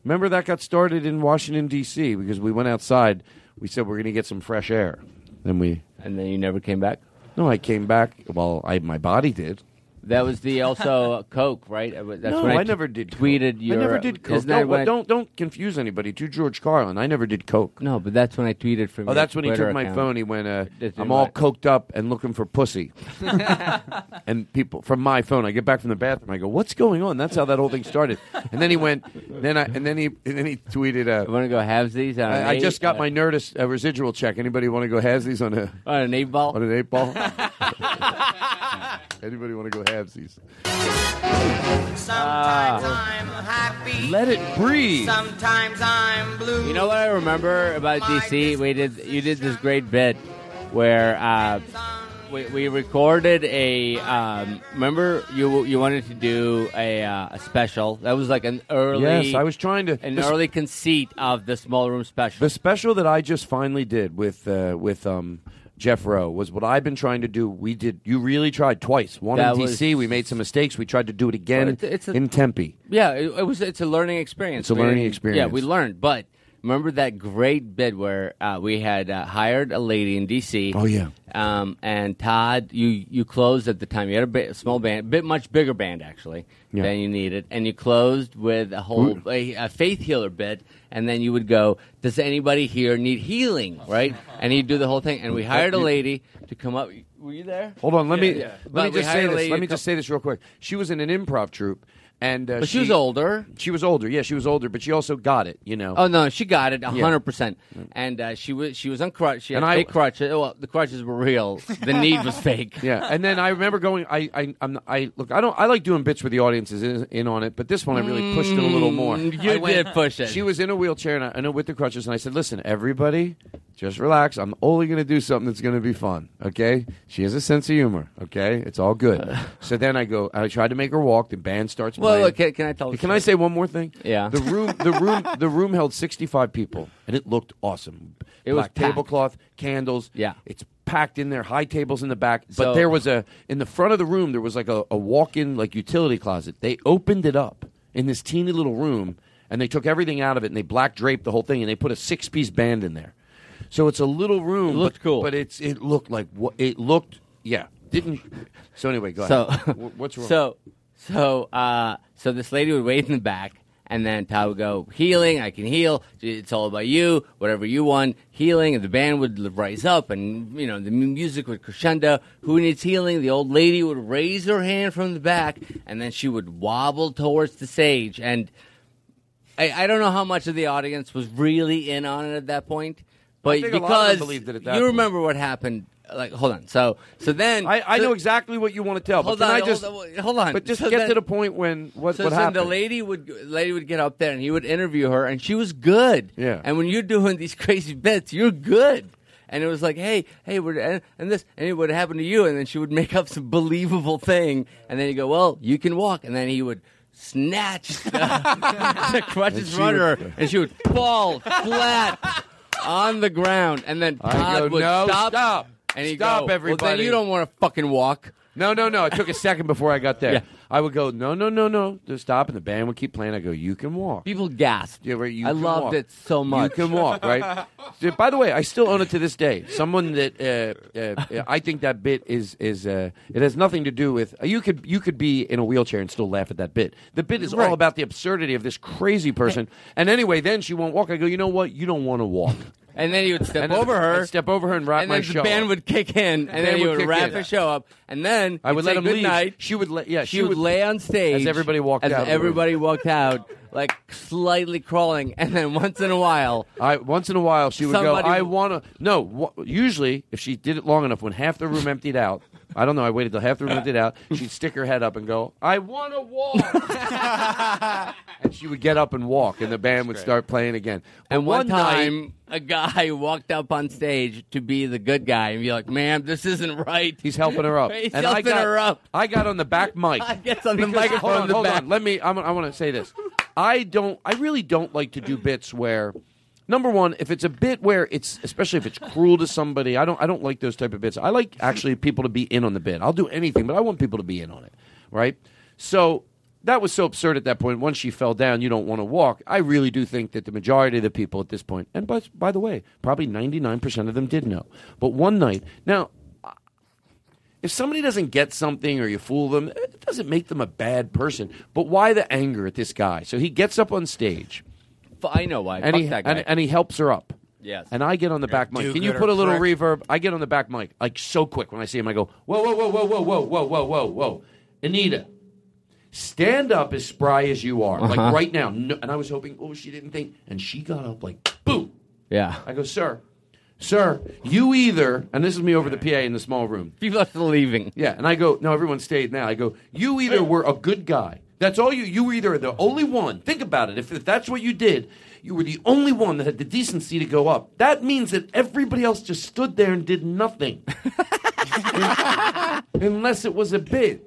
Remember that got started in Washington D.C. because we went outside. We said we're going to get some fresh air. Then we. And then you never came back. No, I came back. Well, I my body did. That was the also Coke, right? It was- That's no, when I t- never did. tweeted coke. your. I never did coke. Isn't that Don't, when I- don't don't confuse anybody. To George Carlin, I never did coke. No, but that's when I tweeted from. Oh, your that's when he Twitter took my account. phone. He went, uh, Did you "I'm all what? coked up and looking for pussy." and people from my phone, I get back from the bathroom. I go, "What's going on?" That's how that whole thing started. And then he went, then I, and then he, and then he tweeted, uh, "Want to go have these?" on an I, I eight? just got my Nerdist uh, residual check. Anybody want to go have these on a on an eight ball? On an eight ball? Anybody want to go have these? Sometimes I'm happy. Ah. Let it breathe. Sometimes I'm blue. You know what I remember about DC? We did you did this great bit where uh, we, we recorded a. Um, remember you you wanted to do a, uh, a special that was like an early. Yes, I was trying to- an this- early conceit of the small room special. The special that I just finally did with uh, with um, Jeff Rowe was what I've been trying to do. We did. You really tried twice. One That in DC, we made some mistakes. We tried to do it again But it's- it's a- in Tempe. Yeah, it, it was. It's a learning experience. It's a We learning didn't- Yeah, experience. we learned. But remember that great bit where uh, we had uh, hired a lady in DC. Oh, yeah. Um, and Todd, you you closed at the time. You had a, bit, small band, bit much bigger band actually Yeah. than you needed, and you closed with a whole a, a faith healer bit. And then you would go, "Does anybody here need healing?" Right? And you'd do the whole thing. And we hired a lady to come up. Were you there? Hold on, let Yeah, me yeah. But let me we just hired say a this. lady Let to me just say this real quick. She was in an improv troupe, and uh, But she was older. She was older. Yeah, she was older, but she also got it. You know. Oh no, she got it Yeah. hundred percent. And uh, she was she was on crutch. She had And I- fake crutches. Well, the crutches were real. The need was fake. Yeah, and then I remember going. I I I'm, I look. I don't. I like doing bits where the audience is in, in on it, but this one I really pushed it a little more. Mm, you I went- did push it. She was in a wheelchair, and I, I know with the crutches, and I said, "Listen, everybody, just relax. I'm only going to do something that's going to be fun. Okay? She has a sense of humor. Okay? It's all good." so then I go. I tried to make her walk. The band starts. Well, playing. look, can, can I tell? Can I say one more thing? Yeah. The room, the room, the room held sixty-five people, and it looked awesome. It was Black tablecloth, candles. Yeah. It's packed in there. High tables in the back, but So- there was a in the front of the room there was like a, a walk-in like utility closet. They opened it up in this teeny little room, and they took everything out of it and they black draped the whole thing and they put a six-piece band in there. So it's a little room. It looked but, cool. but it's it looked like what it looked. Yeah. Didn't. So anyway, go So ahead. Wh- What's wrong? So so uh, so this lady would wait in the back, and then Todd would go healing. I can heal. It's all about you. Whatever you want, healing. And the band would l- rise up, and you know the mu- music would crescendo. Who needs healing? The old lady would raise her hand from the back, and then she would wobble towards the sage and. I, I don't know how much of the audience was really in on it at that point, but think a lot of them because believed it at that you point. remember what happened. Like, hold on. So, so then I, I so- know exactly what you want to tell, Hold oh, but can on, I just hold on, hold on. But just So get then- to the point when what so what then happened. the lady would lady would get up there and he would interview her and she was good. Yeah. And when you're doing these crazy bits, you're good. And it was like, hey, hey, we're, and, and this, and it would happen to you. And then she would make up some believable thing. And then you go, well, you can walk. And then he would snatch the, the crutches she from under would- her and she would fall flat on the ground. And then I Todd go, would "No, stop. stop. And he'd Stop, go, well, then everybody." you don't want to fucking walk. no, no, no. It took a second before I got there. Yeah. I would go, no, no, no, no. Just stop, and the band would keep playing. I go, you can walk. People gasped. Yeah, right, you I can loved walk. it so much. You can walk, right? Yeah, By the way, I still own it to this day. Someone that uh, uh, I think that bit is is uh, it has nothing to do with you could you could be in a wheelchair and still laugh at that bit. The bit is all about the absurdity of this crazy person. And anyway, then she won't walk. I go, you know what? You don't want to walk. And then you would step And then over her. I'd step over her and wrap and my then the show band up. would kick in, and band then you would would kick wrap in. her show up, and then I would you'd let say him good leave. Night. She would let- yeah, she, she would, would- lay on stage as everybody walked as out of the room. everybody walked out, like slightly crawling, and then once in a while, I once in a while she would Somebody- go. I want to. No, wha- usually if she did it long enough, when half the room emptied out, I don't know. I waited till half the room emptied out. She'd stick her head up and go. I want to walk. and she would get up and walk, and the band would start playing again. and But one, night- time a guy walked up on stage to be the good guy and be like, "Ma'am, this isn't right." He's helping her up. He's and I helping got, her up. I got on the back mic. I gets on the Because- microphone Hold in on, the hold back. on. Let me. I'm, I want to say this. I don't. I really don't like to do bits where Number one, if it's a bit where it's, especially if it's cruel to somebody, I don't, I don't like those type of bits. I like actually people to be in on the bit. I'll do anything, but I want people to be in on it, right? So that was so absurd at that point. Once she fell down, you don't want to walk. I really do think that the majority of the people at this point, and by, by the way, probably ninety nine percent of them did know. But one night, now if somebody doesn't get something or you fool them, it doesn't make them a bad person. But why the anger at this guy? So he gets up on stage. I know why. And Fuck he, that guy. And, and he helps her up. Yes. And I get on the back mic. Can you do-gooder put a little prick. reverb? I get on the back mic like so quick when I see him. I go, whoa, whoa, whoa, whoa, whoa, whoa, whoa, whoa, whoa, whoa. Anita, stand up as spry as you are, Uh-huh. like right now. No, and I was hoping, oh, she didn't think. And she got up like, boom. Yeah. I go, sir, sir, you either, and this is me over the PA in the small room. People are leaving. Yeah, and I go, no, everyone stayed now. I go, you either were a good guy. That's all you, you were either the only one. Think about it. If, if that's what you did, you were the only one that had the decency to go up. That means that everybody else just stood there and did nothing. Unless it was a bid.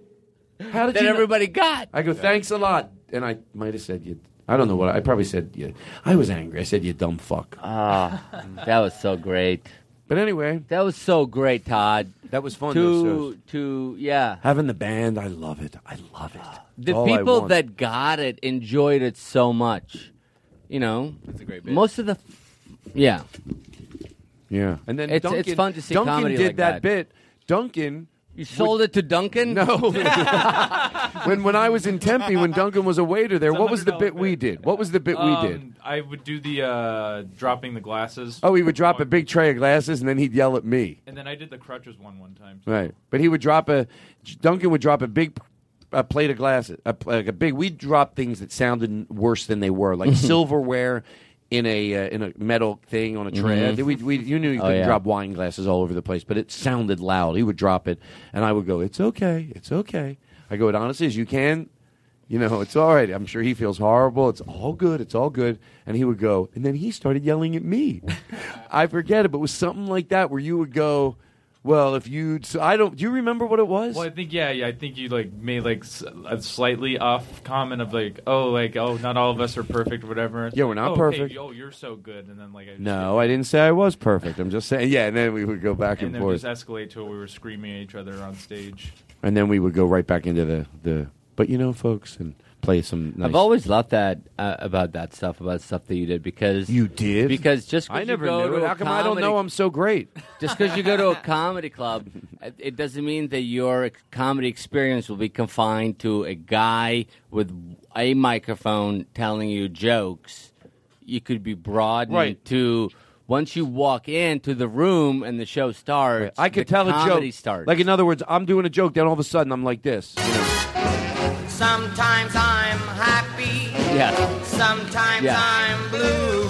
How did That you kn- everybody got. I go, thanks a lot. And I might have said you. I don't know what I, I probably said. You, I was angry. I said you dumb fuck. Ah, that was so great. But anyway, that was so great, Todd. That was fun. To though, so- to yeah, having the band, I love it. I love it. the It's all I people want. that got it enjoyed it so much. You know, that's a great bit. Most of the, yeah, yeah, and then it's, Duncan, it's fun to see Duncan comedy did like that, bit. Duncan, you sold it to Duncan. No, when when I was in Tempe, when Duncan was a waiter there, what was the bit we did? What was the bit we did? Um, I would do the uh, dropping the glasses. Oh, he would drop a big tray of glasses, and then he'd yell at me. And then I did the crutches one one time. Right, but he would drop a Duncan would drop a big a plate of glasses, a, pl- like a big. We dropped things that sounded worse than they were, like silverware in a uh, in a metal thing on a tray. Mhm. We, we, you knew you Oh, could yeah. drop wine glasses all over the place, but it sounded loud. He would drop it, and I would go, "It's okay, it's okay." I go, "It honestly is. You can." You know, it's all right. I'm sure he feels horrible. It's all good. It's all good. And he would go, and then he started yelling at me. I forget it, but it was something like that where you would go, well, if you, so I don't. Do you remember what it was? Well, I think yeah, yeah, I think you like made like s- a slightly off comment of like, oh, like oh, not all of us are perfect, or whatever. Yeah, we're not oh, perfect. Hey, oh, you're so good, and then like, I, No, I didn't say I was perfect. I'm just saying. Yeah, and then we would go back and and, then forth, just escalate to we were screaming at each other on stage. and then we would go right back into the the. But you know, folks, and play some. Nice I've always loved that uh, about that stuff about stuff that you did because you did because just 'cause I you never go knew to it. a How come I don't comedy- know I'm so great? Just because you go to a comedy club, it- it doesn't mean that your comedy experience will be confined to a guy with a microphone telling you jokes. You could be broadened Right. to once you walk into the room and the show starts. I could the tell a comedy joke. starts. Like in other words, I'm doing a joke, then all of a sudden I'm like this. you know. Sometimes I'm happy. Yeah. Sometimes Yeah. I'm blue.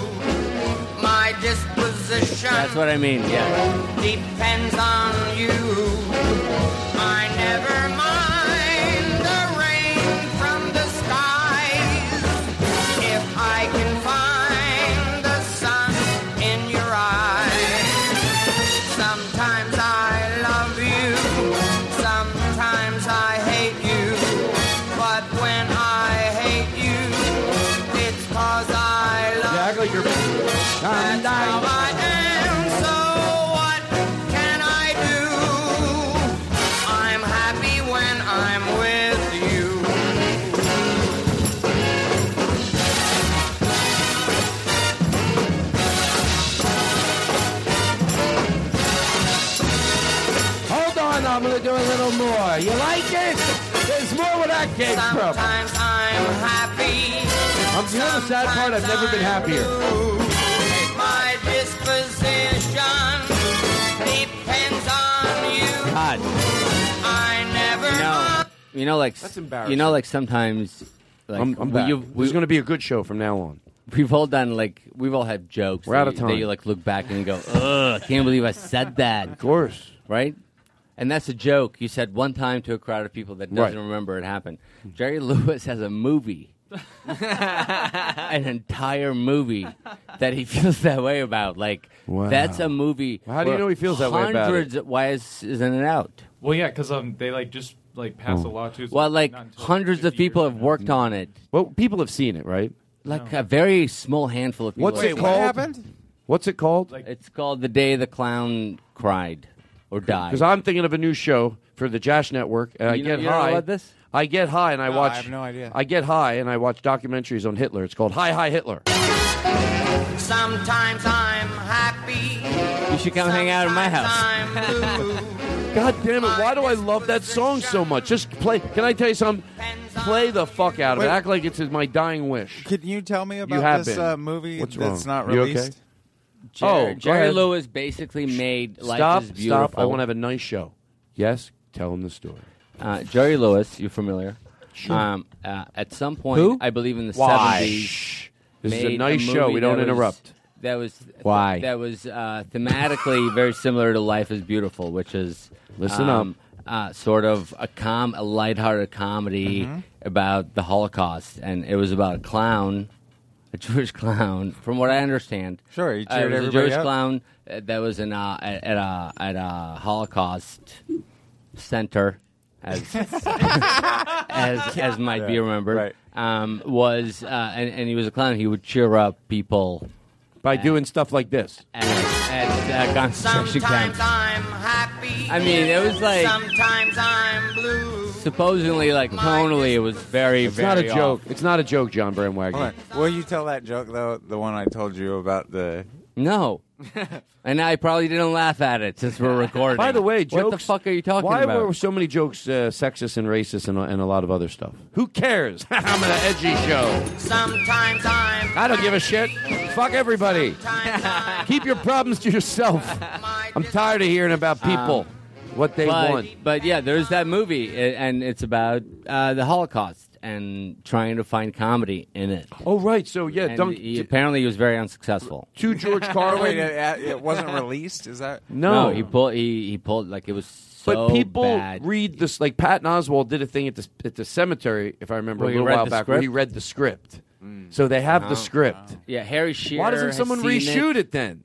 My disposition That's what I mean. Yeah. depends on you. I never mind the rain from the skies if I can find the sun in your eyes. Sometimes I love you, sometimes I hate you, but when I hate you, it's cause I love act like you're. that's how I am, so what can I do? I'm happy when I'm with you. Hold on, I'm gonna do a little more. You like it? There's more where that came from. Sometimes I'm happy. I'm you know the sad part. I've never been happier. My disposition depends on you. God. I never No. You know, like that's embarrassing. You know, like sometimes. Like, I'm, I'm we- back. you've- This is going to be a good show from now on. We've all done like we've all had jokes. We're that out of you- That time. you like look back and you go, "Ugh, I can't believe I said that." Of course, right? And that's a joke you said one time to a crowd of people that doesn't Right. remember it happened. Jerry Lewis has a movie, an entire movie that he feels that way about. Like Wow. that's a movie. how do you where know he feels that way about it? hundreds- Why is, isn't it out? Well, yeah, because um, they like just Oh. like pass a law to. Well, like hundreds of people have worked on it. Well, people have seen it, right? like a very small handful of people. What's it Wait, what called? happened? What's it called? it's called The Day the Clown Cried or Died. Because I'm thinking of a new show for the Jash Network, and You I know- get you know high. about this? I get high and I No, I watch. have no idea. I get high and I watch documentaries on Hitler. It's called High High Hitler. Sometimes I'm happy. You should come hang out at my house. I'm blue. God damn it! Why do I love that song so much? Just play. Can I tell you something? Play the fuck out of it. Wait. Act like it's my dying wish. Can you tell me you about have this been. uh, movie What's that's wrong? not You released? okay? Jerry, oh, go Jerry ahead. Lewis basically made Life stop, is Beautiful. stop! I want to have a nice show. Yes, tell him the story. Uh, Jerry Lewis, you familiar? Sure. Um, uh, at some point, Who? I believe in the Why? seventies. This is a nice show. We don't interrupt. That was Why? That was uh, thematically very similar to Life is Beautiful, which is Listen up, uh, sort of a com, a lighthearted comedy Mm-hmm. Mhm. about the Holocaust, and it was about a clown, a Jewish clown, from what I understand. Sure, he Uh, cheered it was a everybody Jewish up. clown uh, that was in uh, at, at a at a Holocaust center, as as, as might be Yeah, remembered. Um, was uh, and, and he was a clown. He would cheer up people by doing stuff like this at, at uh, concentration Sometimes camps. I'm happy. I mean, it was like- Sometimes I'm blue. Supposedly, like tonally, it was very It's very not a off. joke. It's not a joke, John Bramwagner. Hold on. Will you tell that joke though? The one I told you about the. No. and I probably didn't laugh at it since we're recording. By the way, what the jokes- fuck are you talking Why about? were so many jokes uh, sexist and racist and, and a lot of other stuff? Who cares? I'm an edgy show. Sometimes I'm. I don't give a shit. Fuck everybody. Keep your problems to yourself. I'm tired of hearing about people, what they Um, but, want. But yeah, there's that movie, a- and it's about uh, the Holocaust and trying to find comedy in it. Oh right, so yeah, And dunk- he, apparently he was very unsuccessful. To George Carlin. Wait, it, uh, it wasn't released. Is that No. he pulled. He, he pulled like it was so but people bad. read this. Like Patton Oswald did a thing at the at the cemetery, if I remember Where a he little read while the back, where he script? read the script. So they have Oh. the script. Yeah, Harry Shearer. Why doesn't someone reshoot it? then?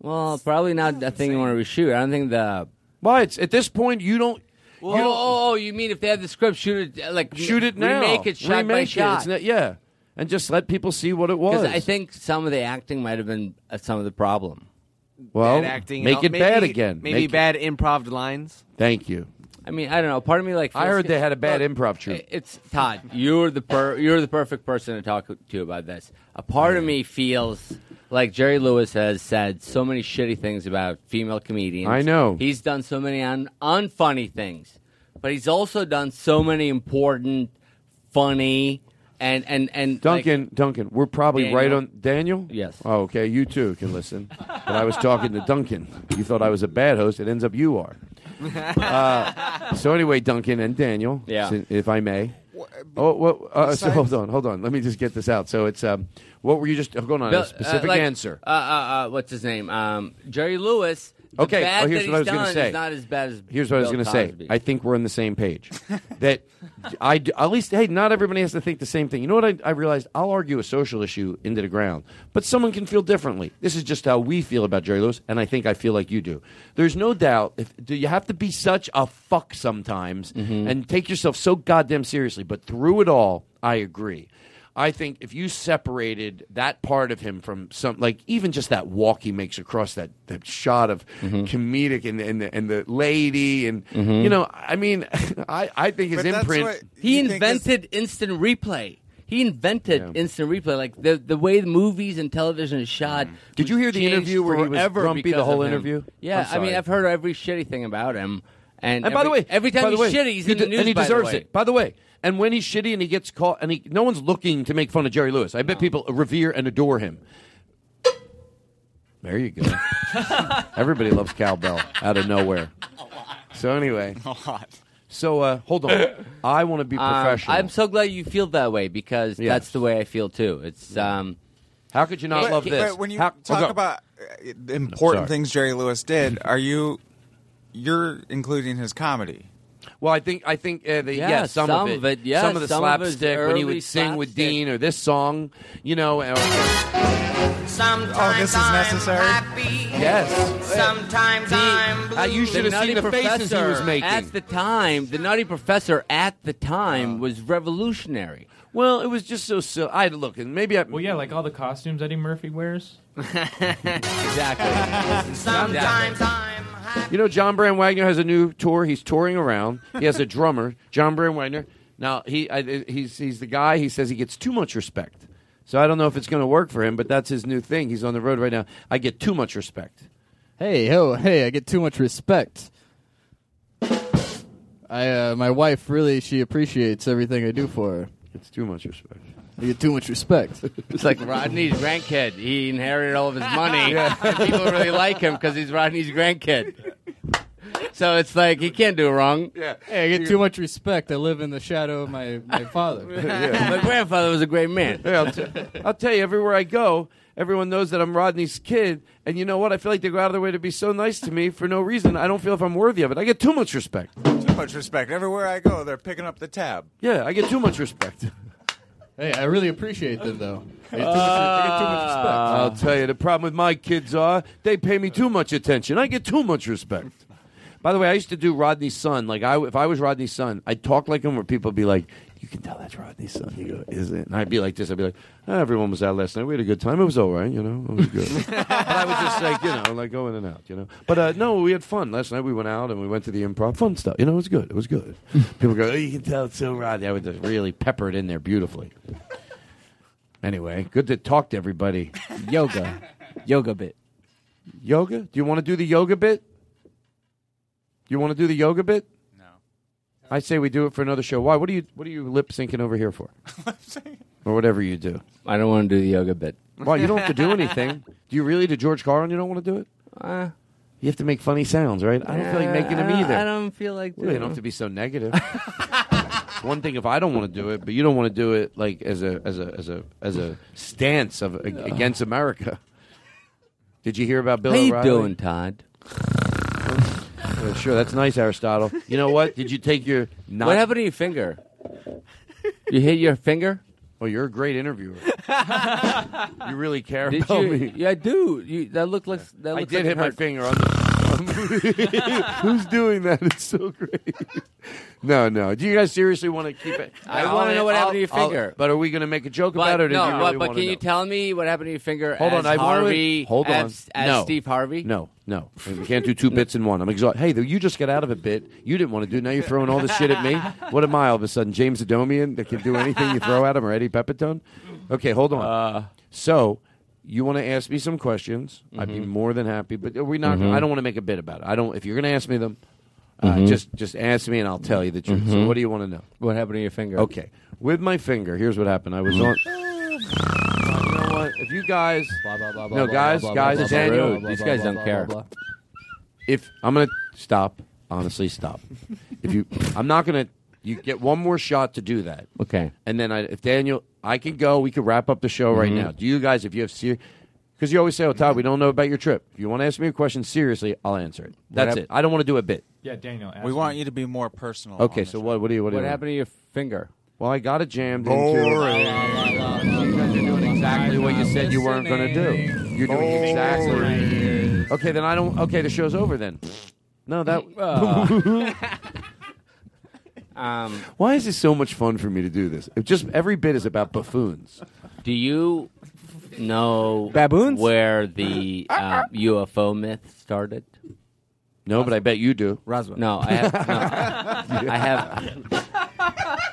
Well, probably not a thing you want to reshoot. I don't think the. Why it's at this point you don't. Well, oh, oh, you mean if they have the script, shoot it uh, like shoot it now. remake it shot Remake by it. shot. It's not- yeah, and just let people see what it was. Because I think some of the acting might have been uh, some of the problem. well, Bad acting, make uh, it maybe- bad again. maybe Make it- bad- Had improv lines. Thank you. I mean, I don't know. Part of me like I feels- heard they had a bad Look, improv troupe. i- It's Todd. You're the per- you're the perfect person to talk to about this. A part of me feels like Jerry Lewis has said so many shitty things about female comedians. I know. he's done so many un- unfunny things, but he's also done so many important, funny, and and and like- Duncan, Duncan, we're probably Daniel. right on Daniel. Yes. Oh, okay. You too can listen, but I was talking to Duncan. You thought I was a bad host. It ends up you are. Uh, so anyway, Duncan and Daniel, Yeah. si- if I may. Oh, well, uh, so hold on, hold on. Let me just get this out. So it's um, what were you just oh, going on? Bill- a uh, specific like, answer. Uh, uh, uh, what's his name? Um, Jerry Lewis. The okay, bad oh, here's that what I was going to say. Not as bad as here's what I was Bill going to say. Cosby. I think we're on the same page. that I d- at least hey, not everybody has to think the same thing. You know what I, I realized? I'll argue a social issue into the ground, but someone can feel differently. This is just how we feel about Jerry Lewis, and I think I feel like you do. There's no doubt. If do you have to be such a fuck sometimes and take yourself so goddamn seriously, but through it all, I agree. I think if you separated that part of him from some, like even just that walk he makes across that, that shot of comedic and, and, the, and the lady, and Mhm. you know, I mean, I, I think his imprint. He invented instant replay. He invented instant replay, like the the way the movies and television is shot. Mm-hmm. Did you was hear the changed interview where he was forever grumpy the because whole of him. interview? Yeah, I'm I mean, sorry. I've heard every shitty thing about him. And, And, by the every- way, every time by he's the way, shitty, he's he in the d- news. and he by the deserves way. it. By the way, and when he's shitty and he gets caught, and he, no one's looking to make fun of Jerry Lewis. I bet people revere and adore him. There you go. Everybody loves cowbell out of nowhere. So anyway, a lot. So uh, hold on, I want to be Um, professional. I'm so glad you feel that way because that's the way I feel too. It's um, how could you But- But when you oh, talk about uh, the important Sorry. things Jerry Lewis did, are you you're including his comedy? Well, I think I think uh, the, yeah, Yeah, some, some of of it, it, yeah, some of the some of his slapstick when he early would sing with Dean or this song, you know. or- Sometimes Oh, this is I'm necessary? happy. Yes. Sometimes I'm blue. uh, you should have seen the faces he was making. at the time. The Nutty Professor at the time was revolutionary. Uh. Well, it was just so silly. I look, and maybe I. Well, yeah, like all the costumes Eddie Murphy wears. exactly. Sometimes I'm You know, John Brand Wagner has a new tour. He's touring around. He has a drummer, John Brand Wagner. Now he I, he's he's the guy. He says he gets too much respect. So I don't know if it's going to work for him, but that's his new thing. He's on the road right now. I get too much respect. Hey, ho, hey, I get too much respect. I, uh, my wife really, she appreciates everything I do for her. It's too much respect. I get too much respect. It's like Rodney's grandkid. He inherited all of his money. and people really like him because he's Rodney's grandkid. So it's like he can't do wrong. Yeah. Hey, I get too much respect. I live in the shadow of my, my father. My grandfather was a great man. Yeah, I'll, t- I'll tell you, everywhere I go, everyone knows that I'm Rodney's kid. And you know what? I feel like they go out of their way to be so nice to me for no reason. I don't feel if I'm worthy of it. I get too much respect. Too much respect. Everywhere I go, they're picking up the tab. Yeah, I get too much respect. Hey, I really appreciate them, though. I get too much, I get too much respect. Ah. I'll tell you, the problem with my kids are they pay me too much attention. I get too much respect. By the way, I used to do Rodney's son. Like, I, if I was Rodney's son, I'd talk like him, where people would be like, "You can tell that's Rodney's son." You go, "Is it?" And I'd be like this. I'd be like, "Ah, "Everyone was out last night. We had a good time. It was all right, you know. It was good." but I was just like, you know, like going in and out, you know. But uh, no, we had fun last night. We went out and we went to the improv. Fun stuff, you know. It was good. It was good. people go, "Oh, you can tell it's so Rodney." I would just really pepper it in there beautifully. Anyway, good to talk to everybody. yoga. Yoga bit. Yoga? Do you want to do the yoga bit? You want to do the yoga bit? No. I say we do it for another show. Why? What are you what are you lip syncing over here for? or whatever you do. I don't want to do the yoga bit. Well, you don't have to do anything. Do you really? To George Carlin, you don't want to do it? Uh, you have to make funny sounds, right? I don't feel like making them either. I don't feel like Well, you don't have to be so negative. It's one thing if I don't want to do it, but you don't want to do it like as a as a as a as a stance of ag- against America. Did you hear about Bill? How you O'Reilly? doing, Todd? Yeah, sure, that's nice, Aristotle. You know what? Did you take your? Not- What happened to your finger? You hit your finger? Well, you're a great interviewer. you really care Did about you? me. Yeah, I do. You, that looked like that I looked did like hit it my hurt. finger on the. Who's doing that? It's so great. no, oh, no. Do you guys seriously want to keep it? I I'll- want to know what I'll- happened to your I'll- finger. But are we going to make a joke But about it? no, Or do you but, really but wanna can you know? tell me what happened to your finger? Hold as on, I wanna- Harvey. hold on. As, as no. Steve Harvey. No, no, we can't do two bits in one. I'm exhausted. Hey, though, you just got out of a bit. You didn't want to do. Now you're throwing all this shit at me. What am I all of a sudden, James Adomian that can do anything you throw at him, or Eddie Pepitone? Okay, hold on. Uh, so. You want to ask me some questions? I'd be Mm-hmm. more than happy. But are we not? Mhm. I don't want to make a bit about it. I don't. If you're going to ask me them, uh, Mhm. just just ask me and I'll tell you the truth. So Mhm. what do you want to know? Mm-hmm. What happened to your finger? Mm-hmm. Okay, with my finger. Here's what happened. I was on. Oh, You know what? If you guys, blah, no, blah, guys, blah, blah, guys, blah, blah, Daniel, blah, blah, These blah, guys don't blah, care. blah, blah. If I'm gonna stop, honestly, stop. if you, I'm not gonna. You get one more shot to do that, Okay. and then I, if Daniel, I can go. We could wrap up the show right Mhm. now. Do you guys, if you have serious, because you always say, "Oh, Todd, we don't know about your trip. If you want to ask me a question seriously, I'll answer it. That's hap- it. I don't want to do a bit. Yeah, Daniel. We want you to be more personal. Okay, so what? What do you? What, do you What want? happened to your finger? Oh, Well, I got it jammed Boring. into doing exactly what you said you weren't going to do. You're doing exactly. Okay, then I don't. Okay, the show's over then. No, that. uh. Um, Why is this so much fun for me to do this? It just every bit is about buffoons. do you know baboons where the Ah, uh, UFO myth started? No, but I bet you do. Roswell. No, I have. No, I have.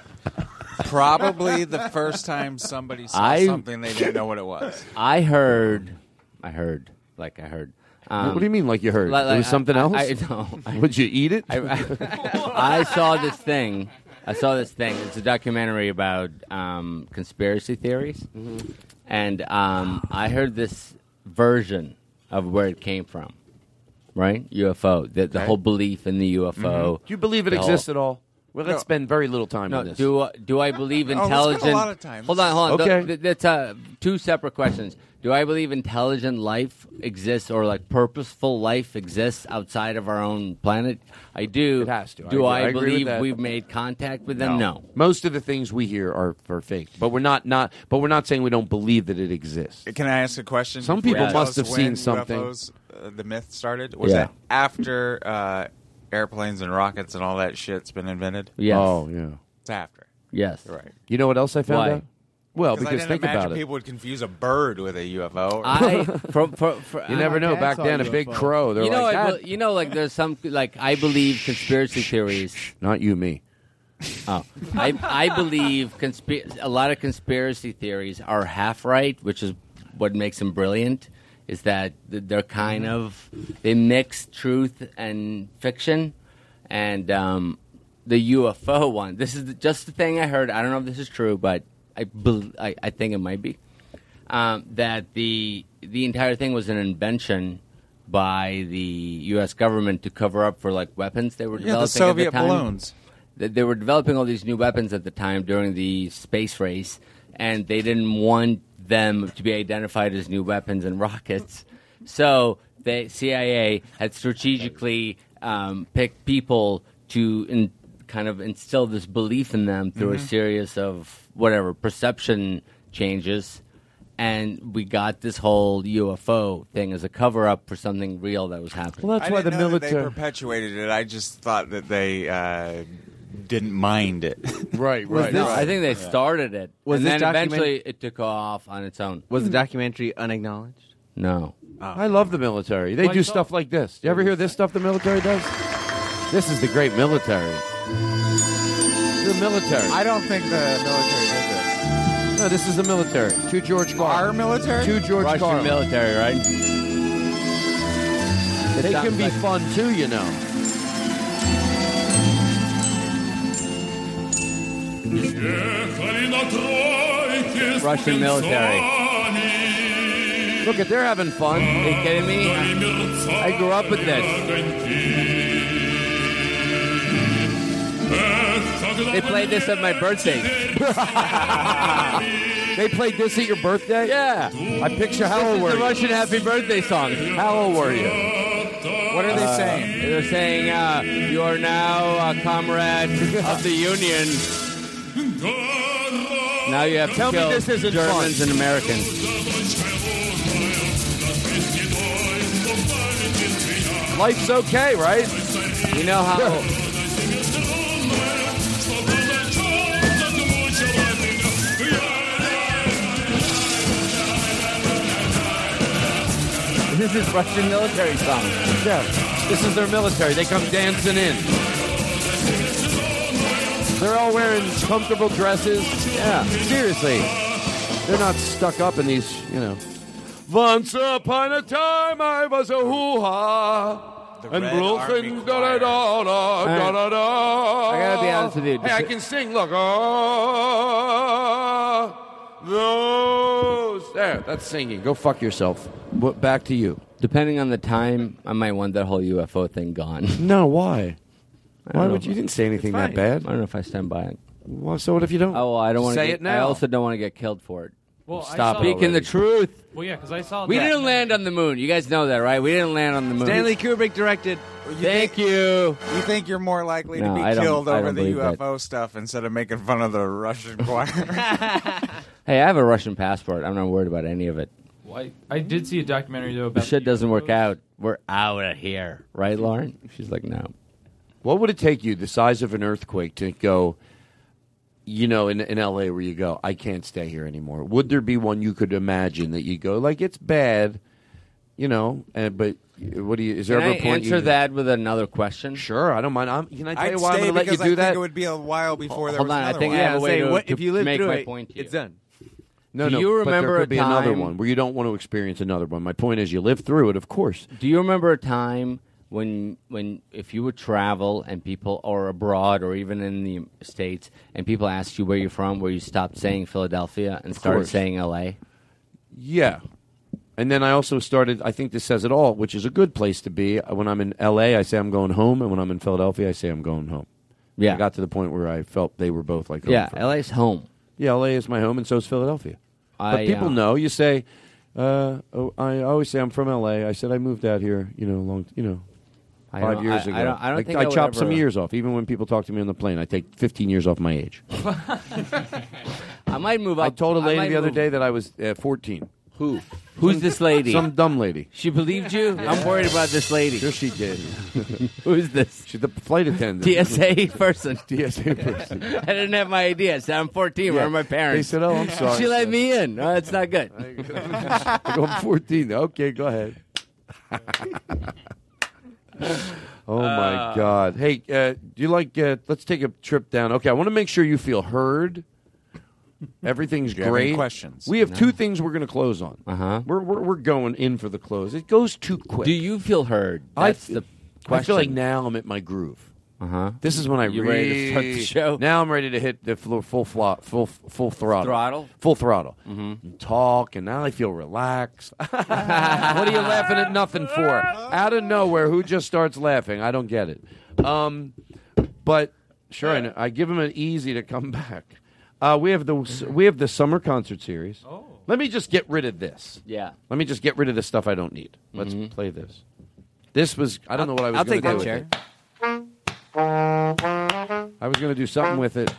Probably the first time somebody saw I- something they didn't know what it was. I heard. I heard. Like I heard. Um, what do you mean? Like you heard? Like- it like, was something I- else. I- no, I- Would you eat it? I, I- I saw this thing. I saw this thing. It's a documentary about um, conspiracy theories, Mm-hmm. and um, I heard this version of where it came from. Right, UFO. The, the Okay. whole belief in the UFO. Mhm. Do you believe it the whole- exists at all? Well, let's spend very little time no, on this. do I- do I believe Oh, let's spend a intelligent? lot of time. Hold on, hold on. Okay. Th- th- that's uh, two separate questions. Do I believe intelligent life exists, or like purposeful life exists outside of our own planet? I do. It has to. Do I agree- I, I agree with believe that. we've made contact with them? No. Most of the things we hear are, are fake, but we're not not. But we're not saying we don't believe that it exists. Can I ask a question? Some before you people tell must us have when seen something. UFOs, uh, the myth started. Was Yeah. that after uh, airplanes and rockets and all that shit's been invented? Yes. Oh, yeah. It's after. Yes. Right. You know what else I found Why? out? Well, I because didn't think imagine about it. People would confuse a bird with a UFO. or- I from, from, You never know. Back then, a big crow. They're you know, like, I "Ah, be- you know, like there's some like I believe conspiracy theories. not you, me. Oh, I I believe conspira- a lot of conspiracy theories are half right, which is what makes them brilliant. Is that th- they're kind Mm-hmm. of they mix truth and fiction, and um, the UFO one. This is the- just the thing I heard. I don't know if this is true, but I bel I, I think it might be um, that the the entire thing was an invention by the U.S. government to cover up for like weapons they were Yeah, the developing Soviet at the time. balloons. They, they were developing all these new weapons at the time during the space race, and they didn't want them to be identified as new weapons and rockets. So the CIA had strategically um, picked people to in, kind of instill this belief in them through a Mhm. series of whatever perception changes. And we got this whole UFO thing as a cover up for something real that was happening. I didn't know that they perpetuated it. I just thought that they uh, didn't mind it. right, Was right, this- right. I think they started it. Was And this then document- eventually it took off on its own. Was the documentary unacknowledged? No. Ah. I love the military. They Well, I do saw- stuff like this. You ever hear this stuff the military does? This is the great military. The military. I don't think the military did this. No, this is the military. To George Carlin. Our military? To George Russian Carlin. military, right? They sounds can be like- fun too, you know. Russian military. Look at they're having fun. Are you kidding me? I grew up with this. They played this at my birthday. They played this at your birthday? Yeah. I picture how old were the you? Russian happy birthday song. How old were you? What are they saying? They're saying uh, you are now a comrade of the Union. Now you have Tell to me kill this isn't Germans fun. and Americans. Life's okay, right? You know how this is Russian military song. Yeah. This is their military. They come dancing in. They're all wearing comfortable dresses. Yeah. Seriously. They're not stuck up in these, you know. Once upon a time I was a hoo ha. And Red Brooklyn, da da da da da da da. I gotta be honest with you. Hey, I can sing. Look, uh. oh, those. There, Oh, that's singing. Go fuck yourself. What, back to you. Depending on the time, I might want that whole UFO thing gone. No, why? I don't Why know would if you I- didn't say anything It's fine. that bad? I don't know if I stand by it. Well, so what if you don't? Oh, well, I don't want to Say get, it now. I also don't want to get killed for it. Well, I Stop saw- speaking the truth. Well, yeah, because I saw We that. didn't land on the moon. You guys know that, right? We didn't land on the moon. Stanley Kubrick directed. Thank you. You think you're more likely No, to be I don't- killed I over don't the believe that. UFO stuff instead of making fun of the Russian choir? Hey, I have a Russian passport. I'm not worried about any of it. Well, I, I did see a documentary though The about shit doesn't work out. We're out of here, right, Lauren? She's like, no. What would it take you, the size of an earthquake, to go, you know, in, in LA where you go, I can't stay here anymore? Would there be one you could imagine that you go, like, it's bad, you know, and, but what do you, is there Can ever I a point? answer you, that with another question? Sure, I don't mind. I'm, can I tell I'd you why I'm stay going to let you because do I that? think it would be a while before there Hold was on, I another think one. I have a way say, to, what- to if you live make through my it, point. To it's done. No, Do no. you but remember there a could be another time- one where you don't want to experience another one. My point is, you live through it, of course. Do you remember a time when when if you would travel and people or abroad or even in the states and people asked you where you're from, where you stopped saying Philadelphia and Of started course. saying L.A. Yeah. And then I also started, I think this says it all, which is a good place to be. When I'm in LA, I say I'm going home. And when I'm in Philadelphia, I say I'm going home. Yeah. I got to the point where I felt they were both like home. Yeah, for me. L.A.'s home. Yeah, LA is my home, and so is Philadelphia. I, but people uh, know. You say, uh, oh, I always say I'm from LA. I said I moved out here, you know, long, you know, I five don't- years I- ago. I don't- I don't think I would chopped some ever- years off. Even when people talk to me on the plane, I take 15 years off my age. I might move up. I told a I lady might the other move- day that I was uh, 14. Who? Who's this lady? Some dumb lady. She believed you? I'm worried about this lady. Sure, she did. Who's this? She's the flight attendant. TSA person. TSA person. I didn't have my idea. So I'm 14. Where Yeah. are my parents? They said, "Oh, I'm sorry." She let me in. No, it's not good. I go, I'm 14. Okay, go ahead. oh my Ah. Uh, God! Hey, uh, do you like? Uh, let's take a trip down. Okay, I want to make sure you feel heard. Everything's Do you have any great. questions? We have No. two things we're going to close on. Uh-huh. We're, we're we're going in for the close. It goes too quick. Do you feel heard? That's I, the I feel like question. now I'm at my groove. Uh huh. This is when I You really ready to start the show? Now I'm ready to hit the full full flo- full full throttle. Throttle? Full throttle. Mm-hmm. And talk, and now I feel relaxed. what are you laughing at nothing for? Out of nowhere, who just starts laughing? I don't get it. Um, but sure, I, know. I give him an easy to come back. Uh, we have the we have the summer concert series. Oh. Let me just get rid of this. Yeah. Let me just get rid of the stuff I don't need. Let's play this. This was I don't know what I was. Mm-hmm. I'll gonna take that do with chair. it. I was going to do something with it.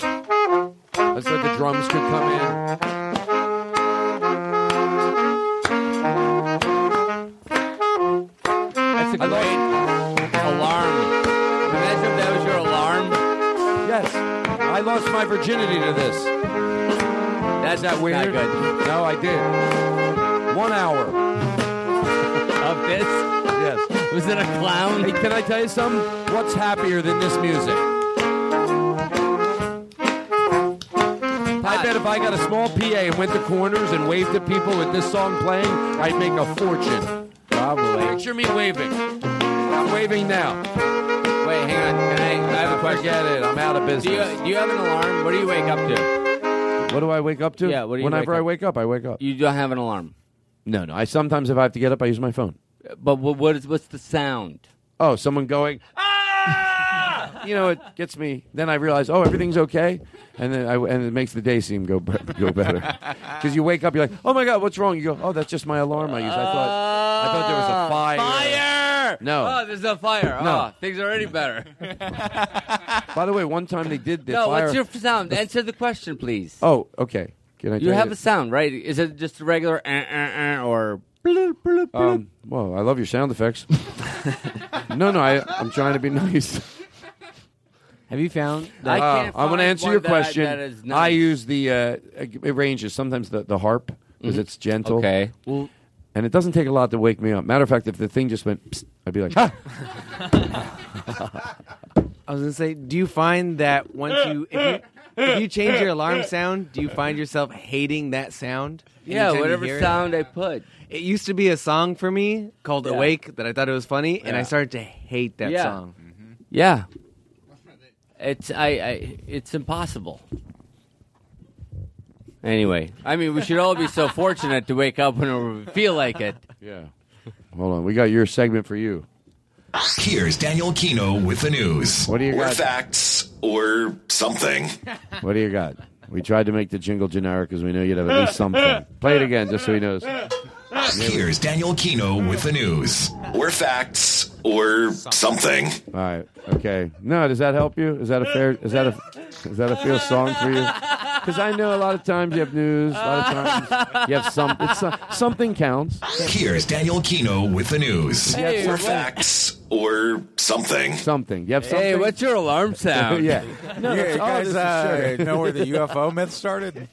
I said the drums could come in. That's a great alarm. Imagine if that was your alarm. Yes. I lost my virginity to this. That's Is that weird? Not good. No, I did. One hour. Of this. Yes. Was it a clown? Hey, can I tell you something? What's happier than this music? I bet if I got a small PA and went to corners and waved at people with this song playing, I'd make a fortune. Probably. Picture me waving. I'm waving now. Wait, hang on. Can I, I have a question. Forget it. I'm out of Do you, business. do you have an alarm? What do you wake up to? what do I wake up to? Yeah, what do you Whenever wake I up- wake up, I wake up. You don't have an alarm. No, no. I sometimes if I have to get up, I use my phone. But what, what is what's the sound? Oh, someone going. "Ah!" you know, it gets me. Then I realize, oh, everything's okay, and then I, and it makes the day seem go be- go better. Because you wake up, you're like, oh my god, what's wrong? You go, oh, that's just my alarm I use. I thought I thought there was a fire. Fire! No. Oh, there's a fire. No. Oh, things are already better. By the way, one time they did the Uh. no, fire. what's your f- sound? Answer the question, please. Oh, okay. Can I? you tell have a sound, right? Is it just a regular uh, uh, uh, or bloop, bloop, bloop? Um, well, I love your sound effects. no, no, I, I'm trying to be nice. Have you found? I Uh, can't I'm going find to answer one your that I- question. that is I nice. use the uh, it ranges sometimes the the harp because Mm-hmm. Mhm. it's gentle. Okay. And it doesn't take a lot to wake me up. Matter of fact, if the thing just went, psst, I'd be like, ha! I was gonna say, do you find that once you if, you if you change your alarm sound, do you find yourself hating that sound? Yeah, anytime you whatever hear it? sound I put. It? used to be a song for me called Yeah. "Awake" that I thought it was funny, and I Yeah. started to hate that Yeah. song. Yeah. It's I, I it's impossible. Anyway, I mean, we should all be so fortunate to wake up whenever we feel like it. Yeah. Hold on, we got your segment for you. Here's Daniel Kino with the news. What do you or got? facts or something. What do you got? We tried to make the jingle generic because we know you'd have at least something. Play it again just so he knows. Here's Daniel Kino with the news. Or facts or something. All right. Okay. No, does that help you? Is that a fair? Is that a? Is that a fair song for you? Because I know a lot of times you have news. A lot of times you have some. It's some something counts. Here's Daniel Kino with the news. Hey, or what- facts or something. Something. You have something. Hey, what's your alarm sound? yeah. you that's- oh, this guys is uh, sugar. know where the UFO myth started?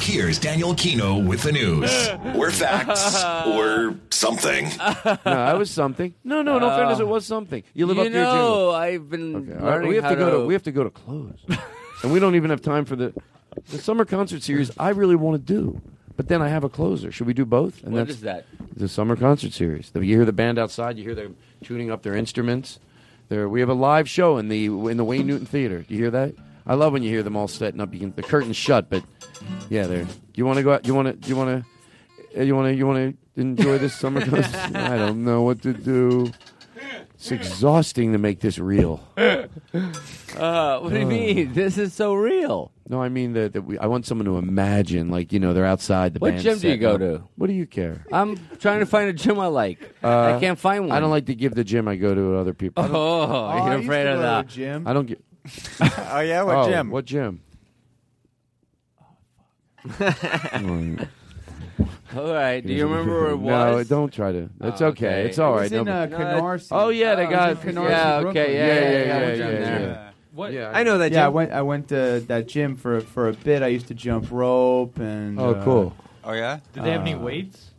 Here's Daniel Kino with the news. or facts or something. No, that was something. No, no, no. Oh. fairness, it was something. You live you up to your jingle. know, I've been Okay, all right, learning we have how to go to, we have to go to close, and we don't even have time for the the summer concert series. I really want to do, but then I have a closer. Should we do both? And What is that? The summer concert series. The- You hear the band outside. You hear them tuning up their instruments. There, we have a live show in the in the Wayne Newton Theater. Do you hear that? I love when you hear them all setting up. You can, the curtain's shut, but yeah, there. You want to go out? You want to? You want to? You want to? You want to enjoy this summer concert? I don't know what to do. It's exhausting to make this real. Uh. Uh, what do you mean? This is so real. No, I mean that, that we, I want someone to imagine, like you know, they're outside the. What band gym do you set go up. to? What do you care? I'm trying to find a gym I like. I Uh, can't find one. I don't like to give the gym I go to other people. I don't- Oh, I you're used afraid to of go to that. a gym. I don't get. oh yeah, what Oh, gym? What gym? Mm. All right. Do you remember where it No, was? don't try to. It's Oh, okay. okay. It's all It right. was in, No- uh, Canarsie. Oh yeah, they Oh, got. it was in Canarsie, yeah, okay, Brooklyn. yeah, Yeah, yeah, yeah, yeah, I've yeah, done yeah, that. yeah. What? Yeah, I know that Yeah, I gym. went. I went to that gym for for a bit. I used to jump rope and. Oh, uh, cool. Oh yeah. Did they have any uh, weights?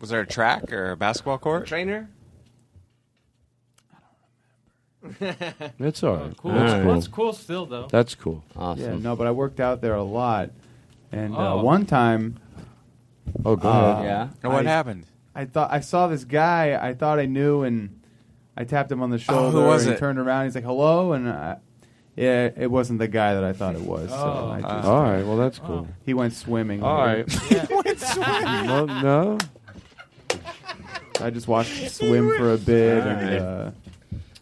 Was there a track or a basketball court? Trainer. That's all right. cool. That's That's cool. cool still, though. That's cool. Yeah, no, but I worked out there a lot, and uh, Oh. one time. Oh, go uh, ahead. Yeah. And what I- happened? I thought I saw this guy. I thought I knew, and I tapped him on the shoulder. was and it? He turned around. He's like, "Hello," and I, yeah, it wasn't the guy that I thought it was. Oh, so I just, all right. Well, that's cool. Oh. He went swimming. All right. Well, no. I just watched swim for a bit. All right. And, uh,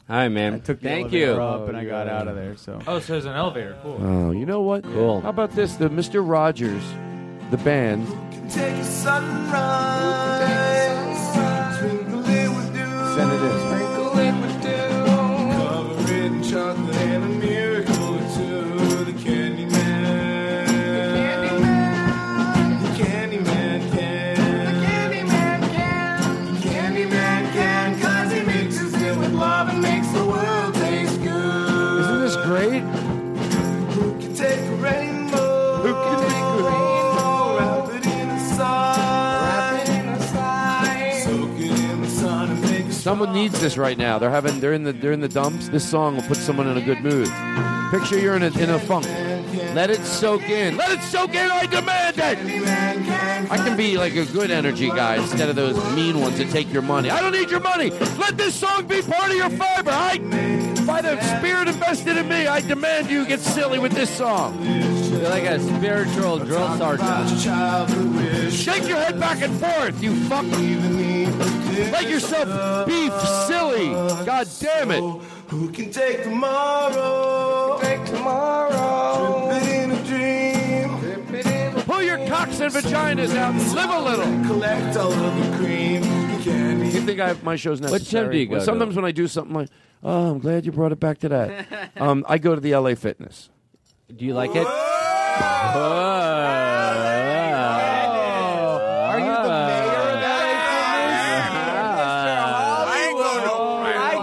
All right, man. I took the Thank elevator you. up, and I got out of there. So Oh, so there's an elevator. Cool. Oh, you know what? Cool. How about this? The Mister Rogers, the band. Take a sunrise. Twinkle it with dew. Send it in. Sprinkle it with dew. Cover it in chocolate and a miracle or two. The Candyman. The Candyman can. The Candyman can. The Candyman can. Cause he mixes it with love and makes the world taste good. Isn't this great? Who can take a rainbow? Who can take a rainbow? Wrap it in a sigh. Wrap it in a sigh. Soak it in the sun and make a Someone needs this right now. They're having they're in the they're in the dumps. This song will put someone in a good mood. Picture you're in a in a funk. Let it soak in. Let it soak in. I demand it. I can be like a good energy guy instead of those mean ones that take your money. I don't need your money. Let this song be part of your fiber. I by the spirit invested in me, I demand you get silly with this song. You're like a spiritual drill sergeant. childhood wish. Shake your head back and forth, you fuck. Make yourself beef silly. God damn it. Who can take tomorrow? Take tomorrow. Trip it in a dream. Trip it in a Pull your cocks and vaginas out and live a little. Collect all of the cream. The candy. You think I my show's gym necessary? do you go Well, to? Sometimes when I do something like, oh, I'm glad you brought it back to that. um, I go to the LA Fitness. Do you like it? Whoa. Are you the mayor of I ain't going to. Oh, I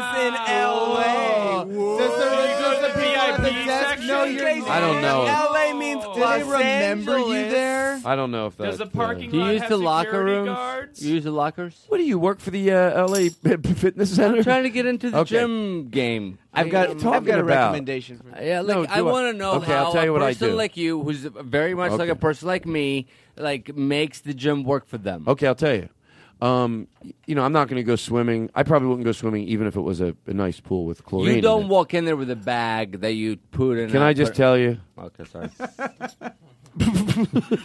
go get fitness in L.A. Does the, does the people at the desk know your name? I don't know. L.A. means Do they remember you there? I don't know if Does that's. the parking Do you lot use have the locker security rooms? guards? You use the lockers? What do you work for the uh, LA Fitness Center? I'm trying to get into the Okay. gym game. I've What are got, you I've got a talking about? recommendation. For Yeah, like No, I do I- want to know Okay, how I'll tell you a what I person do. like you, who's very much like Okay. a person like me, like makes the gym work for them. Okay, I'll tell you. Um, y- you know, I'm not going to go swimming. I probably wouldn't go swimming even if it was a, a nice pool with chlorine. You in don't it. walk in there with a bag that you put in. Can I just tell you? Okay, sorry.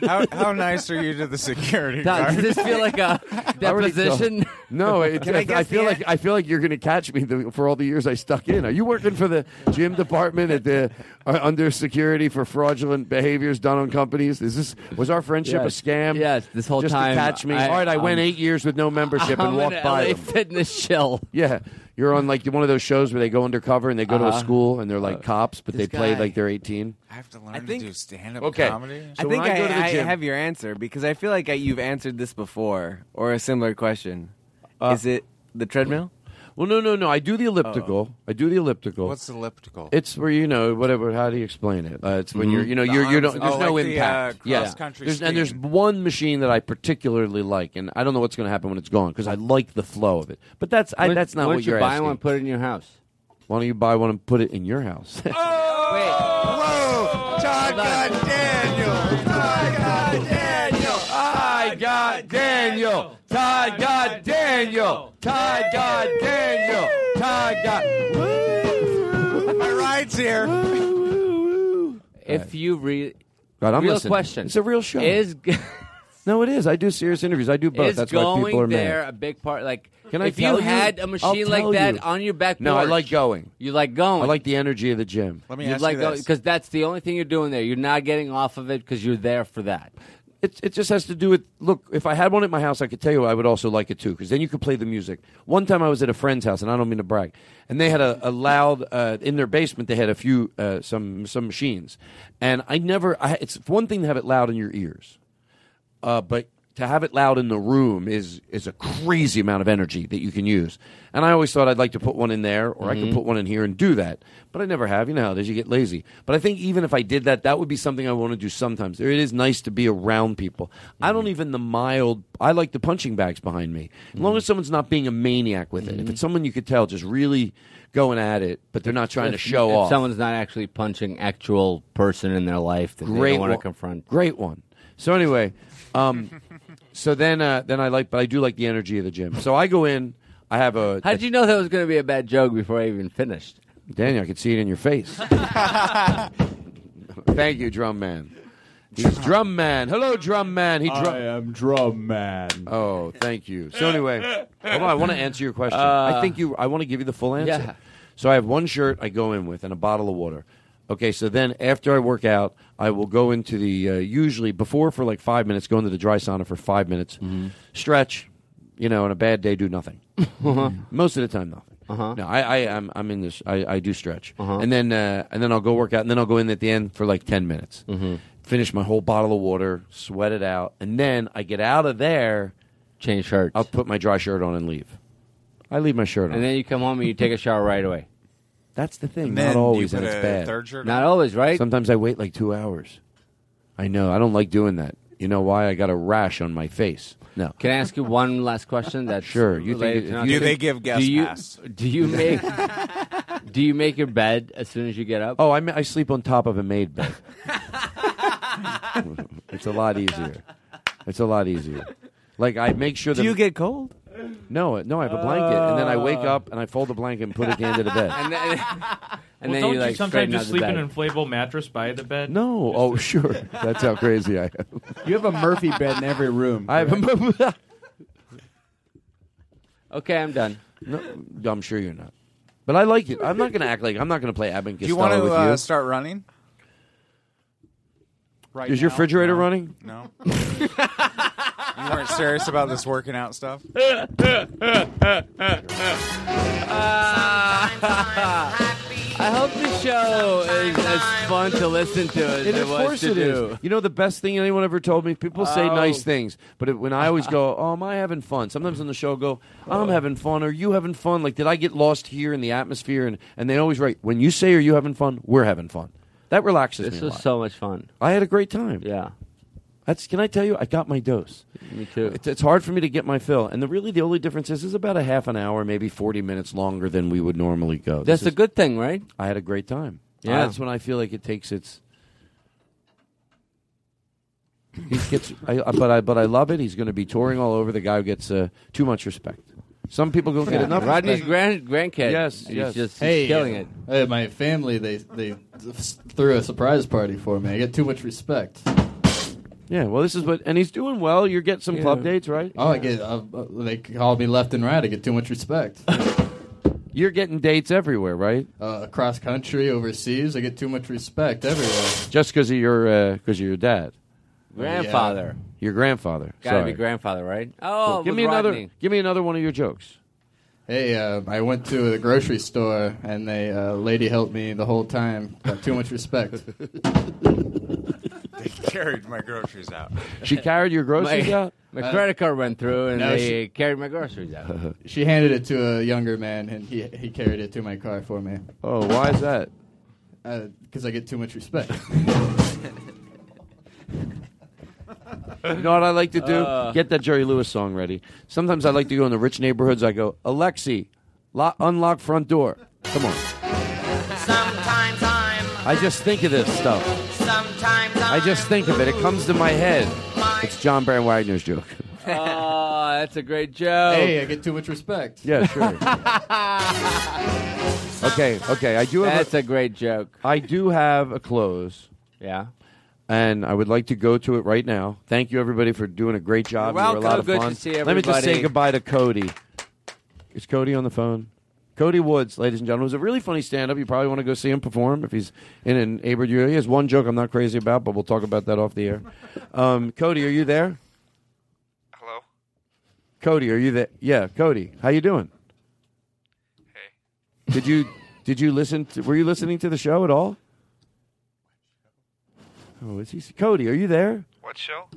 How, how nice are you to the security Doc, guard? does this feel like a I already deposition? don't- No, it, Can I I, guess feel the like I feel like you're going to catch me the, for all the years I stuck in. Are you working for the gym department at the uh, under security for fraudulent behaviors done on companies? Is this was our friendship Yes. a scam? Yes, this whole just time, to catch me. I- um, all right, I um, went I'm- eight years with no membership I'm and walked an by LA them. fitness shell. Yeah, you're on like one of those shows where they go undercover and they go to Uh-huh. a school and they're like cops, but they this play guy. like they're 18. I have to learn think- to do stand-up Okay. comedy. So I think when I I, go to the I gym- have your answer because I feel like I, you've answered this before or a similar question. Is it the treadmill? Uh, Well, no, no, no. I do the Oh. elliptical. I do the elliptical. What's elliptical? It's where you know whatever. How do you explain it? Uh, it's when you're you know The you're you arms don't and- there's oh, no like the, impact. uh, yeah, cross-country There's- and there's skiing. one machine that I particularly like, and I don't know what's going to happen when it's gone because I like the flow of it. But that's I, Why- that's not why don't what you you're buy asking. one, put it in your house. Why don't you buy one and put it in your house? Oh! Whoa, Todd got Daniel. Todd got Daniel. I got Daniel. Ty got Daniel. Ty got Daniel. Ty got. My ride's here. If you read, God, I'm real listening. question. It's a real show. Is No, it is. I do serious interviews. I do both. Is That's going why people are there mad. a big part? Like, Can I if tell you had you? a I'll machine like tell that you. on your back porch, No, I like going. You like going. I like the energy of the gym. Let you like because that's the only thing you're doing there. You're not getting off of it because you're there for that. It, it just has to do with look. If I had one at my house, I could tell you I would also like it too, because then you could play the music. One time I was at a friend's house, and I don't mean to brag, and they had a, a loud uh, in their basement. They had a few uh, some some machines, and I never. I, it's one thing to have it loud in your ears, uh, but to have it loud in the room is is a crazy amount of energy that you can use. And I always thought I'd like to put one in there, or I Mhm. could put one in here and do that. But I never have. You know how it is. You get lazy. But I think even if I did that, that would be something I want to do sometimes. It is nice to be around people. I Mm-hmm. don't even the mild. I like the punching bags behind me, as Mm-hmm. long as someone's not being a maniac with it. If it's someone you could tell just really going at it, but they're not trying to If- show if off. someone's not actually punching actual person in their life that they great don't want to one. confront. Great one. So anyway, um, so then uh, then I like, but I do like the energy of the gym. So I go in. I have a. How did you know that was going to be a bad joke before I even finished? Daniel, I could see it in your face. Thank you, drum man. He's drum man. Hello, drum man. He drum. I am drum man. Oh, thank you. So anyway, hold on. I want to answer your question. Uh, I think you. I want to give you the full answer. Yeah. So I have one shirt I go in with and a bottle of water. Okay, so then after I work out, I will go into the uh, usually before for like five minutes, go into the dry sauna for five minutes, Mm-hmm. stretch. You know, on a bad day, do nothing. Uh-huh. Most of the time, nothing. No, I, I I'm I'm in this. I, I do stretch, Uh-huh. and then uh, and then I'll go work out, and then I'll go in at the end for like ten minutes, Mm-hmm. finish my whole bottle of water, sweat it out, and then I get out of there, change shirts. I'll put my dry shirt on and leave. I leave my shirt on. And then you come home and you take a shower right away. That's the thing. And Not then always, you and put it's a bad. third shirt Not on? always, right? Sometimes I wait like two hours. I know. I don't like doing that. You know why? I got a rash on my face. No. Can I ask you one last question? That's Sure. You think related it- to if nothing? you- Do they give gas do you, pass? Do you make do you make your bed as soon as you get up? Oh, I, ma- I sleep on top of a maid bed. it's a lot easier. It's a lot easier. Like I make sure that Do you get cold? no, no. I have a blanket, and then I wake up and I fold the blanket and put it at the end of the bed. and then, and well, then don't you, like, sometimes straighten just out the sleep in bed. an inflatable mattress by the bed? No. Oh, sure. That's how crazy I am. You have a Murphy bed in every room. I have a Murphy. okay, I'm done. No, I'm sure you're not. But I like it. I'm not going to act like I'm not going to play Abbott Do Costello you want to with uh, you. start running? Right Is your now? refrigerator No. running? No. you weren't serious about this working out stuff. I hope the show is as fun to listen to as it, of was course to it is. do. You know the best thing anyone ever told me. People say Oh. nice things, but it, when I always go, "Oh, am I having fun?" Sometimes on the show, I'll go, "I'm having fun," or "You having fun?" Like, did I get lost here in the atmosphere? And and they always write, "When you say are you having fun, we're having fun." That relaxes me. This a was lot. so much fun. I had a great time. Yeah. That's can I tell you? I got my dose. Me too. It's, it's hard for me to get my fill, and the really the only difference is is about a half an hour, maybe forty minutes longer than we would normally go. That's This a is- good thing, right? I had a great time. Yeah. that's when I feel like it takes its. He gets, I, I- but I but I love it. He's going to be touring all over. The guy who gets uh, too much respect. Some people don't get Yeah. enough. Rodney's respect. grand grandkid. Yes, he's yes. just Hey, he's killing it. uh, my family they they threw a surprise party for me. I get too much respect. Uh, Yeah, well, this is what, and he's doing well. You're getting some club dates, right? Oh, I get uh, uh, they call me left and right. I get too much respect. You're getting dates everywhere, right? Uh, across country, overseas, I get too much respect everywhere. Just because of your because of your dad, Grandfather. your grandfather. Gotta Sorry. be grandfather, right? Oh, give with me another. Rodney. Give me another one of your jokes. Hey, uh, I went to the grocery store and they uh, lady helped me the whole time. Got too much respect. They carried my groceries out. She carried your groceries my, out. My credit card went through, and no, they she- carried my groceries out. She handed it to a younger man and he he carried it to my car for me. Oh, why is that? Because I get too much respect. You know what I like to do? Uh. Get that Jerry Lewis song ready. Sometimes I like to go in the rich neighborhoods. I go, Alexi, lo- unlock front door. Come on. Sometimes I'm, I just think of this stuff. sometimes I I'm. just think of it. It comes to my head. It's John Baron Wagner's joke. oh, that's a great joke. Hey, I get too much respect. Yeah, sure. okay, okay. I do have. That's a great joke. I do have a close. Yeah. and I would like to go to it right now. Thank you, everybody, for doing a great job. You're You were a lot welcome. of Good fun. to see Let me just say everybody. goodbye to Cody. Is Cody on the phone? Cody Woods, ladies and gentlemen, was a really funny stand-up. You probably want to go see him perform if he's in an Abert. He has one joke I'm not crazy about, but we'll talk about that off the air. Um, Cody, are you there? Hello. Cody, are you there? Yeah, Cody, how you doing? Hey. Did you did you listen? To, were you listening to the show at all? Oh, is he? Cody, are you there? What show?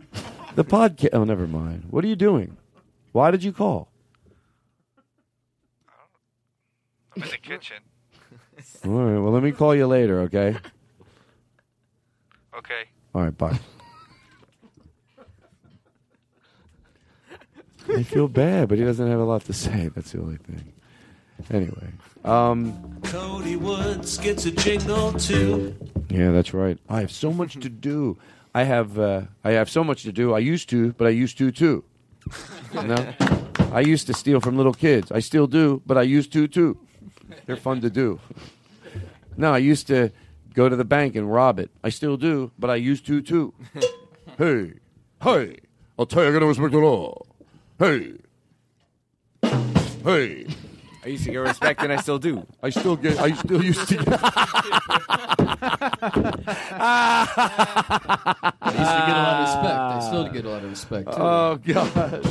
The podcast. Oh, never mind. What are you doing? Why did you call? I'm in the kitchen. All right. Well, let me call you later. Okay. Okay. All right. Bye. I feel bad, but he doesn't have a lot to say. That's the only thing. Anyway. Um. Cody Woods gets a jingle too. Yeah, that's right. I have so much to do. I have uh, I have so much to do. I used to, but I used to too. You know, I used to steal from little kids. I still do, but I used to too. They're fun to do. No, I used to go to the bank and rob it. I still do, but I used to too. hey, hey, I'll tell you, I gotta respect the law. Hey, hey. I used to get respect, and I still do. I still get. I still used to. Get, I used to get a lot of respect. I still get a lot of respect. Too. Oh, God.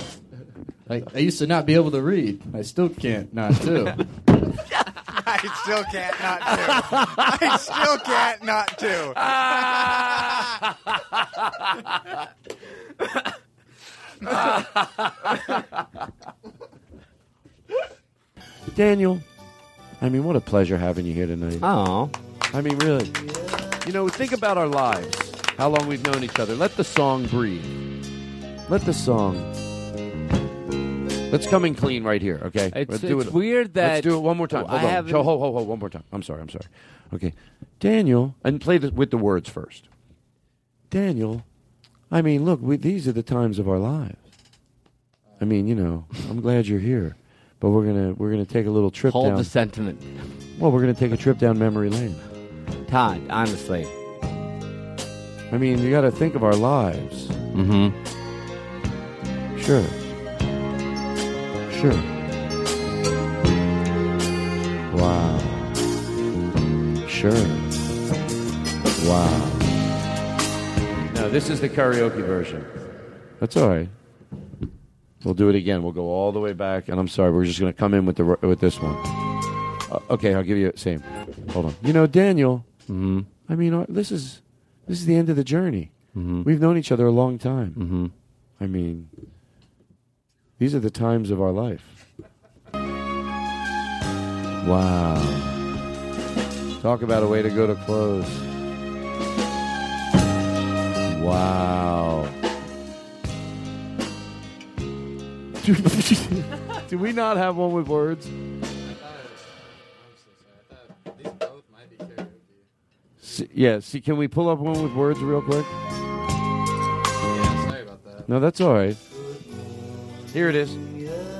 I, I used to not be able to read. I still can't not do. I still can't not to. I still can't not to. Daniel, I mean, what a pleasure having you here tonight. Oh, I mean, really. You know, think about our lives. How long we've known each other. Let the song breathe. Let the song. Let's come in clean right here, okay? It's- Let's do it's it. weird Let's that- do it one more time. I Hold on. haven't- Ho, ho, ho, ho, one more time. I'm sorry. I'm sorry. Okay, Daniel, and play the, with the words first. Daniel, I mean, look, we, these are the times of our lives. I mean, you know, I'm glad you're here, but we're gonna we're gonna take a little trip. Hold down. the sentiment. Well, we're gonna take a trip down memory lane. Todd, honestly. I mean, you got to think of our lives. Mm-hmm. Sure. Sure. Wow. Sure. Wow. No, this is the karaoke version. That's all right. We'll do it again. We'll go all the way back, and I'm sorry, we're just going to come in with the with this one. Uh, okay, I'll give you same. Hold on. You know, Daniel. Mm-hmm. I mean, uh, this is this is the end of the journey. We've known each other a long time. Mm-hmm. I mean, these are the times of our life. Wow. Talk about a way to go to close. Wow. Do we not have one with words? See, yeah, see, can we pull up one with words real quick? Yeah, sorry about that. No, that's all right. Here it is.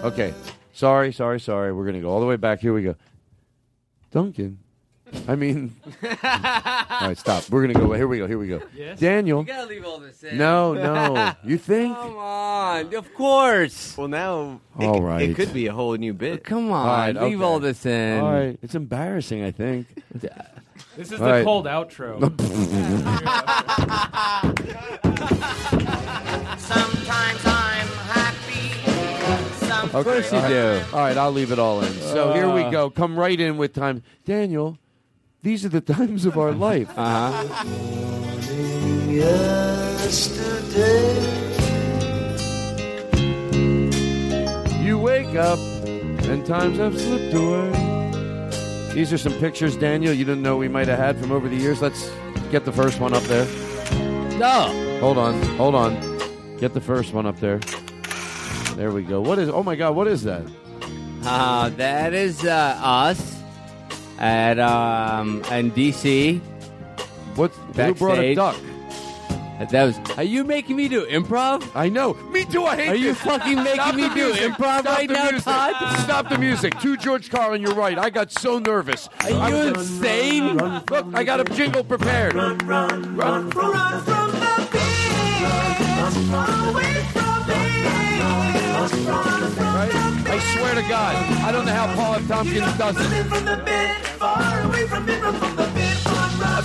Okay. Sorry, sorry, sorry. We're going to go all the way back. Here we go. Duncan. I mean, all right, stop. We're going to go. Here we go. Here we go. Yes? Daniel. You gotta leave all this in. No, no. You think? Come on, of course. Well, now it, All c- right. it could be a whole new bit. Come on, leave all this in. All right. It's embarrassing, I think. This is All the right. cold outro. Sometimes I'm happy. Sometimes Of course you I'm do. All right, I'll leave it all in. So here Uh. we go. Come right in with time. Daniel, these are the times of our life. Uh-huh. You wake up and times have slipped away. These are some pictures, Daniel, you didn't know we might have had from over the years. Let's get the first one up there. No. Hold on. Hold on. Get the first one up there. There we go. What is Oh my god, what is that? Uh, that is uh, us at um in DC. What's who brought a duck? That was. Are you making me do improv? I know. Me too. I hate Are you this. fucking making Stop me the do music. improv Stop right the now, music. Todd? Stop the music. To George Carlin, you're right. I got so nervous. Are you insane? Look, I got a jingle prepared. Run, run, run, run, run, run, Right? I swear to God, I don't know how Paul F. Tompkins does it. I'm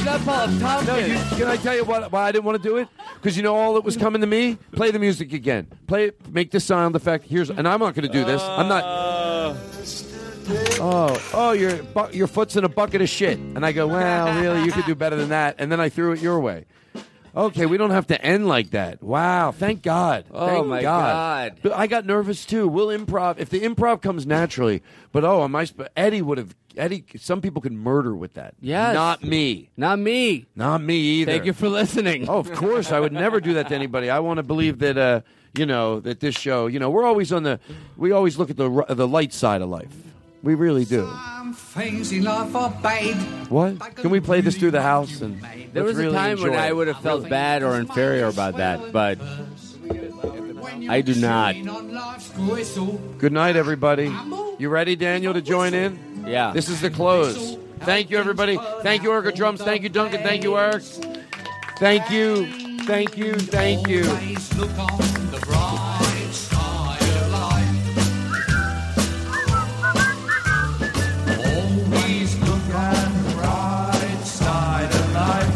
not Paul F. Tompkins. No, you, can I tell you what, why I didn't want to do it? Because you know all that was coming to me? Play the music again. Play it, make the sound effect. Here's, and I'm not going to do this. I'm not. Uh. Oh, oh, your bu- your foot's in a bucket of shit, and I go, well, really, you could do better than that, and then I threw it your way. Okay, we don't have to end like that. Wow, thank God. Oh, Thank my God. But I got nervous too. We'll improv if the improv comes naturally. But oh, am I? Sp- Eddie would have. Eddie. Some people could murder with that. Yes. Not me. Not me. Not me either. Thank you for listening. Oh, of course. I would never do that to anybody. I want to believe that, uh, you know, that this show, you know, we're always on the, we always look at the, ri- the light side of life. We really do. Things enough obeyed. What? Can we play this through the house? And There was let's a really time when enjoy I it? would have felt bad or inferior about that, but I do not. Good night, everybody. You ready, Daniel, to join in? Yeah. This is the close. Thank you, everybody. Thank you, Erica Drums. Thank you, Duncan. Thank you, Eric. Thank you. Thank you. Thank you. Always look on the bright side of life.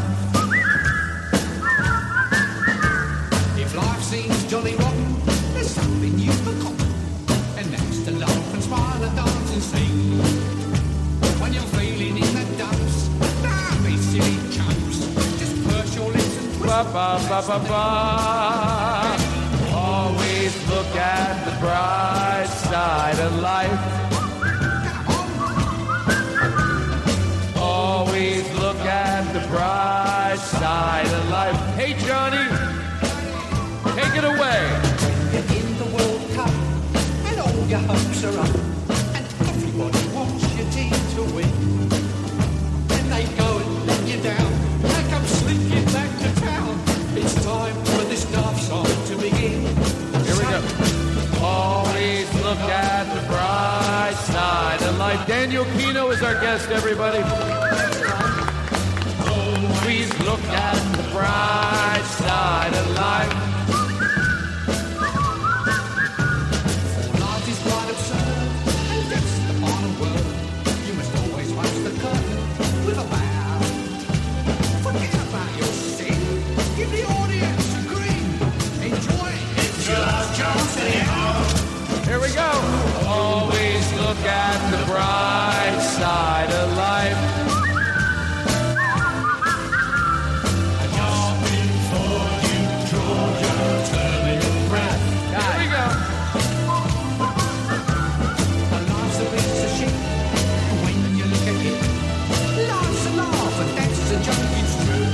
If life seems jolly rotten, there's something you've forgotten. And that's to laugh and smile and dance and sing. When you're feeling in the dumps, don't be silly chumps. Just purse your lips and Ba, ba, ba, ba, ba. Always look at the bright side of life. Always look at the bright side of life. Hey, Johnny, take it away. In the World Cup, and all your hopes are up, and everybody wants your team to win. Then they go and let you down. They come sneaking back to town. It's time for this love song to begin. Here we go. Always look at the bright side of life. Daniel Kino is our guest, everybody. Always look at the bright side of life. For life is quite absurd, and that's the final word. You must always watch the curtain with a bow. Forget about your sin, give the audience a grin. Enjoy it. It's your last chance anyhow. Here we go. Always look at the bright side of life. Here we go. A life's a piece of shit. and When you look at it, life's a laugh, and that's the joke, it's true.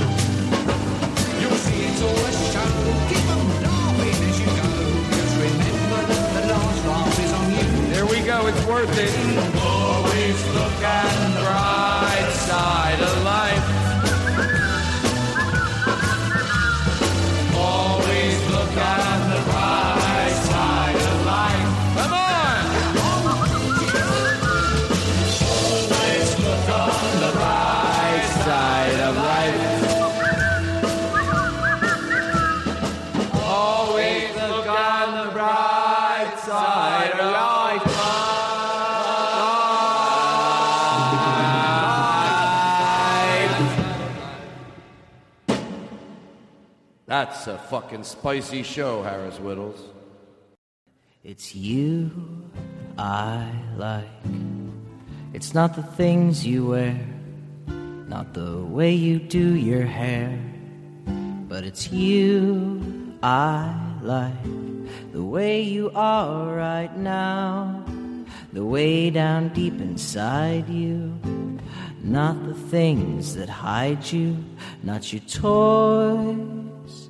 You'll see it's all a show. Keep on laughing as you go. Just remember that the last laugh is on you. There we go. It's worth it. Always look at the bright side of life. Always look at the bright side of life. Come on! Always look on the bright side of life. Always look on the bright side of life. That's a fucking spicy show, Harris Whittles. It's you I like. It's not the things you wear, not the way you do your hair, but it's you I like. The way you are right now, the way down deep inside you, not the things that hide you, not your toys,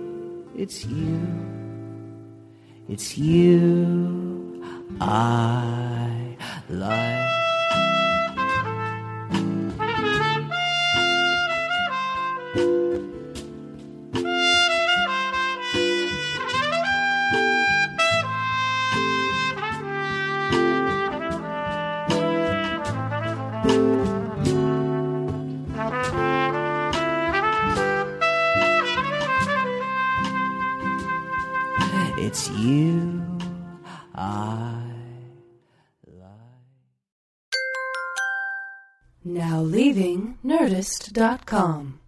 it's you. It's you I like. It's you I Now leaving Nerdist.com.